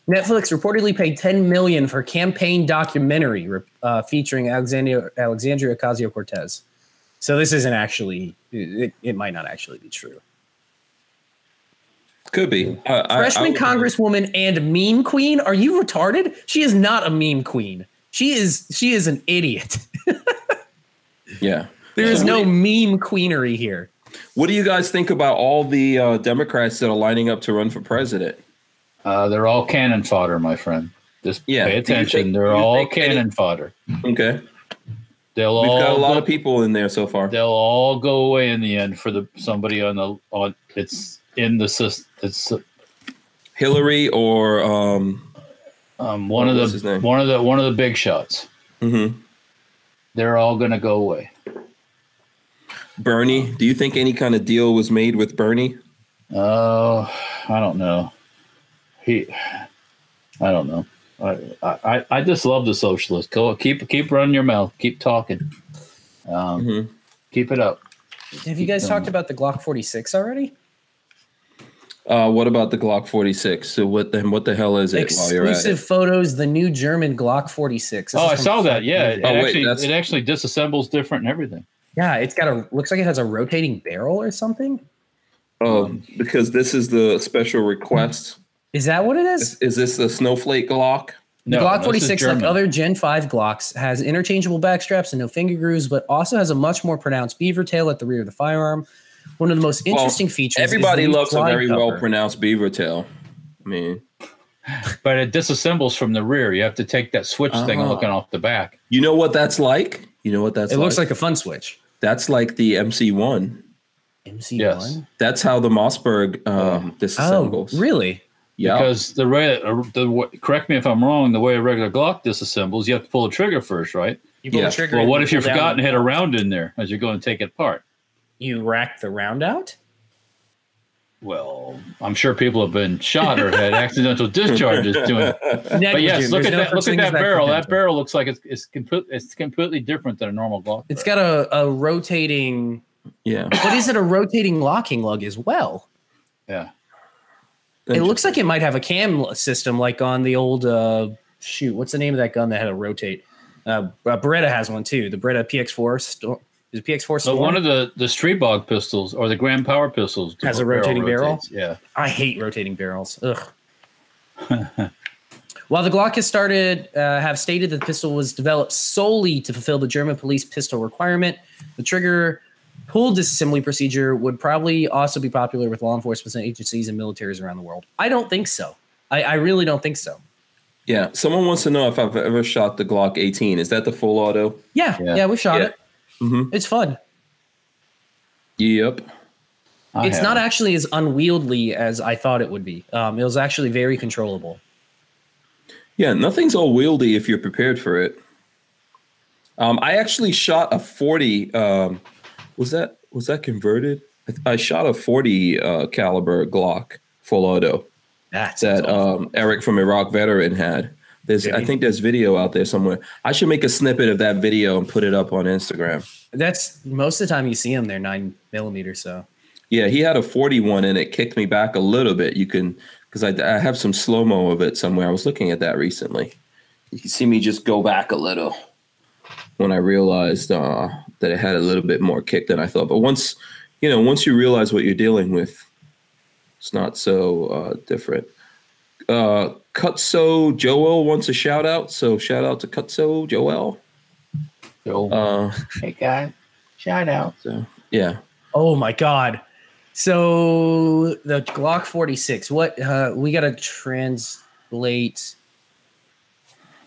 Speaker 2: Netflix reportedly paid 10 million for campaign documentary re- uh, featuring Alexandria, Alexandria Ocasio Cortez. So this isn't actually, it, it might not actually be true.
Speaker 1: Could be. I- I-
Speaker 2: Freshman
Speaker 1: I-
Speaker 2: congresswoman and meme queen. Are you retarded? She is not a meme queen. She is, she is an idiot.
Speaker 1: Yeah.
Speaker 2: There is
Speaker 1: So
Speaker 2: no
Speaker 1: What do,
Speaker 2: meme queenery here.
Speaker 1: you, what do you guys think about all the uh, Democrats that are lining up to run for president?
Speaker 3: Uh, they're all cannon fodder, my friend. Just
Speaker 1: Yeah, do
Speaker 3: pay
Speaker 1: you
Speaker 3: attention.
Speaker 1: think- do
Speaker 3: they're
Speaker 1: you
Speaker 3: all
Speaker 1: think any-
Speaker 3: cannon fodder.
Speaker 1: Okay.
Speaker 3: They'll
Speaker 1: We've
Speaker 3: all
Speaker 1: got a lot
Speaker 3: go,
Speaker 1: of people in there so far.
Speaker 3: they'll all go away in the end for the somebody on the on it's in the system. It's
Speaker 1: Hillary or um
Speaker 3: um, one of
Speaker 1: Oh, What's his
Speaker 3: the
Speaker 1: name?
Speaker 3: one of the one of the big shots.
Speaker 1: mhm.
Speaker 3: They're all gonna go away.
Speaker 1: Bernie. Do you think any kind of deal was made with Bernie?
Speaker 3: Oh, I don't know. He, I don't know. I, I, I just love the socialist. Go keep keep running your mouth. Keep talking. Um,
Speaker 1: Mhm.
Speaker 3: Keep it up.
Speaker 2: Have you guys talked about the Glock 46 already?
Speaker 1: Uh, what about the Glock 46? So what then what the hell is it while you're at it?
Speaker 2: Exclusive photos, the new German Glock 46. This
Speaker 3: oh,
Speaker 2: is
Speaker 3: I
Speaker 2: from
Speaker 3: saw that. Yeah, it,
Speaker 1: Oh, wait,
Speaker 3: actually
Speaker 1: that's-
Speaker 3: it actually disassembles different and everything.
Speaker 2: Yeah, it's got a looks like it has a rotating barrel or something.
Speaker 1: Um, because this is the special request.
Speaker 2: Is that what it is?
Speaker 1: Is, is this the snowflake Glock?
Speaker 2: The
Speaker 3: No,
Speaker 2: Glock
Speaker 3: this is
Speaker 2: 46, like
Speaker 3: German.
Speaker 2: other Gen 5 Glocks, has interchangeable backstraps and no finger grooves, but also has a much more pronounced beaver tail at the rear of the firearm. One of the most
Speaker 1: Well,
Speaker 2: interesting features. is
Speaker 1: Everybody
Speaker 2: the new
Speaker 1: loves a
Speaker 2: fly
Speaker 1: very
Speaker 2: cover.
Speaker 1: well pronounced beaver tail. I mean,
Speaker 3: but it disassembles from the rear. You have to take that switch thing
Speaker 1: Uh-huh.
Speaker 2: Oh.
Speaker 3: looking off the back.
Speaker 1: you know what that's like? You know what that's
Speaker 2: It
Speaker 1: like?
Speaker 2: looks like a fun switch.
Speaker 1: That's like the MC1.
Speaker 2: MC1.
Speaker 3: Yes.
Speaker 1: That's how the Mossberg um,
Speaker 2: Oh,
Speaker 1: disassembles.
Speaker 2: really?
Speaker 1: Yeah.
Speaker 3: Because the way, the wa- correct me if I'm wrong. The way a regular Glock disassembles, you have to pull the trigger first, right?
Speaker 2: You
Speaker 1: pull the Yeah.
Speaker 2: trigger.
Speaker 3: Well, what if you forgot and had a round in there as you're going to take it apart?
Speaker 2: You racked the round out?
Speaker 3: Well, I'm sure people have been shot or had accidental discharges doing. But
Speaker 2: Negligent.
Speaker 3: yes, look
Speaker 2: There's
Speaker 3: at
Speaker 2: no
Speaker 3: that.
Speaker 2: such
Speaker 3: Look at
Speaker 2: thing as
Speaker 3: that barrel. That
Speaker 2: negligent.
Speaker 3: barrel looks like it's it's, complete, it's completely different than a normal Glock.
Speaker 2: It's
Speaker 3: barrel.
Speaker 2: got a, a rotating,
Speaker 1: Yeah.
Speaker 2: but is it a rotating locking lug as well?
Speaker 3: yeah.
Speaker 2: It looks like it might have a cam system, like on the old uh, shoot. What's the name of that gun that had a rotate? Uh, uh, Beretta has one too. The Beretta PX4 Storm is it PX4
Speaker 3: So
Speaker 2: Storm.
Speaker 3: Oh, one of the the Street Bog pistols or the Grand Power pistols
Speaker 2: Has a rotating barrel?
Speaker 3: rotates, Yeah.
Speaker 2: I hate rotating barrels. Ugh. While the Glock has started, uh, have stated that the pistol was developed solely to fulfill the German police pistol requirement, the trigger pull disassembly procedure would probably also be popular with law enforcement agencies and militaries around the world. I don't think so. I, I really don't think so.
Speaker 1: Yeah. Someone wants to know if I've ever shot the Glock 18. Is that the full auto?
Speaker 2: Yeah, yeah,
Speaker 3: Yeah.
Speaker 2: we've shot
Speaker 1: Yeah.
Speaker 2: it.
Speaker 1: Mhm.
Speaker 2: It's fun.
Speaker 1: Yep.
Speaker 3: I
Speaker 2: it's not
Speaker 3: haven't.
Speaker 2: actually as unwieldy as I thought it would be. Um, it was actually very controllable.
Speaker 1: Yeah, nothing's all wieldy if you're prepared for it. Um, I actually shot a 40. Um, was that was that converted? I, I shot a 40 uh, caliber Glock full auto
Speaker 2: That's
Speaker 1: that um, Eric from Iraq Veteran had. There's,
Speaker 2: Did
Speaker 1: I
Speaker 2: he?
Speaker 1: think there's video out there somewhere. I should make a snippet of that video and put it up on Instagram.
Speaker 2: That's most of the time you see them. They're nine millimeters. So
Speaker 1: Yeah, he had a 41 and it kicked me back a little bit. You can, because I, I have some slow mo of it somewhere. I was looking at that recently. You can see me just go back a little when I realized uh, that it had a little bit more kick than I thought. But once, you know, once you realize what you're dealing with, it's not so uh, different. Uh, Cutso Joel wants a shout out. So shout out to Cutso Joel.
Speaker 3: So,
Speaker 1: Uh,
Speaker 3: hey guy, shout out.
Speaker 1: so, yeah.
Speaker 2: Oh my god. So the Glock 46. What uh we got to translate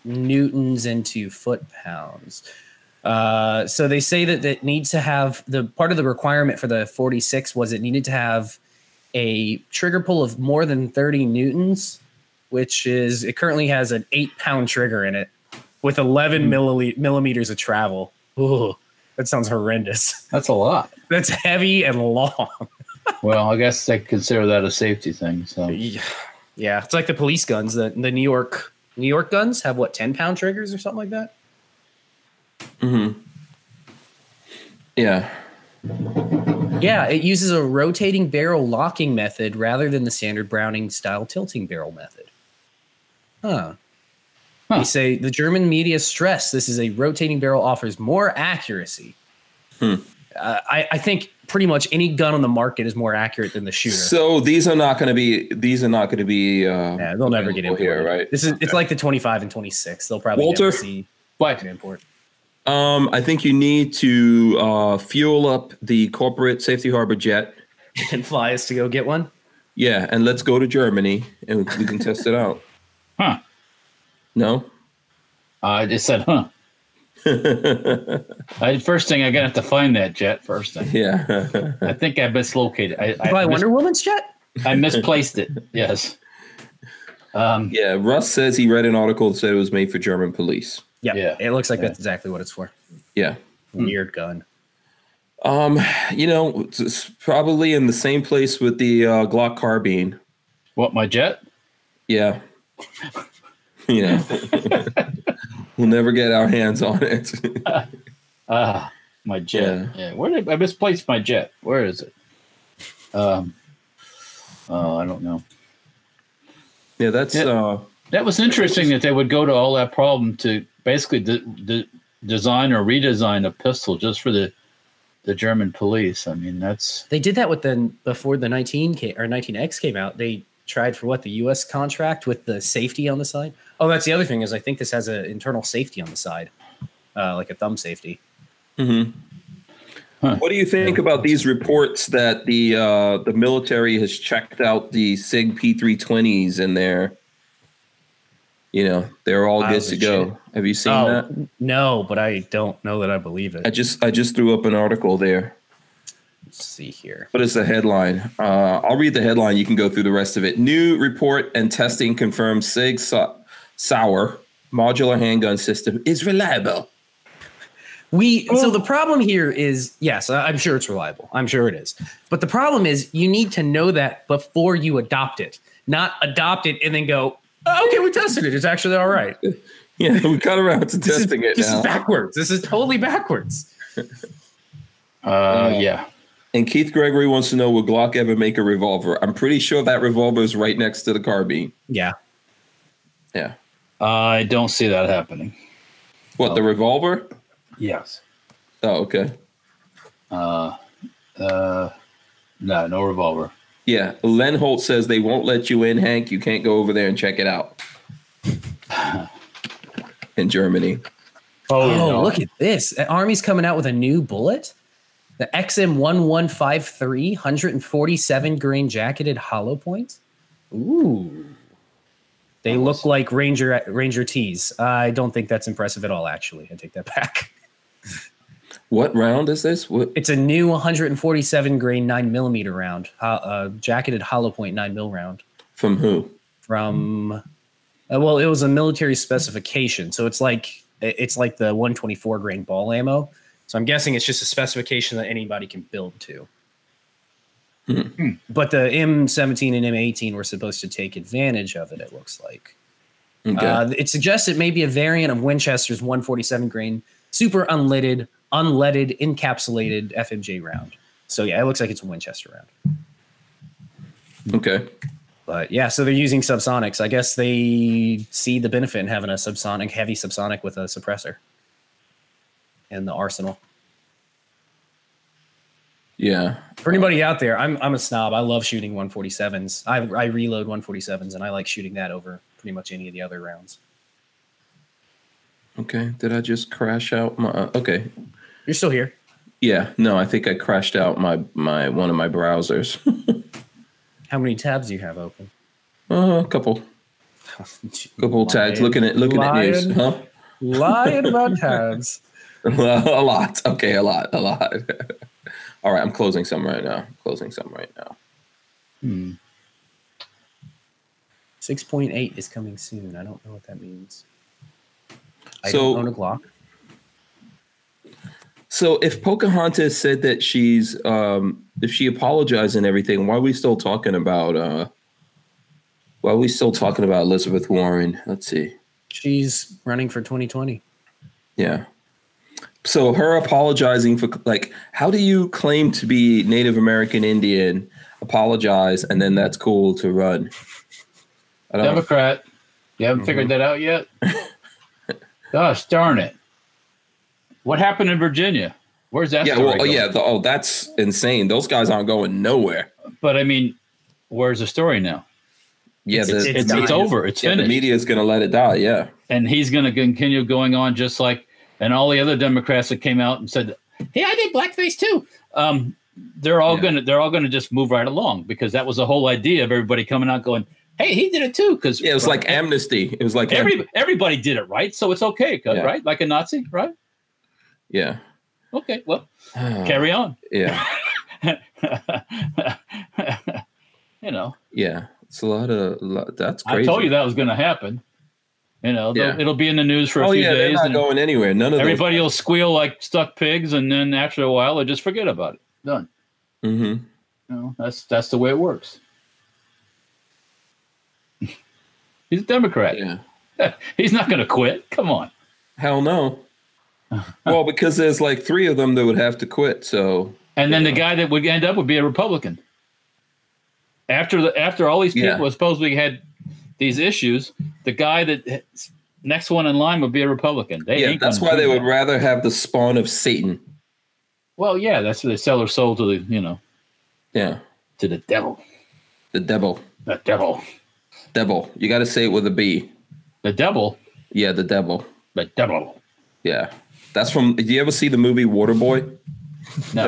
Speaker 2: newtons into foot pounds. Uh so they say that it needs to have the part of the requirement for the 46 was it needed to have a trigger pull of more than 30 newtons, which is it currently has an 8 pound trigger in it with 11 millile- millimeters of travel. Ooh, that sounds horrendous.
Speaker 3: That's a lot.
Speaker 2: That's heavy and long.
Speaker 3: Well, I guess they consider that a safety thing. So
Speaker 2: Yeah, it's like the police guns. The the New York New York guns have what ten pound triggers or something like that.
Speaker 1: hmm Yeah.
Speaker 2: Yeah, it uses a rotating barrel locking method rather than the standard Browning style tilting barrel method. Huh.
Speaker 3: Huh.
Speaker 2: They say the German media stress this is a rotating barrel offers more accuracy.
Speaker 1: Hmm.
Speaker 2: Uh, I, I think pretty much any gun on the market is more accurate than the shooter.
Speaker 1: So these are not going to be these are not going to be. Uh,
Speaker 2: yeah, they'll never get
Speaker 1: available
Speaker 2: into
Speaker 1: here,
Speaker 2: it.
Speaker 1: right?
Speaker 2: This is it's like the twenty five and twenty six. They'll probably
Speaker 1: Walter?
Speaker 2: never see
Speaker 3: but
Speaker 2: an import.
Speaker 1: Um, I think you need to uh, fuel up the corporate safety harbor jet.
Speaker 2: and fly us to go get one.
Speaker 1: Yeah, and let's go to Germany and we can test it out.
Speaker 3: huh.
Speaker 1: No.
Speaker 3: I just said, huh. I, first thing, I gotta have to find that jet. First thing,
Speaker 1: Yeah.
Speaker 3: I think I mislocated. I I,
Speaker 2: By
Speaker 3: mis-
Speaker 2: Wonder Woman's jet?
Speaker 3: I misplaced it. Yes. Um.
Speaker 1: yeah. Russ says he read an article that said it was made for German police.
Speaker 3: Yeah.
Speaker 2: It looks like
Speaker 3: Yeah. Hmm.
Speaker 2: that's exactly what it's for.
Speaker 1: Yeah.
Speaker 2: Weird gun.
Speaker 1: Um, you know, it's, it's probably in the same place with the uh, Glock carbine.
Speaker 3: What my jet?
Speaker 1: Yeah. you know, we'll never get our hands on it.
Speaker 3: Ah, my jet. Yeah. Where did I misplaced my jet? Where is it? Um. Oh, I don't know.
Speaker 1: yeah, that's
Speaker 3: Yeah.
Speaker 1: uh
Speaker 3: That was interesting that they would go to all that problem to basically de- de- design or redesign a pistol just for the the German police. I mean, that's
Speaker 2: They did that with the before the 19 ca- or 19X came out. They tried for what the US contract with the safety on the side. Oh, that's the other thing is I think this has an internal safety on the side. Uh, like a thumb safety.
Speaker 1: Mhm.
Speaker 3: Huh.
Speaker 1: What do you think about these reports that the uh, the military has checked out the Sig P320s and they're, you know, they're all good
Speaker 2: Piles
Speaker 1: to
Speaker 2: of
Speaker 1: go?
Speaker 2: shit. Oh.
Speaker 1: Have you seen that?
Speaker 2: no, but I don't know that I believe it.
Speaker 1: I just I just threw up an article there,
Speaker 2: Let's see here.
Speaker 1: but it's the headline. Uh, I'll read the headline. You can go through the rest of it. New report and testing confirms Sig Sau- Sauer modular handgun system is reliable.
Speaker 2: We so the problem here is yes, I- I'm sure it's reliable. I'm sure it is. But the problem is you need to know that before you adopt it, not adopt it and then go, "Oh, okay, we tested it. It's actually all right.
Speaker 1: Yeah, we got around to
Speaker 2: This is-
Speaker 1: testing it
Speaker 2: this
Speaker 1: now.
Speaker 2: is backwards. This is totally backwards.
Speaker 3: Uh, yeah.
Speaker 1: and Keith Gregory wants to know will Glock ever make a revolver? I'm pretty sure that revolver is right next to the carbine.
Speaker 2: Yeah.
Speaker 1: Yeah.
Speaker 3: I don't see that happening.
Speaker 1: What,
Speaker 2: Oh.
Speaker 1: the revolver?
Speaker 3: Yes.
Speaker 1: Oh, okay.
Speaker 3: Uh, uh, no, no revolver.
Speaker 1: Yeah. Len Holt says they won't let you in, Hank. You can't go over there and check it out. in Germany.
Speaker 2: Oh, look at this. The Army's coming out with a new bullet. The XM1153 147 grain jacketed hollow point. Ooh. They look like Ranger Ranger T's. I don't think that's impressive at all actually. I take that back.
Speaker 1: What round is this? What?
Speaker 2: It's a new 147 grain 9 millimeter round, ho- uh, jacketed hollow point 9 mil round
Speaker 1: From who?
Speaker 2: from uh, well, it was a military specification. So it's like it's like the 124 grain ball ammo. So I'm guessing it's just a specification that anybody can build to. But the M17 and M18 were supposed to take advantage of it. It looks like
Speaker 1: Okay.
Speaker 2: uh, it suggests it may be a variant of Winchester's 147 grain super unleaded, unleaded encapsulated FMJ round. So yeah, it looks like it's a Winchester round.
Speaker 1: okay.
Speaker 2: But yeah, so they're using subsonics. I guess they see the benefit in having a subsonic, heavy subsonic with a suppressor in the arsenal.
Speaker 1: Yeah.
Speaker 2: For anybody out there, I'm I'm a snob. I love shooting 147s. I I reload 147s and I like shooting that over pretty much any of the other rounds.
Speaker 1: Okay. Did I just crash out my. uh, Okay.
Speaker 2: You're still here.
Speaker 1: Yeah. No, I think I crashed out my, my one of my browsers.
Speaker 2: How many tabs do you have open?
Speaker 1: uh, a couple. Couple tags.
Speaker 2: Lion.
Speaker 1: Looking at looking at news.
Speaker 2: Lion.
Speaker 1: Huh?
Speaker 2: Lying about tabs.
Speaker 1: a lot. Okay, a lot, a lot. All right, I'm closing some right now. Closing some right now.
Speaker 3: Hmm.
Speaker 2: 6.8 is coming soon. I don't know what that means. I
Speaker 1: So-
Speaker 2: don't own a Glock.
Speaker 1: So if Pocahontas said that she's um if she apologized and everything, why are we still talking about uh why are we still talking about Elizabeth Warren? Let's see.
Speaker 2: She's running for 2020.
Speaker 1: Yeah. So her apologizing for like how do you claim to be Native American Indian, apologize and then that's cool to run? I Mm-hmm. don't
Speaker 3: Democrat. You haven't figured that out yet? Gosh darn it. What happened in Virginia? Where's that
Speaker 1: yeah,
Speaker 3: story?
Speaker 1: well, oh,
Speaker 3: going?
Speaker 1: yeah. The, oh, that's insane. Those guys aren't going nowhere.
Speaker 3: But I mean, where's the story now?
Speaker 1: Yeah, the,
Speaker 2: It's-
Speaker 1: the
Speaker 2: it's-
Speaker 3: It's,
Speaker 2: Dying.
Speaker 3: it's over. It's
Speaker 1: yeah, the
Speaker 3: finished.
Speaker 1: media is going to let it die. Yeah,
Speaker 3: and he's going to continue going on just like and all the other democrats that came out and said hey i did blackface too um, they're all
Speaker 1: Yeah.
Speaker 3: going to they're all going to just move right along because that was the whole idea of everybody coming out going hey he did it too because
Speaker 1: yeah. It was like amnesty. It was like
Speaker 3: every, everybody did it right so it's okay 'cause-
Speaker 1: Yeah.
Speaker 3: right like a nazi right
Speaker 1: yeah,
Speaker 3: okay well carry on
Speaker 1: yeah,
Speaker 3: you know
Speaker 1: yeah. It's a lot of lot, that's crazy.
Speaker 3: i told you that was going to happen you know they'll-
Speaker 1: Yeah.
Speaker 3: it'll be in the news for a
Speaker 1: oh
Speaker 3: few
Speaker 1: yeah, they're
Speaker 3: days
Speaker 1: not
Speaker 3: and-
Speaker 1: going anywhere. None of
Speaker 3: Everybody will squeal like stuck pigs, and then after a while, they just forget about it. Done.
Speaker 1: Those, Mhm.
Speaker 3: You know, that's that's the way it works. He's a Democrat.
Speaker 1: Yeah.
Speaker 3: He's not going to quit. Come on.
Speaker 1: Hell no. well, because there's like three of them that would have to quit. So
Speaker 3: And then the
Speaker 1: Yeah.
Speaker 3: guy that would end up would be a Republican. After the after all these people
Speaker 1: Yeah.
Speaker 3: supposedly had these issues, the guy that next one in line would be a Republican. They
Speaker 1: yeah,
Speaker 3: ain't
Speaker 1: that's
Speaker 3: gonna
Speaker 1: why
Speaker 3: do
Speaker 1: they would
Speaker 3: that.
Speaker 1: rather have the spawn of Satan.
Speaker 3: Well, yeah, that's what they sell their soul to the you know
Speaker 1: Yeah,
Speaker 3: to the devil.
Speaker 1: the devil.
Speaker 3: The devil.
Speaker 1: Devil. You got to say it with a B.
Speaker 3: The devil.
Speaker 1: Yeah, the devil.
Speaker 3: The devil.
Speaker 1: Yeah. That's from. Did you ever see the movie Waterboy?
Speaker 3: No.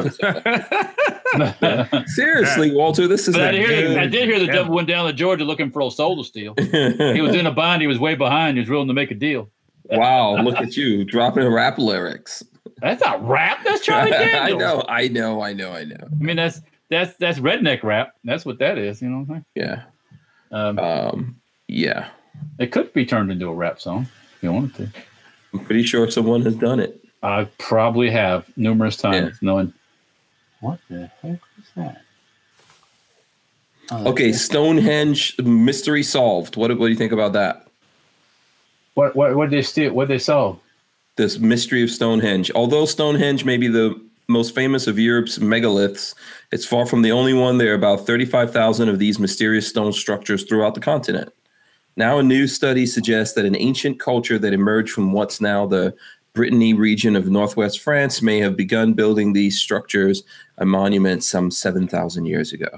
Speaker 1: Seriously, Walter, this is
Speaker 3: But I
Speaker 1: a
Speaker 3: did hear, I
Speaker 1: good.
Speaker 3: did hear the
Speaker 2: Yeah.
Speaker 3: devil went down to Georgia looking for old soul to steal. he was in a bind. He was way behind. He was willing to make a deal.
Speaker 1: Wow, look at you dropping rap lyrics.
Speaker 3: That's not rap. That's Charlie
Speaker 1: I
Speaker 3: Daniels.
Speaker 1: know, I know, I know, I know.
Speaker 3: I mean, that's that's that's redneck rap. That's what that is. You know what I'm
Speaker 1: Yeah.
Speaker 3: saying? Um,
Speaker 1: Um, yeah.
Speaker 3: it could be turned into a rap song if you wanted to.
Speaker 1: I'm pretty sure someone has done it.
Speaker 3: I probably have numerous times, knowing what the heck is that? Oh,
Speaker 1: Okay, Stonehenge mystery solved. What, what do you think about that?
Speaker 3: What what what they steal? What they solve?
Speaker 1: This mystery of Stonehenge. Although Stonehenge may be the most famous of Europe's megaliths, it's far from the only one. There are about 35,000 of these mysterious stone structures throughout the continent. Now, a new study suggests that an ancient culture that emerged from what's now the Brittany region of northwest France may have begun building these structures and monuments some 7,000 years ago.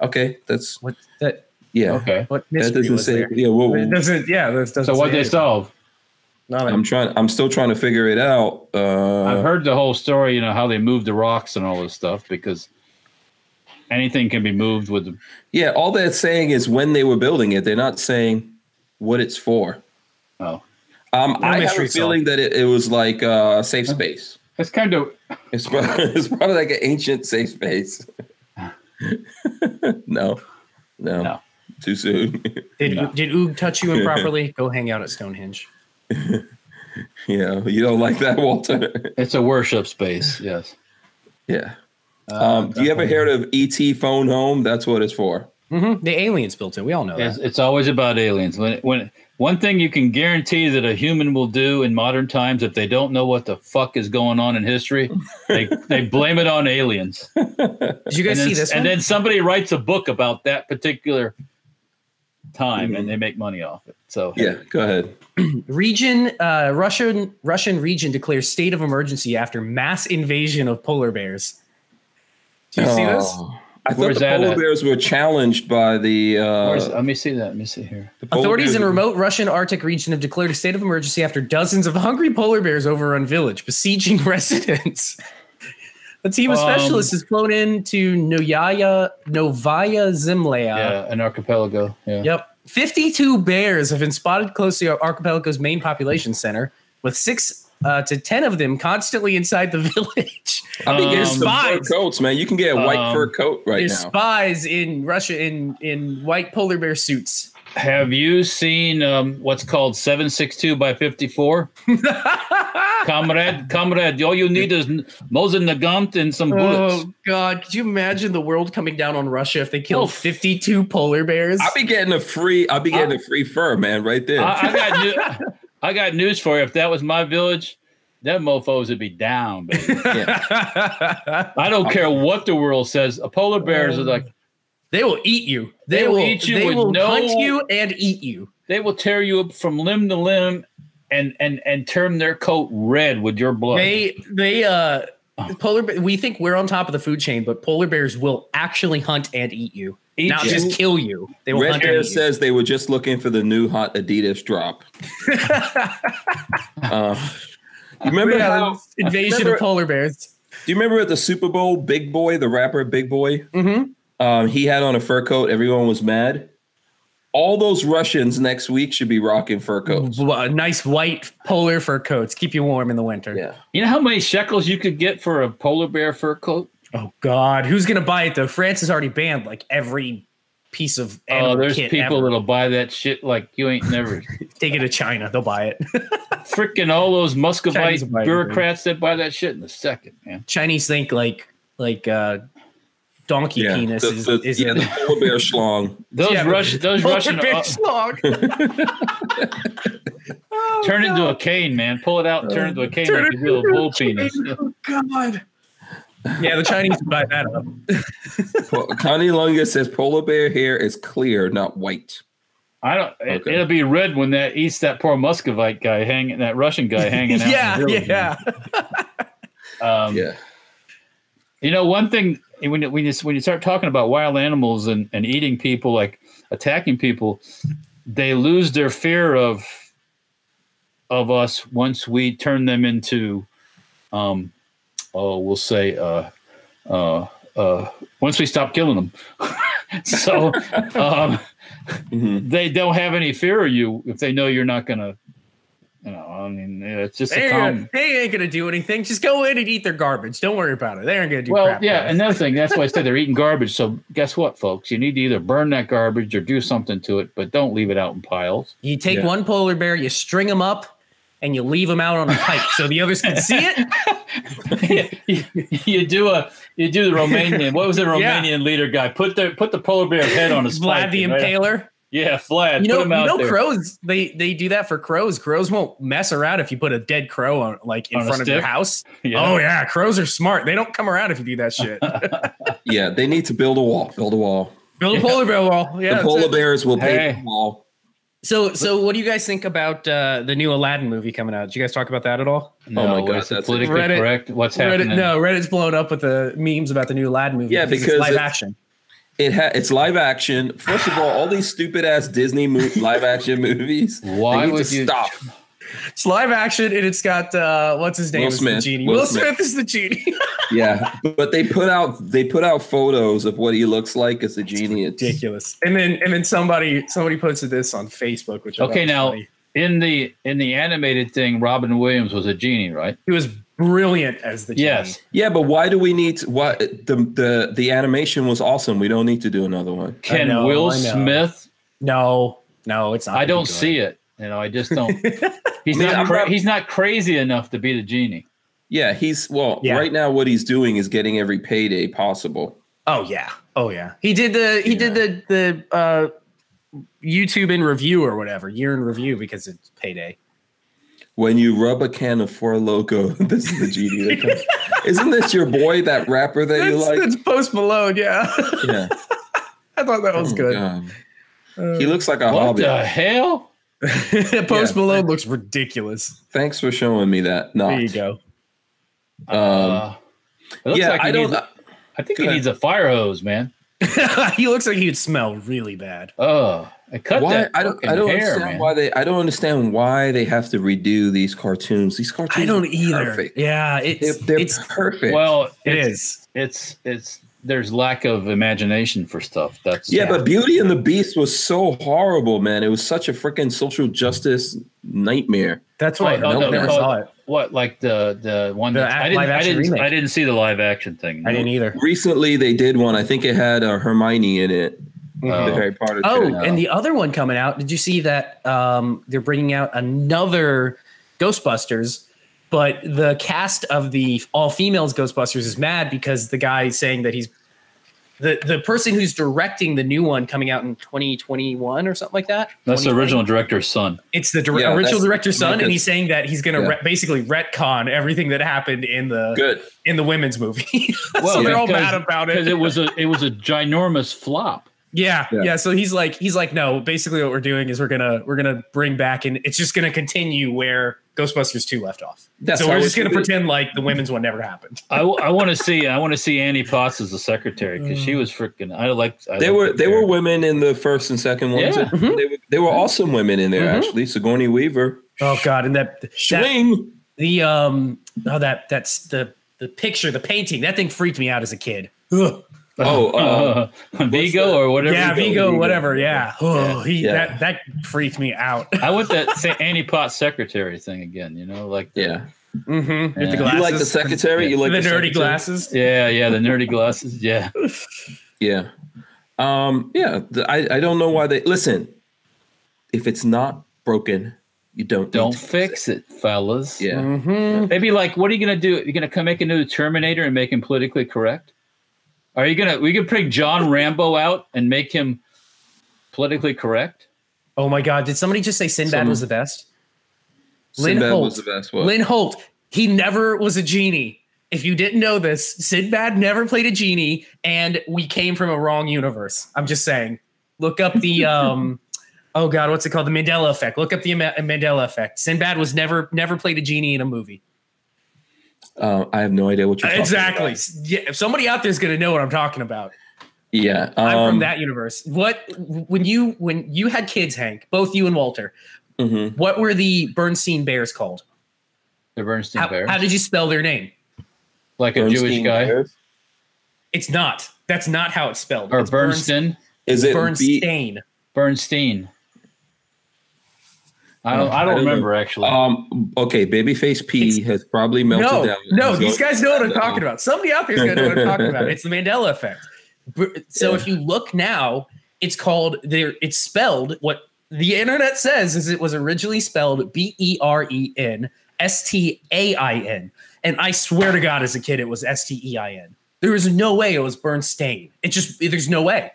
Speaker 1: Okay, that's,
Speaker 2: What that?
Speaker 1: yeah.
Speaker 3: Okay.
Speaker 2: What
Speaker 1: That
Speaker 2: mystery
Speaker 1: doesn't
Speaker 2: was
Speaker 1: say,
Speaker 2: there?
Speaker 1: yeah, well,
Speaker 2: It doesn't. Yeah. That doesn't
Speaker 3: So what
Speaker 2: say
Speaker 3: they
Speaker 2: anything.
Speaker 3: solve?
Speaker 2: Not
Speaker 1: I'm trying. I'm still trying to figure it out. Uh,
Speaker 3: I've heard the whole story, you know, how they moved the rocks and all this stuff because anything can be moved with. The,
Speaker 1: yeah, all that's saying is when they were building it. They're not saying what it's for.
Speaker 3: oh,
Speaker 1: Um, I have a
Speaker 2: mystery
Speaker 1: feeling that it, it was like uh, safe space.
Speaker 3: it's kind of
Speaker 1: It's probably, it's probably like an ancient safe space. no, no,
Speaker 3: No.
Speaker 1: too soon.
Speaker 2: Did
Speaker 3: No.
Speaker 2: did Oog touch you improperly? Go hang out at Stonehenge.
Speaker 1: yeah, you don't like that, Walter.
Speaker 3: it's a worship space. Yes.
Speaker 1: yeah. Um, do you ever heard of ET phone home? That's what it's for.
Speaker 2: Mm-hmm. The aliens built it. We all know
Speaker 3: It's,
Speaker 2: that.
Speaker 3: it's always about aliens. When when one thing you can guarantee that a human will do in modern times, if they don't know what the fuck is going on in history, they they blame it on aliens.
Speaker 2: Did you guys
Speaker 3: and
Speaker 2: see
Speaker 3: then,
Speaker 2: this
Speaker 3: and
Speaker 2: one?
Speaker 3: then somebody writes a book about that particular time, and they make money off it. So
Speaker 1: Mm-hmm. Yeah, go ahead.
Speaker 2: Region uh, Russian Russian region declares state of emergency after mass invasion of polar bears. Do you see this?
Speaker 1: Oh, I thought
Speaker 3: Where's
Speaker 1: the
Speaker 3: that
Speaker 1: polar
Speaker 3: at?
Speaker 1: bears were challenged by the. Uh,
Speaker 3: Where's- let me see that. Let me see here.
Speaker 1: the polar
Speaker 2: Authorities
Speaker 1: bears-
Speaker 2: in remote Russian Arctic region have declared a state of emergency after dozens of hungry polar bears overrun village, besieging residents. A team of
Speaker 3: Um,
Speaker 2: specialists is flown in to Noyaya, Novaya Zemlya.
Speaker 3: yeah, an archipelago. Yeah.
Speaker 2: Yep. 52 bears have been spotted close to Archipelago's main population center, with six uh, to 10 of them constantly inside the village.
Speaker 1: I think
Speaker 3: Um,
Speaker 1: there's some fur
Speaker 2: spies.
Speaker 1: coats, man. You can get a white
Speaker 3: Um,
Speaker 1: fur coat right
Speaker 2: There's
Speaker 1: now.
Speaker 2: spies in Russia in, in white polar bear suits.
Speaker 3: Have you seen um, what's called 762 by 54? comrade, comrade, all you need is Mosin Nagant and some bullets.
Speaker 2: Oh, God. Could you imagine the world coming down on Russia if they killed
Speaker 3: Oh.
Speaker 2: 52 polar bears?
Speaker 1: I'll be getting a free. I'll be getting a free fur, man, right there.
Speaker 3: I, I got new, I got news for you. If that was my village, that mofos would be down, baby.
Speaker 1: Yeah.
Speaker 3: I don't care what the world says. A polar bears are like
Speaker 2: they will eat you. They,
Speaker 3: They will
Speaker 2: will,
Speaker 3: eat you
Speaker 2: They
Speaker 3: with
Speaker 2: will
Speaker 3: no-
Speaker 2: hunt you and eat you.
Speaker 3: they will tear you up from limb to limb and and and turn their coat red with your blood.
Speaker 2: They they uh
Speaker 3: Oh.
Speaker 2: polar bear, we think we're on top of the food chain, but polar bears will actually hunt and eat you.
Speaker 3: Eat
Speaker 2: Not
Speaker 3: you.
Speaker 2: just kill you. They will
Speaker 1: Red
Speaker 2: hunt and
Speaker 1: Bear
Speaker 2: eat you.
Speaker 1: says they were just looking for the new hot Adidas drop. Uh, you remember
Speaker 2: Yeah,
Speaker 1: how?
Speaker 2: this invasion
Speaker 1: remember-
Speaker 2: of polar bears.
Speaker 1: Do you remember at the Super Bowl, Big Boy, the rapper Big Boy?
Speaker 2: Mhm.
Speaker 1: Um, he had on a fur coat. Everyone was mad. All those Russians next week should be rocking fur coats.
Speaker 2: Well, a nice white polar fur coats keep you warm in the winter.
Speaker 1: Yeah.
Speaker 3: You know how many shekels you could get for a polar bear fur coat?
Speaker 2: Oh God, who's gonna buy it though? France has already banned like every piece of
Speaker 3: Oh,
Speaker 2: animal
Speaker 3: there's
Speaker 2: kit
Speaker 3: people
Speaker 2: ever.
Speaker 3: that'll buy that shit like you ain't never.
Speaker 2: take it to China. They'll buy it.
Speaker 3: Freaking all those
Speaker 2: Chinese
Speaker 3: Muscovite
Speaker 2: will buy anything.
Speaker 3: bureaucrats that buy that shit in a second, man.
Speaker 2: Chinese think like like uh donkey
Speaker 1: Yeah.
Speaker 2: penis
Speaker 1: The,
Speaker 2: is,
Speaker 1: the-
Speaker 2: is
Speaker 1: yeah, the polar bear schlong.
Speaker 3: Those
Speaker 2: Yeah, but-
Speaker 3: Russian, those
Speaker 2: Polar
Speaker 3: Russian,
Speaker 2: bear
Speaker 3: uh,
Speaker 2: slog. Oh,
Speaker 3: turn into
Speaker 2: God.
Speaker 3: a cane, man. Pull it out, and turn into a cane
Speaker 2: Turn
Speaker 3: like
Speaker 2: it
Speaker 3: you do a
Speaker 2: into a Oh,
Speaker 3: bull penis.
Speaker 2: God. Yeah, the Chinese buy that up.
Speaker 1: Po- Connie Lunga says polar bear hair is clear, not white.
Speaker 3: I don't. It,
Speaker 1: Okay.
Speaker 3: will be red when that eats that poor Muscovite guy hanging, that Russian guy hanging out. in the
Speaker 2: Yeah,
Speaker 3: village,
Speaker 2: yeah.
Speaker 3: man. Um,
Speaker 1: Yeah.
Speaker 3: You know, one thing when you- when you when you start talking about wild animals and and eating people, like attacking people, they lose their fear of of us once we turn them into, um, oh, we'll say, uh, uh, uh, once we stop killing them. so um,
Speaker 1: Mhm.
Speaker 3: they don't have any fear of you if they know you're not gonna. You know, I mean, it's just
Speaker 2: They
Speaker 3: a common.
Speaker 2: ain't, they ain't gonna do anything. Just go in and eat their garbage. Don't worry about it. They aren't gonna do
Speaker 3: Well,
Speaker 2: crap.
Speaker 3: yeah,
Speaker 2: to us.
Speaker 3: another thing. That's why I said they're eating garbage. So guess what, folks? You need to either burn that garbage or do something to it, but don't leave it out in piles.
Speaker 2: you take
Speaker 1: Yeah.
Speaker 2: one polar bear, you string them up, and you leave them out on a pike so the others can see it.
Speaker 3: you, you do a you do the Romanian. What was the Romanian leader guy? Put the put the polar bear head on his
Speaker 2: Vlad the Impaler.
Speaker 3: Yeah, Vlad.
Speaker 2: you
Speaker 3: put
Speaker 2: know,
Speaker 3: him
Speaker 2: you
Speaker 3: out
Speaker 2: know,
Speaker 3: there.
Speaker 2: crows. They they do that for crows. Crows won't mess around if you put a dead crow on like in
Speaker 3: On a
Speaker 2: front of your
Speaker 3: stick?
Speaker 2: house.
Speaker 3: Yeah.
Speaker 2: Oh yeah, crows are smart. They don't come around if you do that shit.
Speaker 1: Yeah, they need to build a wall. Build a wall.
Speaker 2: Build a polar bear wall. Yeah.
Speaker 1: the
Speaker 2: that's
Speaker 1: polar
Speaker 2: it.
Speaker 1: bears will pay
Speaker 3: Hey.
Speaker 1: the wall.
Speaker 2: So so, what do you guys think about uh, the new Aladdin movie coming out? Did you guys talk about that at all?
Speaker 3: No,
Speaker 1: my God,
Speaker 3: is it
Speaker 1: that's-
Speaker 3: politically
Speaker 2: Reddit-
Speaker 3: correct? What's happening?
Speaker 2: Reddit, no, Reddit's blown up with the memes about the new Aladdin movie.
Speaker 1: Yeah,
Speaker 2: it's
Speaker 1: because
Speaker 2: live
Speaker 1: it's-
Speaker 2: action.
Speaker 1: It ha- it's live action. First of all, all these stupid ass Disney mo- live action movies. they
Speaker 3: Why
Speaker 1: need to
Speaker 3: would you-
Speaker 1: stop?
Speaker 2: It's live action, and it's got uh, what's his name?
Speaker 1: Will
Speaker 2: is The
Speaker 1: Smith.
Speaker 2: genie. Will,
Speaker 1: Will
Speaker 2: Smith.
Speaker 1: Smith.
Speaker 2: is the genie.
Speaker 1: Yeah, but they put out they put out photos of what he looks like as a genie. It's-
Speaker 2: Ridiculous. And then and then somebody somebody posted this on Facebook, which I
Speaker 3: Okay,
Speaker 2: thought was
Speaker 3: now-
Speaker 2: funny.
Speaker 3: In the in the animated thing, Robin Williams was a genie, right?
Speaker 2: He was brilliant as the
Speaker 3: Yes.
Speaker 2: genie.
Speaker 1: Yeah, but why do we need to, what the the the animation was awesome. We don't need need to do another one.
Speaker 3: Can
Speaker 2: know,
Speaker 3: Will
Speaker 2: I know.
Speaker 3: Smith?
Speaker 2: No, no, it's not.
Speaker 3: I don't see it. You know, I just don't. He's
Speaker 1: Man,
Speaker 3: not.
Speaker 1: I'm
Speaker 3: Cra-
Speaker 1: not-
Speaker 3: he's not crazy enough to be the genie.
Speaker 1: Yeah, he's well
Speaker 2: Yeah.
Speaker 1: right now. What he's doing is getting every payday possible.
Speaker 2: Oh yeah, oh yeah. He did the he did the the uh, YouTube in review or whatever year in review because it's payday.
Speaker 1: When you rub a can of Four Loco, this is the genie that comes. Isn't this your boy, that rapper that you
Speaker 2: It's,
Speaker 1: like?
Speaker 2: it's Post Malone. Yeah,
Speaker 1: yeah,
Speaker 2: I thought that was
Speaker 1: Oh,
Speaker 2: good.
Speaker 1: God.
Speaker 2: Uh,
Speaker 1: He looks like a
Speaker 3: what
Speaker 1: hobbit.
Speaker 3: the hell?
Speaker 2: Post
Speaker 1: Yeah.
Speaker 2: Malone looks ridiculous.
Speaker 1: Thanks for showing me that. No,
Speaker 2: There you go.
Speaker 1: Um,
Speaker 3: Uh, it looks
Speaker 1: yeah,
Speaker 3: like he
Speaker 1: I don't.
Speaker 3: needs- I think
Speaker 1: go
Speaker 3: he
Speaker 1: ahead.
Speaker 3: needs a fire hose, man.
Speaker 2: he looks like he'd smell really bad.
Speaker 3: Oh, I cut
Speaker 1: why
Speaker 3: that.
Speaker 1: I don't. I
Speaker 3: fucking
Speaker 1: don't
Speaker 3: hair,
Speaker 1: understand
Speaker 3: man.
Speaker 1: why they. I don't understand why they have to redo these cartoons. These cartoons.
Speaker 2: I don't
Speaker 1: are
Speaker 2: either.
Speaker 1: Perfect.
Speaker 2: Yeah,
Speaker 1: They're,
Speaker 2: it's
Speaker 1: they're
Speaker 2: it's
Speaker 1: perfect.
Speaker 3: Well,
Speaker 2: it
Speaker 3: it's,
Speaker 2: is.
Speaker 3: It's it's there's lack of imagination for stuff. That's
Speaker 1: yeah,
Speaker 2: yeah.
Speaker 1: but Beauty and the Beast was so horrible, man. It was such a freaking social justice nightmare.
Speaker 2: That's why
Speaker 1: Oh,
Speaker 2: I
Speaker 1: no,
Speaker 2: never
Speaker 1: no.
Speaker 2: saw it.
Speaker 3: What like the the one
Speaker 2: The
Speaker 3: that
Speaker 2: act-
Speaker 3: I didn't
Speaker 2: live
Speaker 3: I
Speaker 2: action
Speaker 3: didn't
Speaker 2: remake.
Speaker 3: I didn't see the live action thing.
Speaker 2: I didn't e- either.
Speaker 1: Recently, they did one. I think it had uh, Hermione in it. The
Speaker 3: Oh.
Speaker 1: Harry Potter.
Speaker 2: Oh,
Speaker 1: trilogy.
Speaker 2: and the other one coming out. Did you see that um, they're bringing out another Ghostbusters, but the cast of the all females Ghostbusters is mad because the guy saying that he's the the person who's directing the new one coming out in 2021 or something like that.
Speaker 3: That's the
Speaker 2: 2020?
Speaker 3: original director's son.
Speaker 2: It's the dir-
Speaker 1: Yeah,
Speaker 2: original
Speaker 1: that's
Speaker 2: director's son, and
Speaker 1: Lucas.
Speaker 2: he's saying that he's going to
Speaker 1: Yeah.
Speaker 2: re- basically retcon everything that happened in the
Speaker 1: good.
Speaker 2: in the women's movie. so
Speaker 3: Well,
Speaker 2: they're all
Speaker 3: because-
Speaker 2: mad about
Speaker 3: Because
Speaker 2: it.
Speaker 3: it was a it was a ginormous flop.
Speaker 2: Yeah, yeah,
Speaker 1: Yeah.
Speaker 2: So he's like, he's like, no. Basically, what we're doing is we're gonna we're gonna bring back, and it's just gonna continue where Ghostbusters two left off.
Speaker 1: That's
Speaker 2: so
Speaker 1: how
Speaker 2: we're
Speaker 1: it
Speaker 2: just
Speaker 1: should
Speaker 2: gonna
Speaker 1: be.
Speaker 2: pretend like the women's one never happened.
Speaker 3: I, want to see I want to see Annie Potts as the secretary because she was freaking. I like.
Speaker 1: Mm. They were they were women in the first and second ones.
Speaker 3: Yeah.
Speaker 1: and They, were, they were awesome women in there
Speaker 2: Mhm.
Speaker 1: actually. Sigourney Weaver,
Speaker 2: Oh God, and that, that
Speaker 1: Schwing.
Speaker 2: the um oh that that's the the picture, the painting. That thing freaked me out as a kid. Ugh.
Speaker 1: Oh, uh,
Speaker 3: Vigo or whatever.
Speaker 2: yeah,
Speaker 1: Vigo,
Speaker 2: Vigo,
Speaker 1: Vigo.
Speaker 2: whatever. Yeah, oh, he
Speaker 1: Yeah.
Speaker 2: that that freaked me out.
Speaker 3: I want that sa- Annie Potts secretary thing again. You know, like the-
Speaker 1: yeah.
Speaker 2: mm-hmm.
Speaker 3: Yeah.
Speaker 2: With the
Speaker 3: You
Speaker 1: You
Speaker 2: glasses,
Speaker 1: like the secretary? You like
Speaker 2: the,
Speaker 1: the,
Speaker 2: nerdy
Speaker 1: secretary?
Speaker 2: glasses.
Speaker 3: yeah, yeah, the nerdy glasses. Yeah,
Speaker 1: Yeah. Um, yeah. th- I, I don't know why they listen. If it's not broken, you don't need
Speaker 3: don't
Speaker 1: to
Speaker 3: fix it, fellas.
Speaker 1: Yeah.
Speaker 2: Mm-hmm.
Speaker 3: Maybe like, what are you gonna do? You're gonna come make a new Terminator and make him politically correct? Are you gonna we could pick John Rambo out and make him politically correct?
Speaker 2: Oh my God, did somebody just say Sinbad
Speaker 1: Some-
Speaker 2: was the best? Lynn
Speaker 1: Sinbad
Speaker 2: Holt.
Speaker 1: was the best one.
Speaker 2: Lynn Holt, he never was a genie. If you didn't know this, Sinbad never played a genie, and we came from a wrong universe. I'm just saying. Look up the um, oh god, what's it called? The Mandela effect. Look up the Ma- Mandela effect. Sinbad was never never played a genie in a movie.
Speaker 1: Uh, I have no idea what you're talking
Speaker 2: exactly.
Speaker 1: about.
Speaker 2: Yeah, if somebody out there is gonna know what I'm talking about.
Speaker 1: Yeah. Um,
Speaker 2: I'm from that universe. What when you when you had kids, Hank, both you and Walter,
Speaker 1: mhm.
Speaker 2: what were the Bernstein Bears called?
Speaker 3: The Bernstein
Speaker 2: How,
Speaker 3: Bear,
Speaker 2: how did you spell their name?
Speaker 3: like a Jewish
Speaker 1: Bernstein
Speaker 3: guy,
Speaker 1: Bears?
Speaker 2: It's not. That's not how it's spelled.
Speaker 3: or
Speaker 2: It's Berns-
Speaker 3: Bernstein,
Speaker 1: Is it B-
Speaker 2: Bernstein.
Speaker 3: Bernstein. I don't,
Speaker 1: Uh,
Speaker 3: I
Speaker 1: I
Speaker 3: don't
Speaker 1: don't know.
Speaker 3: remember uh, actually.
Speaker 1: Um. Okay. Babyface P
Speaker 2: It's-
Speaker 1: has probably melted
Speaker 2: No,
Speaker 1: down. Uh-huh.
Speaker 2: no,
Speaker 1: So-
Speaker 2: these guys know what I'm
Speaker 1: No.
Speaker 2: talking about. Somebody out there's gonna know what I'm talking about. It's the Mandela effect. Br- So
Speaker 1: Yeah.
Speaker 2: if you look now, it's called there. It's spelled what the internet says is it was originally spelled B E R E N S T A I N. And I swear to God, as a kid, it was S T E I N. There is no way it was Bernstein. It just, there's no way.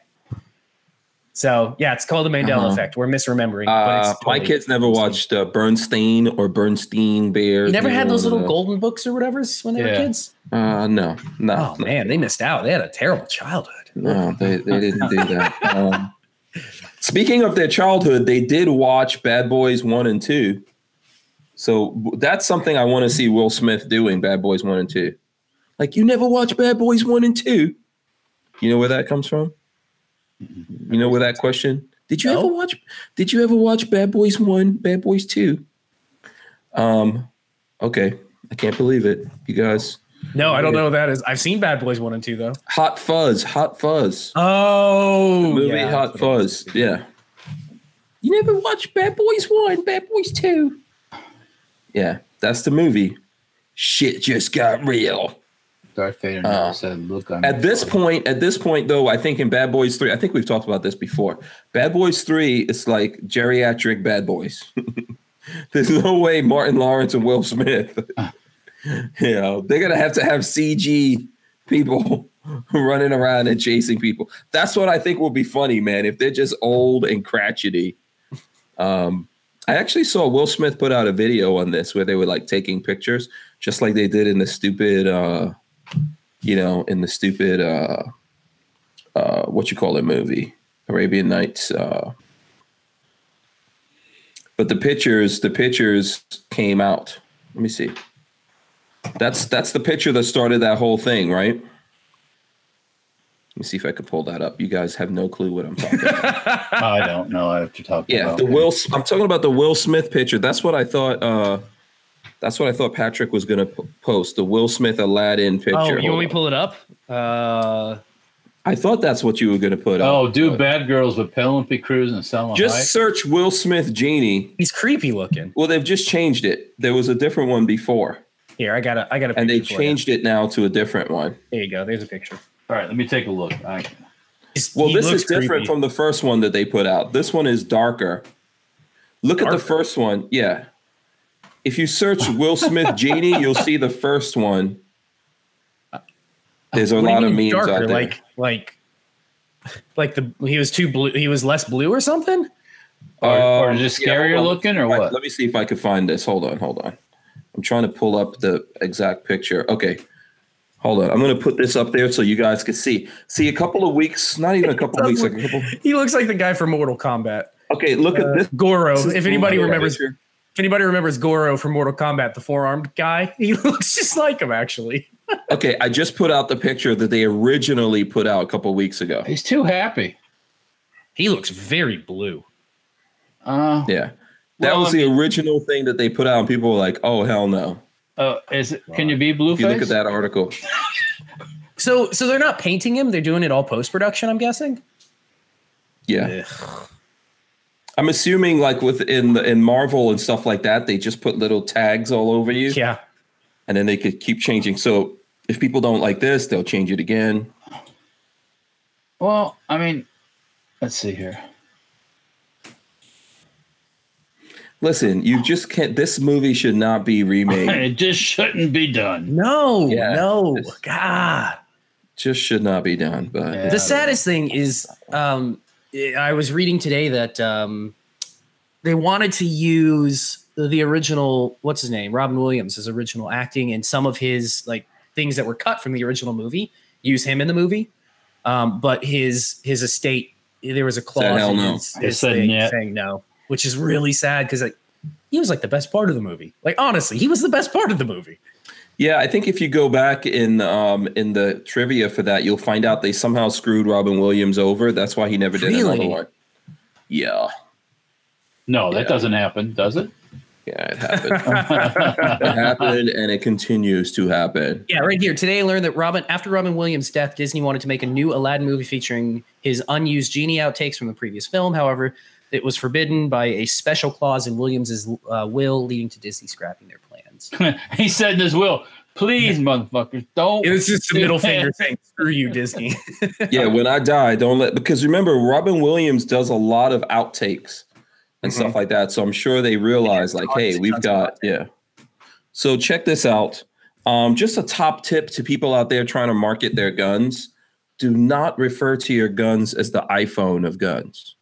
Speaker 2: So, yeah, it's called the Mandela
Speaker 3: Uh-huh.
Speaker 2: effect. We're misremembering. but it's
Speaker 1: Uh, my
Speaker 2: totally-
Speaker 1: kids never watched uh, Bernstein or Bernstein Bears.
Speaker 2: You never had those little
Speaker 1: Uh,
Speaker 2: golden books or whatever's when they were
Speaker 3: Yeah.
Speaker 2: kids?
Speaker 1: Uh, no, no,
Speaker 2: Oh, man, they missed out. They had a terrible childhood.
Speaker 1: No, they, they didn't do that. Um, speaking of their childhood, they did watch Bad Boys 1 and 2. So w- that's something I want to see Will Smith doing Bad Boys 1 and 2. Like, you never watch Bad Boys 1 and 2. You know where that comes from? You know where that question? Did you
Speaker 2: No.
Speaker 1: ever watch Did you ever watch Bad Boys 1, Bad Boys 2? Um okay, I can't believe it. You guys
Speaker 2: No, I don't
Speaker 1: Yeah.
Speaker 2: know what that is. I've seen Bad Boys 1 and 2, though.
Speaker 1: Hot Fuzz, Hot Fuzz.
Speaker 2: Oh,
Speaker 1: movie Hot Fuzz. Yeah. You never watched Bad Boys 1, Bad Boys 2. Yeah, that's the movie. Shit just got real.
Speaker 3: Darth Vader never
Speaker 1: Uh,
Speaker 3: said, "Look, I'm
Speaker 1: At this point, at this point though, I think in Bad Boys 3, I think we've talked about this before. Bad Boys 3 is like geriatric Bad Boys. There's no way Martin Lawrence and Will Smith. you know, they're going to have to have CG people running around and chasing people. That's what I think will be funny, man. If they're just old and cratchety. Um, I actually saw Will Smith put out a video on this where they were like taking pictures, just like they did in the stupid, uh, you know, in the stupid, uh, uh, what you call it movie, Arabian Nights. Uh, but the pictures, the pictures came out. Let me see. That's that's the picture that started that whole thing, right? Let me see if I could pull that up. You guys have no clue what I'm talking about.
Speaker 3: I don't know what you're talking
Speaker 1: Yeah,
Speaker 3: about.
Speaker 1: the Will. I'm talking about the Will Smith picture. That's what I thought. Uh, that's what I thought Patrick was going to p- post the Will Smith Aladdin picture.
Speaker 2: Oh, you
Speaker 1: Hold
Speaker 2: want me
Speaker 1: on.
Speaker 2: to pull it up? Uh,
Speaker 1: I thought that's what you were going to put.
Speaker 3: Oh,
Speaker 1: up,
Speaker 3: do
Speaker 1: but-
Speaker 3: Bad Girls with Penelope Cruz and Selma
Speaker 1: Just
Speaker 3: Hayek?
Speaker 1: search Will Smith genie.
Speaker 2: he's creepy looking.
Speaker 1: Well, they've just changed it. There was a different one before,
Speaker 2: Here, I got to I got to.
Speaker 1: and they changed it now to a different one.
Speaker 2: There you go. There's a picture.
Speaker 3: All right, let me take a look. I,
Speaker 2: He's-
Speaker 1: Well,
Speaker 2: he
Speaker 1: this is
Speaker 2: looks
Speaker 1: different
Speaker 2: creepy.
Speaker 1: from the first one that they put out. This one is darker. Look at
Speaker 2: Darker?
Speaker 1: the first one. Yeah. If you search Will Smith genie, you'll see the first one. There's a
Speaker 2: What do you
Speaker 1: lot of
Speaker 2: mean
Speaker 1: memes out
Speaker 2: darker?
Speaker 1: there.
Speaker 2: Like like like the he was too blue. He was less blue or something.
Speaker 3: or, or
Speaker 1: Um,
Speaker 3: just
Speaker 1: yeah, hold
Speaker 3: scarier
Speaker 1: on.
Speaker 3: looking, or
Speaker 1: Right,
Speaker 3: what?
Speaker 1: Let me see if I could find this. Hold on, hold on. I'm trying to pull up the exact picture. Okay. Hold on. I'm going to put this up there so you guys can see. See, a couple of weeks, not even a couple of
Speaker 2: does
Speaker 1: weeks,
Speaker 2: look-
Speaker 1: like a couple.
Speaker 2: He looks like the guy from Mortal Kombat.
Speaker 1: Okay, look at this.
Speaker 2: Goro.
Speaker 1: This is
Speaker 2: Uh, If anybody
Speaker 1: the
Speaker 2: remembers,
Speaker 1: picture.
Speaker 2: if anybody remembers Goro from Mortal Kombat, the four armed guy, he looks just like him actually.
Speaker 1: Okay, I just put out the picture that they originally put out a couple of weeks ago.
Speaker 3: He's too happy.
Speaker 2: He looks very blue.
Speaker 3: Uh,
Speaker 1: Yeah. That
Speaker 3: Well,
Speaker 1: was
Speaker 3: I
Speaker 1: the original thing that they put out, and people were like, oh, hell no.
Speaker 3: uh, is it, can you be blue
Speaker 1: If you look at that article,
Speaker 2: So so they're not painting him. They're doing it all post production. I'm guessing.
Speaker 1: yeah. I'm assuming like within the, in Marvel and stuff like that, they just put little tags all over you,
Speaker 2: Yeah.
Speaker 1: and then they could keep changing. So if people don't like this, they'll change it again.
Speaker 3: Well, I mean, let's see here.
Speaker 1: Listen, you just can't. This movie should not be remade.
Speaker 3: It just shouldn't be done.
Speaker 2: No.
Speaker 1: Yeah.
Speaker 2: No.
Speaker 1: It's-
Speaker 2: God.
Speaker 1: just should not be done. But
Speaker 3: Yeah.
Speaker 2: the saddest thing is um, i was reading today that um, they wanted to use the original what's his name robin williams his original acting and some of his like things that were cut from the original movie use him in the movie um, but his his estate there was a clause
Speaker 1: hell
Speaker 2: in
Speaker 1: no.
Speaker 2: his,
Speaker 3: They
Speaker 2: his
Speaker 3: said
Speaker 2: thing
Speaker 3: yeah.
Speaker 2: saying no which is really sad because like he was like the best part of the movie like honestly he was the best part of the movie
Speaker 1: yeah, I think if you go back in um in the trivia for that, you'll find out they somehow screwed Robin Williams over. That's why he never did another
Speaker 2: Really?
Speaker 1: one. Yeah,
Speaker 3: No, that
Speaker 1: Yeah.
Speaker 3: doesn't happen, does it?
Speaker 1: yeah, it happened. it happened, and it continues to happen.
Speaker 2: Yeah, right here. Today I learned that Robin, after Robin Williams' death, Disney wanted to make a new Aladdin movie featuring his unused genie outtakes from the previous film. However, it was forbidden by a special clause in Williams' uh, will, leading to Disney scrapping their plans.
Speaker 3: he said in his will, please, motherfuckers, don't. do that."
Speaker 2: saying, screw you, Disney.
Speaker 1: yeah, when I die, don't let because remember Robin Williams does a lot of outtakes. and
Speaker 3: Mm-hmm.
Speaker 1: stuff like that. So I'm sure they realize, like,
Speaker 2: Tons
Speaker 1: hey,
Speaker 2: and
Speaker 1: we've
Speaker 2: tons of
Speaker 1: got, yeah. So check this out. Um, just a top tip to people out there trying to market their guns do not refer to your guns as the iPhone of guns.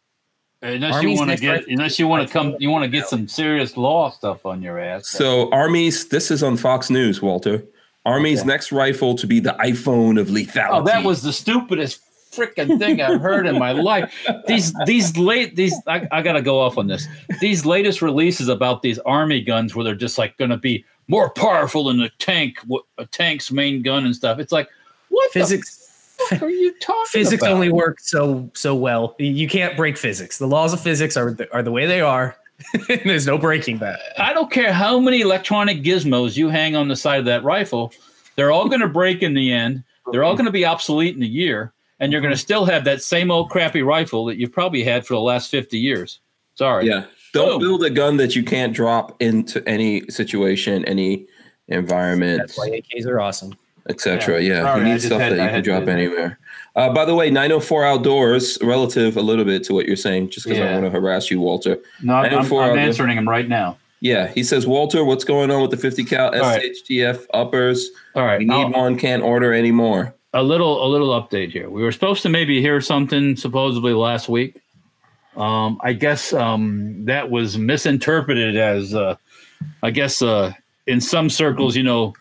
Speaker 3: Unless
Speaker 2: Army's
Speaker 3: you want to
Speaker 2: next
Speaker 3: get,
Speaker 2: rifle-
Speaker 3: unless you want to come, you want to get some serious law stuff on your ass.
Speaker 1: So, Army's, this is on Fox News, Walter. Army's
Speaker 3: Okay.
Speaker 1: next rifle to be the iPhone of lethality.
Speaker 3: Oh, that was the stupidest freaking thing I've heard in my life. These these late these I, I gotta go off on this. These latest releases about these army guns where they're just like gonna be more powerful than a tank, wh- a tank's main gun and stuff. It's like what
Speaker 2: Physics
Speaker 3: the fuck are you talking
Speaker 2: physics
Speaker 3: about?
Speaker 2: only works so so well. You can't break physics. The laws of physics are the, are the way they are. There's no breaking that.
Speaker 3: I don't care how many electronic gizmos you hang on the side of that rifle, they're all going to break in the end. They're all going to be obsolete in a year, and you're going to still have that same old crappy rifle that you've probably had for the last 50 years. Sorry.
Speaker 1: Yeah. Don't
Speaker 3: Boom.
Speaker 1: build a gun that you can't drop into any situation, any environment,
Speaker 2: That's why AKs are awesome.
Speaker 1: etc. Yeah,
Speaker 3: Sorry,
Speaker 1: you
Speaker 3: I
Speaker 1: need
Speaker 3: just
Speaker 1: stuff
Speaker 3: had-
Speaker 1: that
Speaker 3: I
Speaker 1: you can
Speaker 3: had to-
Speaker 1: drop anywhere. Uh, by the way, 904 outdoors, relative a little bit to what you're saying, just because I
Speaker 3: Yeah.
Speaker 1: want to harass you, Walter.
Speaker 3: No,
Speaker 1: I'm- I'm- I'm answering
Speaker 3: him right now.
Speaker 1: Yeah, he says, Walter, what's going on with the 50 cal
Speaker 3: right.
Speaker 1: SHTF uppers?
Speaker 3: All right.
Speaker 1: We need
Speaker 3: I'll-
Speaker 1: one, can't order anymore.
Speaker 3: a little a little update here. We were supposed to maybe hear something supposedly last week. Um, I guess um, that was misinterpreted as uh, I guess uh, in some circles, you know,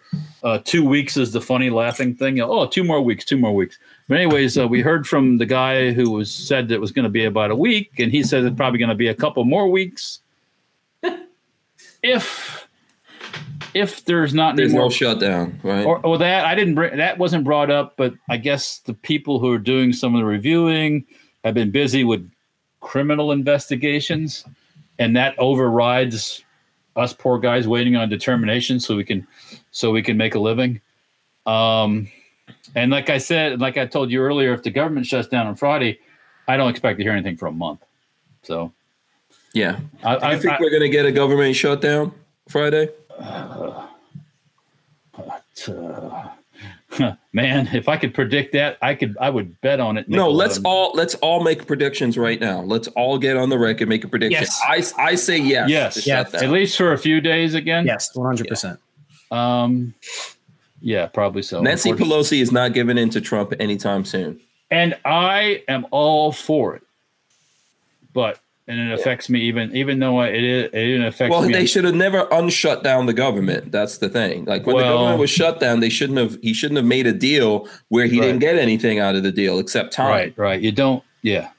Speaker 3: uh, two weeks is the funny laughing thing. Oh, two more weeks, two more weeks. But anyways, uh, we heard from the guy who was said that it was going to be about a week, and he said it's probably going to be a couple more weeks. if if there's not any
Speaker 1: There's
Speaker 3: more
Speaker 1: no shutdown, right?
Speaker 3: or, or that I didn't bring that wasn't brought up, but I guess the people who are doing some of the reviewing have been busy with criminal investigations, and that overrides us poor guys waiting on determination so we can so we can make a living. Um, and like I said, like I told you earlier, if the government shuts down on Friday, I don't expect to hear anything for a month. So
Speaker 1: yeah.
Speaker 3: I,
Speaker 1: Do
Speaker 3: I,
Speaker 1: you think
Speaker 3: I-
Speaker 1: we're going to get a government shutdown Friday?
Speaker 3: uh, man, if I could predict that, I could I would bet on it.
Speaker 1: No,
Speaker 3: nickel
Speaker 1: let's
Speaker 3: and-
Speaker 1: all let's all make predictions right now. Let's all get on the record, make a prediction.
Speaker 2: Yes.
Speaker 1: I I say yes.
Speaker 3: Yes.
Speaker 1: to
Speaker 2: Yes.
Speaker 1: shut
Speaker 3: at
Speaker 1: down.
Speaker 3: least for a few days again.
Speaker 2: Yes, 100%.
Speaker 3: Um, yeah, probably so.
Speaker 1: Nancy
Speaker 3: Unfortunately-
Speaker 1: Pelosi is not giving in to Trump anytime soon.
Speaker 3: and I am all for it, but and it affects me even even though I, it it didn't affect
Speaker 1: Well,
Speaker 3: me.
Speaker 1: they should have never unshut down the government. That's the thing. Like when the
Speaker 3: Well-
Speaker 1: government was shut down, they shouldn't have. He shouldn't have made a deal where he
Speaker 3: Right.
Speaker 1: didn't get anything out of the deal except time.
Speaker 3: right, right. You don't. Yeah,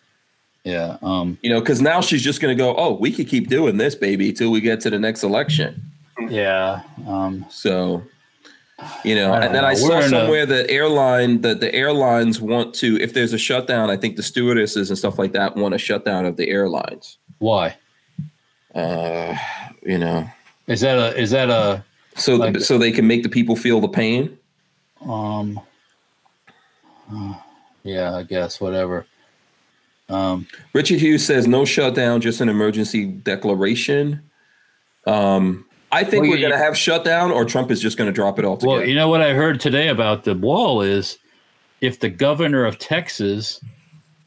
Speaker 3: yeah. Um,
Speaker 1: You know, because now she's just going to go. Oh, we could keep doing this, baby, till we get to the next election.
Speaker 3: yeah. Um,
Speaker 1: So, you know,
Speaker 3: I don't
Speaker 1: and then I
Speaker 3: know.
Speaker 1: saw
Speaker 3: We're in a-
Speaker 1: somewhere the airline that the airlines want to, if there's a shutdown, I think the stewardesses and stuff like that want a shutdown of the airlines.
Speaker 3: why
Speaker 1: Uh, you know,
Speaker 3: is that a is that a
Speaker 1: so
Speaker 3: Like-
Speaker 1: the, so they can make the people feel the pain.
Speaker 3: um? uh, Yeah, I guess whatever. Um,
Speaker 1: Richard Hughes says no shutdown, just an emergency declaration. Um, I think
Speaker 3: Well,
Speaker 1: we're
Speaker 3: you-
Speaker 1: going to have shutdown, or Trump is just going to drop it all together.
Speaker 3: Well, you know what I heard today about the wall is if the governor of Texas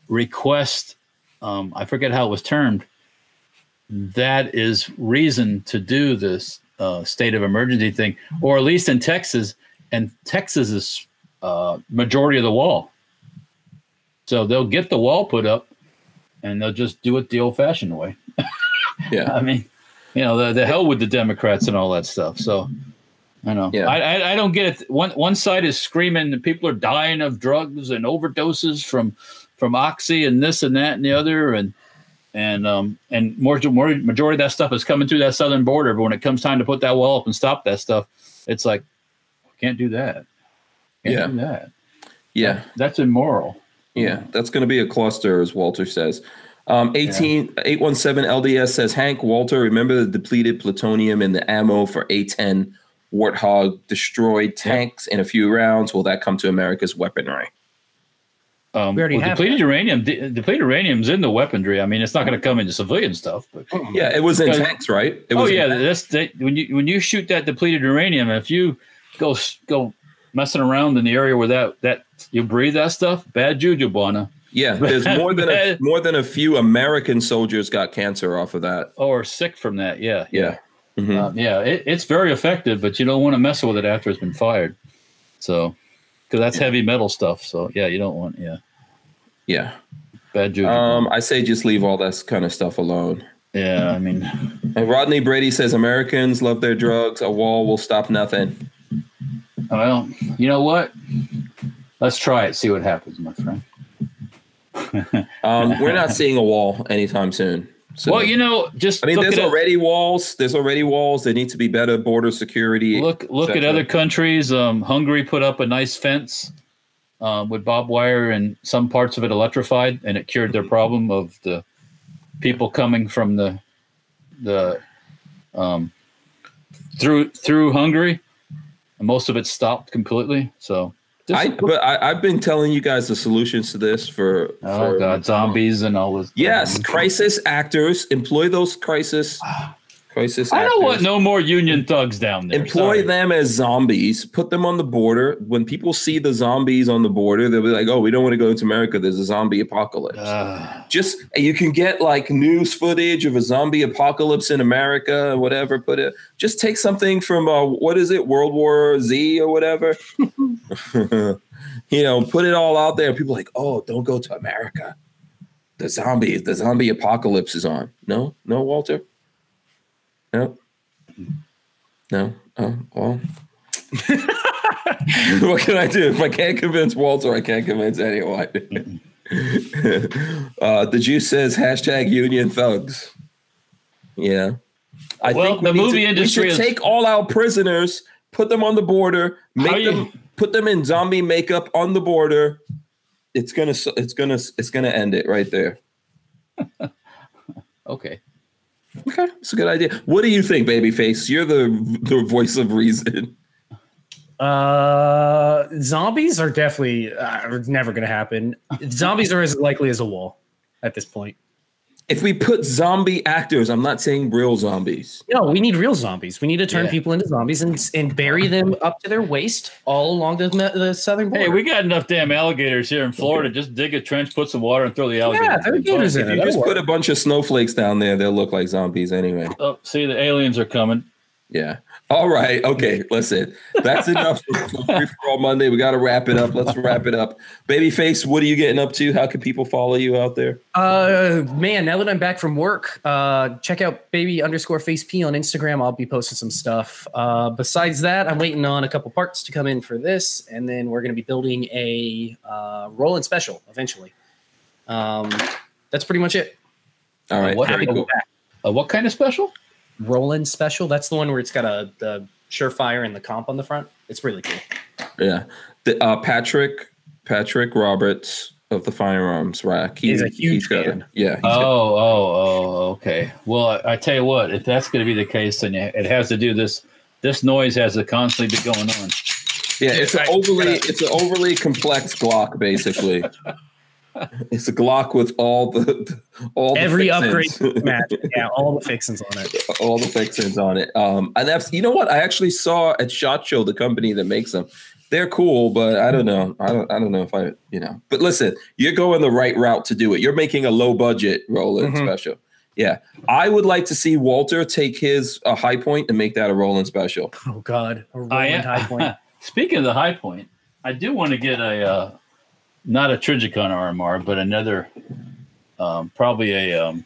Speaker 3: requests, um, I forget how it was termed, that is reason to do this uh, state of emergency thing, or at least in Texas. And Texas is uh, majority of the wall. So they'll get the wall put up and they'll just do it the old fashioned way.
Speaker 1: yeah.
Speaker 3: I mean, you know, the, the hell with the Democrats and all that stuff. So, I know.
Speaker 1: Yeah.
Speaker 3: I, I I don't get it. One one side is screaming that people are dying of drugs and overdoses from from oxy and this and that and the other and and um and more, more majority of that stuff is coming through that southern border. But when it comes time to put that wall up and stop that stuff, it's like can't do that. Can't
Speaker 1: Yeah.
Speaker 3: do that.
Speaker 1: yeah.
Speaker 3: That's immoral.
Speaker 1: Yeah, that's going to be a cluster, as Walter says. Um, 18, 817 LDS says, Hank, Walter, remember the depleted plutonium in the ammo for A10 Warthog destroyed tanks in a few rounds? Will that come to America's weaponry?
Speaker 3: Um,
Speaker 2: We already have
Speaker 3: depleted uranium. De- depleted uranium's in the weaponry. I mean, it's not going to come into civilian stuff, but
Speaker 1: Yeah, it was in
Speaker 3: Uh,
Speaker 1: tanks, right? It
Speaker 3: Oh
Speaker 1: was in
Speaker 3: yeah,
Speaker 1: tanks.
Speaker 3: that's that, when you when you shoot that depleted uranium. If you go s- go messing around in the area where that that you breathe that stuff, bad juju, Bwana.
Speaker 1: Yeah, there's more than a, more than a few American soldiers got cancer off of that.
Speaker 3: Oh, or sick from that. Yeah,
Speaker 1: Yeah. Mhm.
Speaker 3: Um, yeah, it, it's very effective, but you don't want to mess with it after it's been fired. So, because that's heavy metal stuff. So, yeah, you don't want, yeah,
Speaker 1: yeah.
Speaker 3: bad juju.
Speaker 1: Um, I say just leave all that kind of stuff alone.
Speaker 3: yeah, I mean,
Speaker 1: And Rodney Brady says Americans love their drugs. A wall will stop nothing.
Speaker 3: well, you know what? Let's try it, see what happens, my friend.
Speaker 1: Um, we're not seeing a wall anytime soon. So,
Speaker 3: well, you know, just
Speaker 1: I mean,
Speaker 3: look,
Speaker 1: there's
Speaker 3: at,
Speaker 1: already walls. There's already walls. There needs to be better border security.
Speaker 3: look, look at
Speaker 1: etc.
Speaker 3: other countries. Um, Hungary put up a nice fence um, with barbed wire and some parts of it electrified, and it cured their
Speaker 1: Mm-hmm.
Speaker 3: problem of the people coming from the the um, through through Hungary. And most of it stopped completely. So, just-
Speaker 1: I, but I, I've been telling you guys the solutions to this for.
Speaker 3: oh
Speaker 1: for- uh,
Speaker 3: god, zombies and all this.
Speaker 1: Yes,
Speaker 3: Um,
Speaker 1: crisis actors employ those crisis crisis.
Speaker 3: I don't
Speaker 1: actors.
Speaker 3: want no more union thugs down there.
Speaker 1: Employ
Speaker 3: Sorry.
Speaker 1: them as zombies. Put them on the border. When people see the zombies on the border, they'll be like, "Oh, we don't want to go into America. There's a zombie apocalypse."
Speaker 3: Ah.
Speaker 1: Just you can get like news footage of a zombie apocalypse in America, whatever. Put it. Just take something from uh, what is it, World War Z or whatever. you know, put it all out there. People are like, "Oh, don't go to America. The zombie, the zombie apocalypse is on." No, no, Walter. No. No. Oh, well. what can I do? If I can't convince Walter, I can't convince anyone. uh, the juice says hashtag union thugs. Yeah. I
Speaker 3: Well, the
Speaker 1: need
Speaker 3: movie
Speaker 1: to,
Speaker 3: industry
Speaker 1: we
Speaker 3: is-
Speaker 1: should take all our prisoners, put them on the border,
Speaker 3: How
Speaker 1: make
Speaker 3: you-
Speaker 1: them put them in zombie makeup on the border. It's gonna s- it's gonna s- it's gonna end it right there.
Speaker 3: Okay.
Speaker 1: Okay, it's a good idea. What do you think, babyface? You're the the voice of reason.
Speaker 2: Uh, zombies are definitely uh, never going to happen. zombies are as likely as a wall at this point.
Speaker 1: If we put zombie actors, I'm not saying real zombies.
Speaker 2: No, we need real zombies. We need to turn
Speaker 3: Yeah.
Speaker 2: people into zombies and and bury them up to their waist all along the, the southern border.
Speaker 3: Hey, we got enough damn alligators here in Florida. Just dig a trench, put some water, and throw the alligators. in.
Speaker 2: alligators in
Speaker 1: If you
Speaker 2: That'll
Speaker 1: just
Speaker 2: work.
Speaker 1: put a bunch of snowflakes down there, they'll look like zombies anyway.
Speaker 3: Oh, see, the aliens are coming.
Speaker 1: Yeah. All right. Okay. Listen, that's enough for, for Free for All Monday. We got to wrap it up. Let's wrap it up. Babyface, what are you getting up to? How can people follow you out there?
Speaker 2: Uh, man, now that I'm back from work, uh, check out baby underscore face p on Instagram. I'll be posting some stuff. Uh, besides that, I'm waiting on a couple parts to come in for this, and then we're gonna be building a uh, roll and special eventually. Um, that's pretty much it.
Speaker 1: All right.
Speaker 3: What
Speaker 1: very
Speaker 3: happened?
Speaker 1: cool.
Speaker 3: Uh, what kind of special?
Speaker 2: Roland special. That's the one where it's got a the surefire and the comp on the front. It's really cool.
Speaker 1: Yeah. The, uh, Patrick Patrick Roberts of the Firearms Rack.
Speaker 2: He's a huge
Speaker 1: he's got it.
Speaker 2: fan.
Speaker 1: Yeah. he's
Speaker 3: Oh,
Speaker 1: got-
Speaker 3: oh, oh, okay. Well, I, I tell you what, if that's going to be the case, then you- it has to do this. This noise has to constantly be going on.
Speaker 1: yeah. It's an
Speaker 2: I-
Speaker 1: overly it's an overly complex Glock basically. it's a Glock with all the all
Speaker 2: Every
Speaker 1: the
Speaker 2: upgrade
Speaker 1: fixins.
Speaker 2: match. Yeah, all the fixings on it.
Speaker 1: all the fixings on it. Um, and that's you know what I actually saw at Shot Show, the company that makes them. They're cool, but I don't know. I don't. I don't know if I. You know. But listen, you're going the right route to do it. You're making a low budget Roland
Speaker 2: Mhm.
Speaker 1: special. Yeah, I would like to see Walter take his a high point and make that a Roland special.
Speaker 2: Oh God, a Roland
Speaker 3: I am-
Speaker 2: high point.
Speaker 3: Speaking of the high point, I do want to get a uh, not a Trigicon RMR, but another um, probably a um,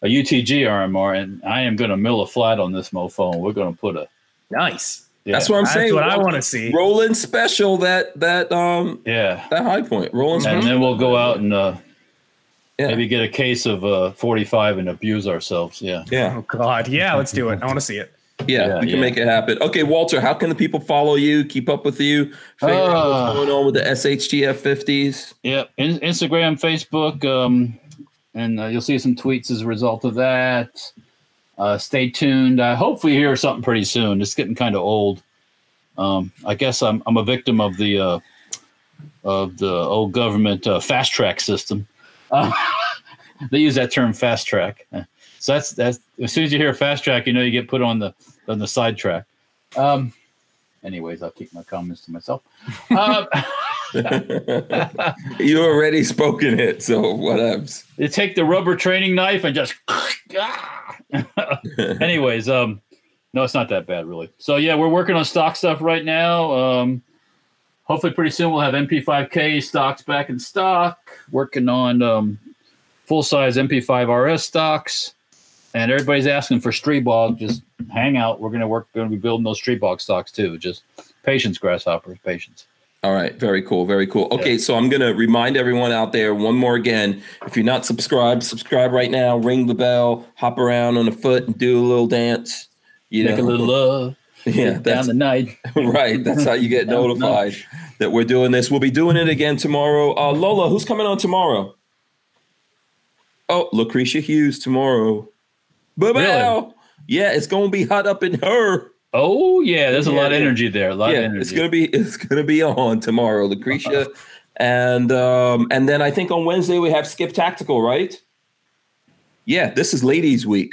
Speaker 3: a UTG RMR, and I am going to mill a flat on this mofo, and we're going to put a
Speaker 2: Nice.
Speaker 3: yeah,
Speaker 1: That's what I'm
Speaker 2: That's
Speaker 1: saying.
Speaker 2: what I
Speaker 1: Roland-
Speaker 2: want to see.
Speaker 1: Roland special that that um
Speaker 3: yeah,
Speaker 1: that high point. Roland
Speaker 2: Mm-hmm.
Speaker 3: and
Speaker 1: special.
Speaker 3: then we'll go out and uh,
Speaker 1: Yeah.
Speaker 3: maybe get a case of uh, 45 and abuse ourselves. Yeah.
Speaker 1: Yeah,
Speaker 2: Oh God, yeah, let's do it. I want to see it.
Speaker 1: yeah,
Speaker 3: Yeah,
Speaker 1: we can
Speaker 3: yeah.
Speaker 1: make it happen. Okay, Walter, how can the people follow you, keep up with you, figure out
Speaker 3: Uh.
Speaker 1: what's going on with the SHTF fifties?
Speaker 3: Yep. In- Instagram, Facebook, um, and uh, you'll see some tweets as a result of that. Uh, stay tuned. I hope we hear something pretty soon. It's getting kind of old. Um, I guess I'm I'm a victim of the uh, of the old government uh, fast track system. Uh, they use that term fast track. So that's that's as soon as you hear fast track, you know you get put on the on the sidetrack. Um, anyways, I'll keep my comments to myself. Um,
Speaker 1: you already spoken it, so whatevs.
Speaker 3: They take the rubber training knife and just. ah. Anyways, um, no, it's not that bad, really. So yeah, we're working on stock stuff right now. Um, hopefully, pretty soon we'll have MP5K stocks back in stock. Working on um, full size MP5 RS stocks, and everybody's asking for street bog. Just hang out. We're gonna work. Gonna be building those street bog stocks too. Just patience, grasshoppers, patience.
Speaker 1: All right, very cool, very cool. Okay, so I'm gonna remind everyone out there one more again. If you're not subscribed, subscribe right now. Ring the bell, hop around on a foot, and do a little dance. You
Speaker 3: Make a
Speaker 1: know?
Speaker 3: little love
Speaker 1: yeah,
Speaker 3: down
Speaker 1: that's
Speaker 3: the night.
Speaker 1: right. That's how you get
Speaker 3: No, no.
Speaker 1: notified that we're doing this. We'll be doing it again tomorrow. Uh, Lola, who's coming on tomorrow? Oh, Lucretia Hughes tomorrow. Bye
Speaker 3: Really?
Speaker 1: Yeah, it's gonna be hot up in her.
Speaker 3: Oh yeah, there's a
Speaker 1: Yeah,
Speaker 3: lot
Speaker 1: yeah.
Speaker 3: of energy there. A lot of
Speaker 1: yeah,
Speaker 3: energy.
Speaker 1: it's gonna be it's gonna be on tomorrow, Lucretia, and um, and then I think on Wednesday we have Skip Tactical, right? Yeah, this is Ladies Week,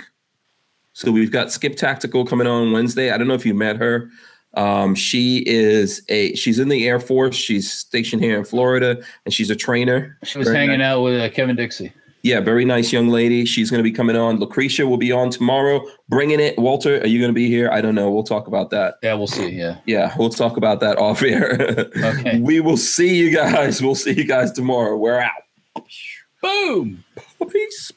Speaker 1: so we've got Skip Tactical coming on Wednesday. I don't know if you met her. Um, she is a she's in the Air Force. She's stationed here in Florida, and she's a trainer.
Speaker 3: She was
Speaker 1: Very
Speaker 3: hanging out with uh, Kevin Dixie.
Speaker 1: Yeah, very nice young lady. She's going to be coming on. Lucretia will be on tomorrow, bringing it. Walter, are you going to be here? I don't know. We'll talk about that.
Speaker 3: Yeah, we'll see. Yeah.
Speaker 1: Yeah, we'll talk about that off air.
Speaker 3: Okay.
Speaker 1: We will see you guys. We'll see you guys tomorrow. We're out.
Speaker 3: Boom.
Speaker 1: Peace.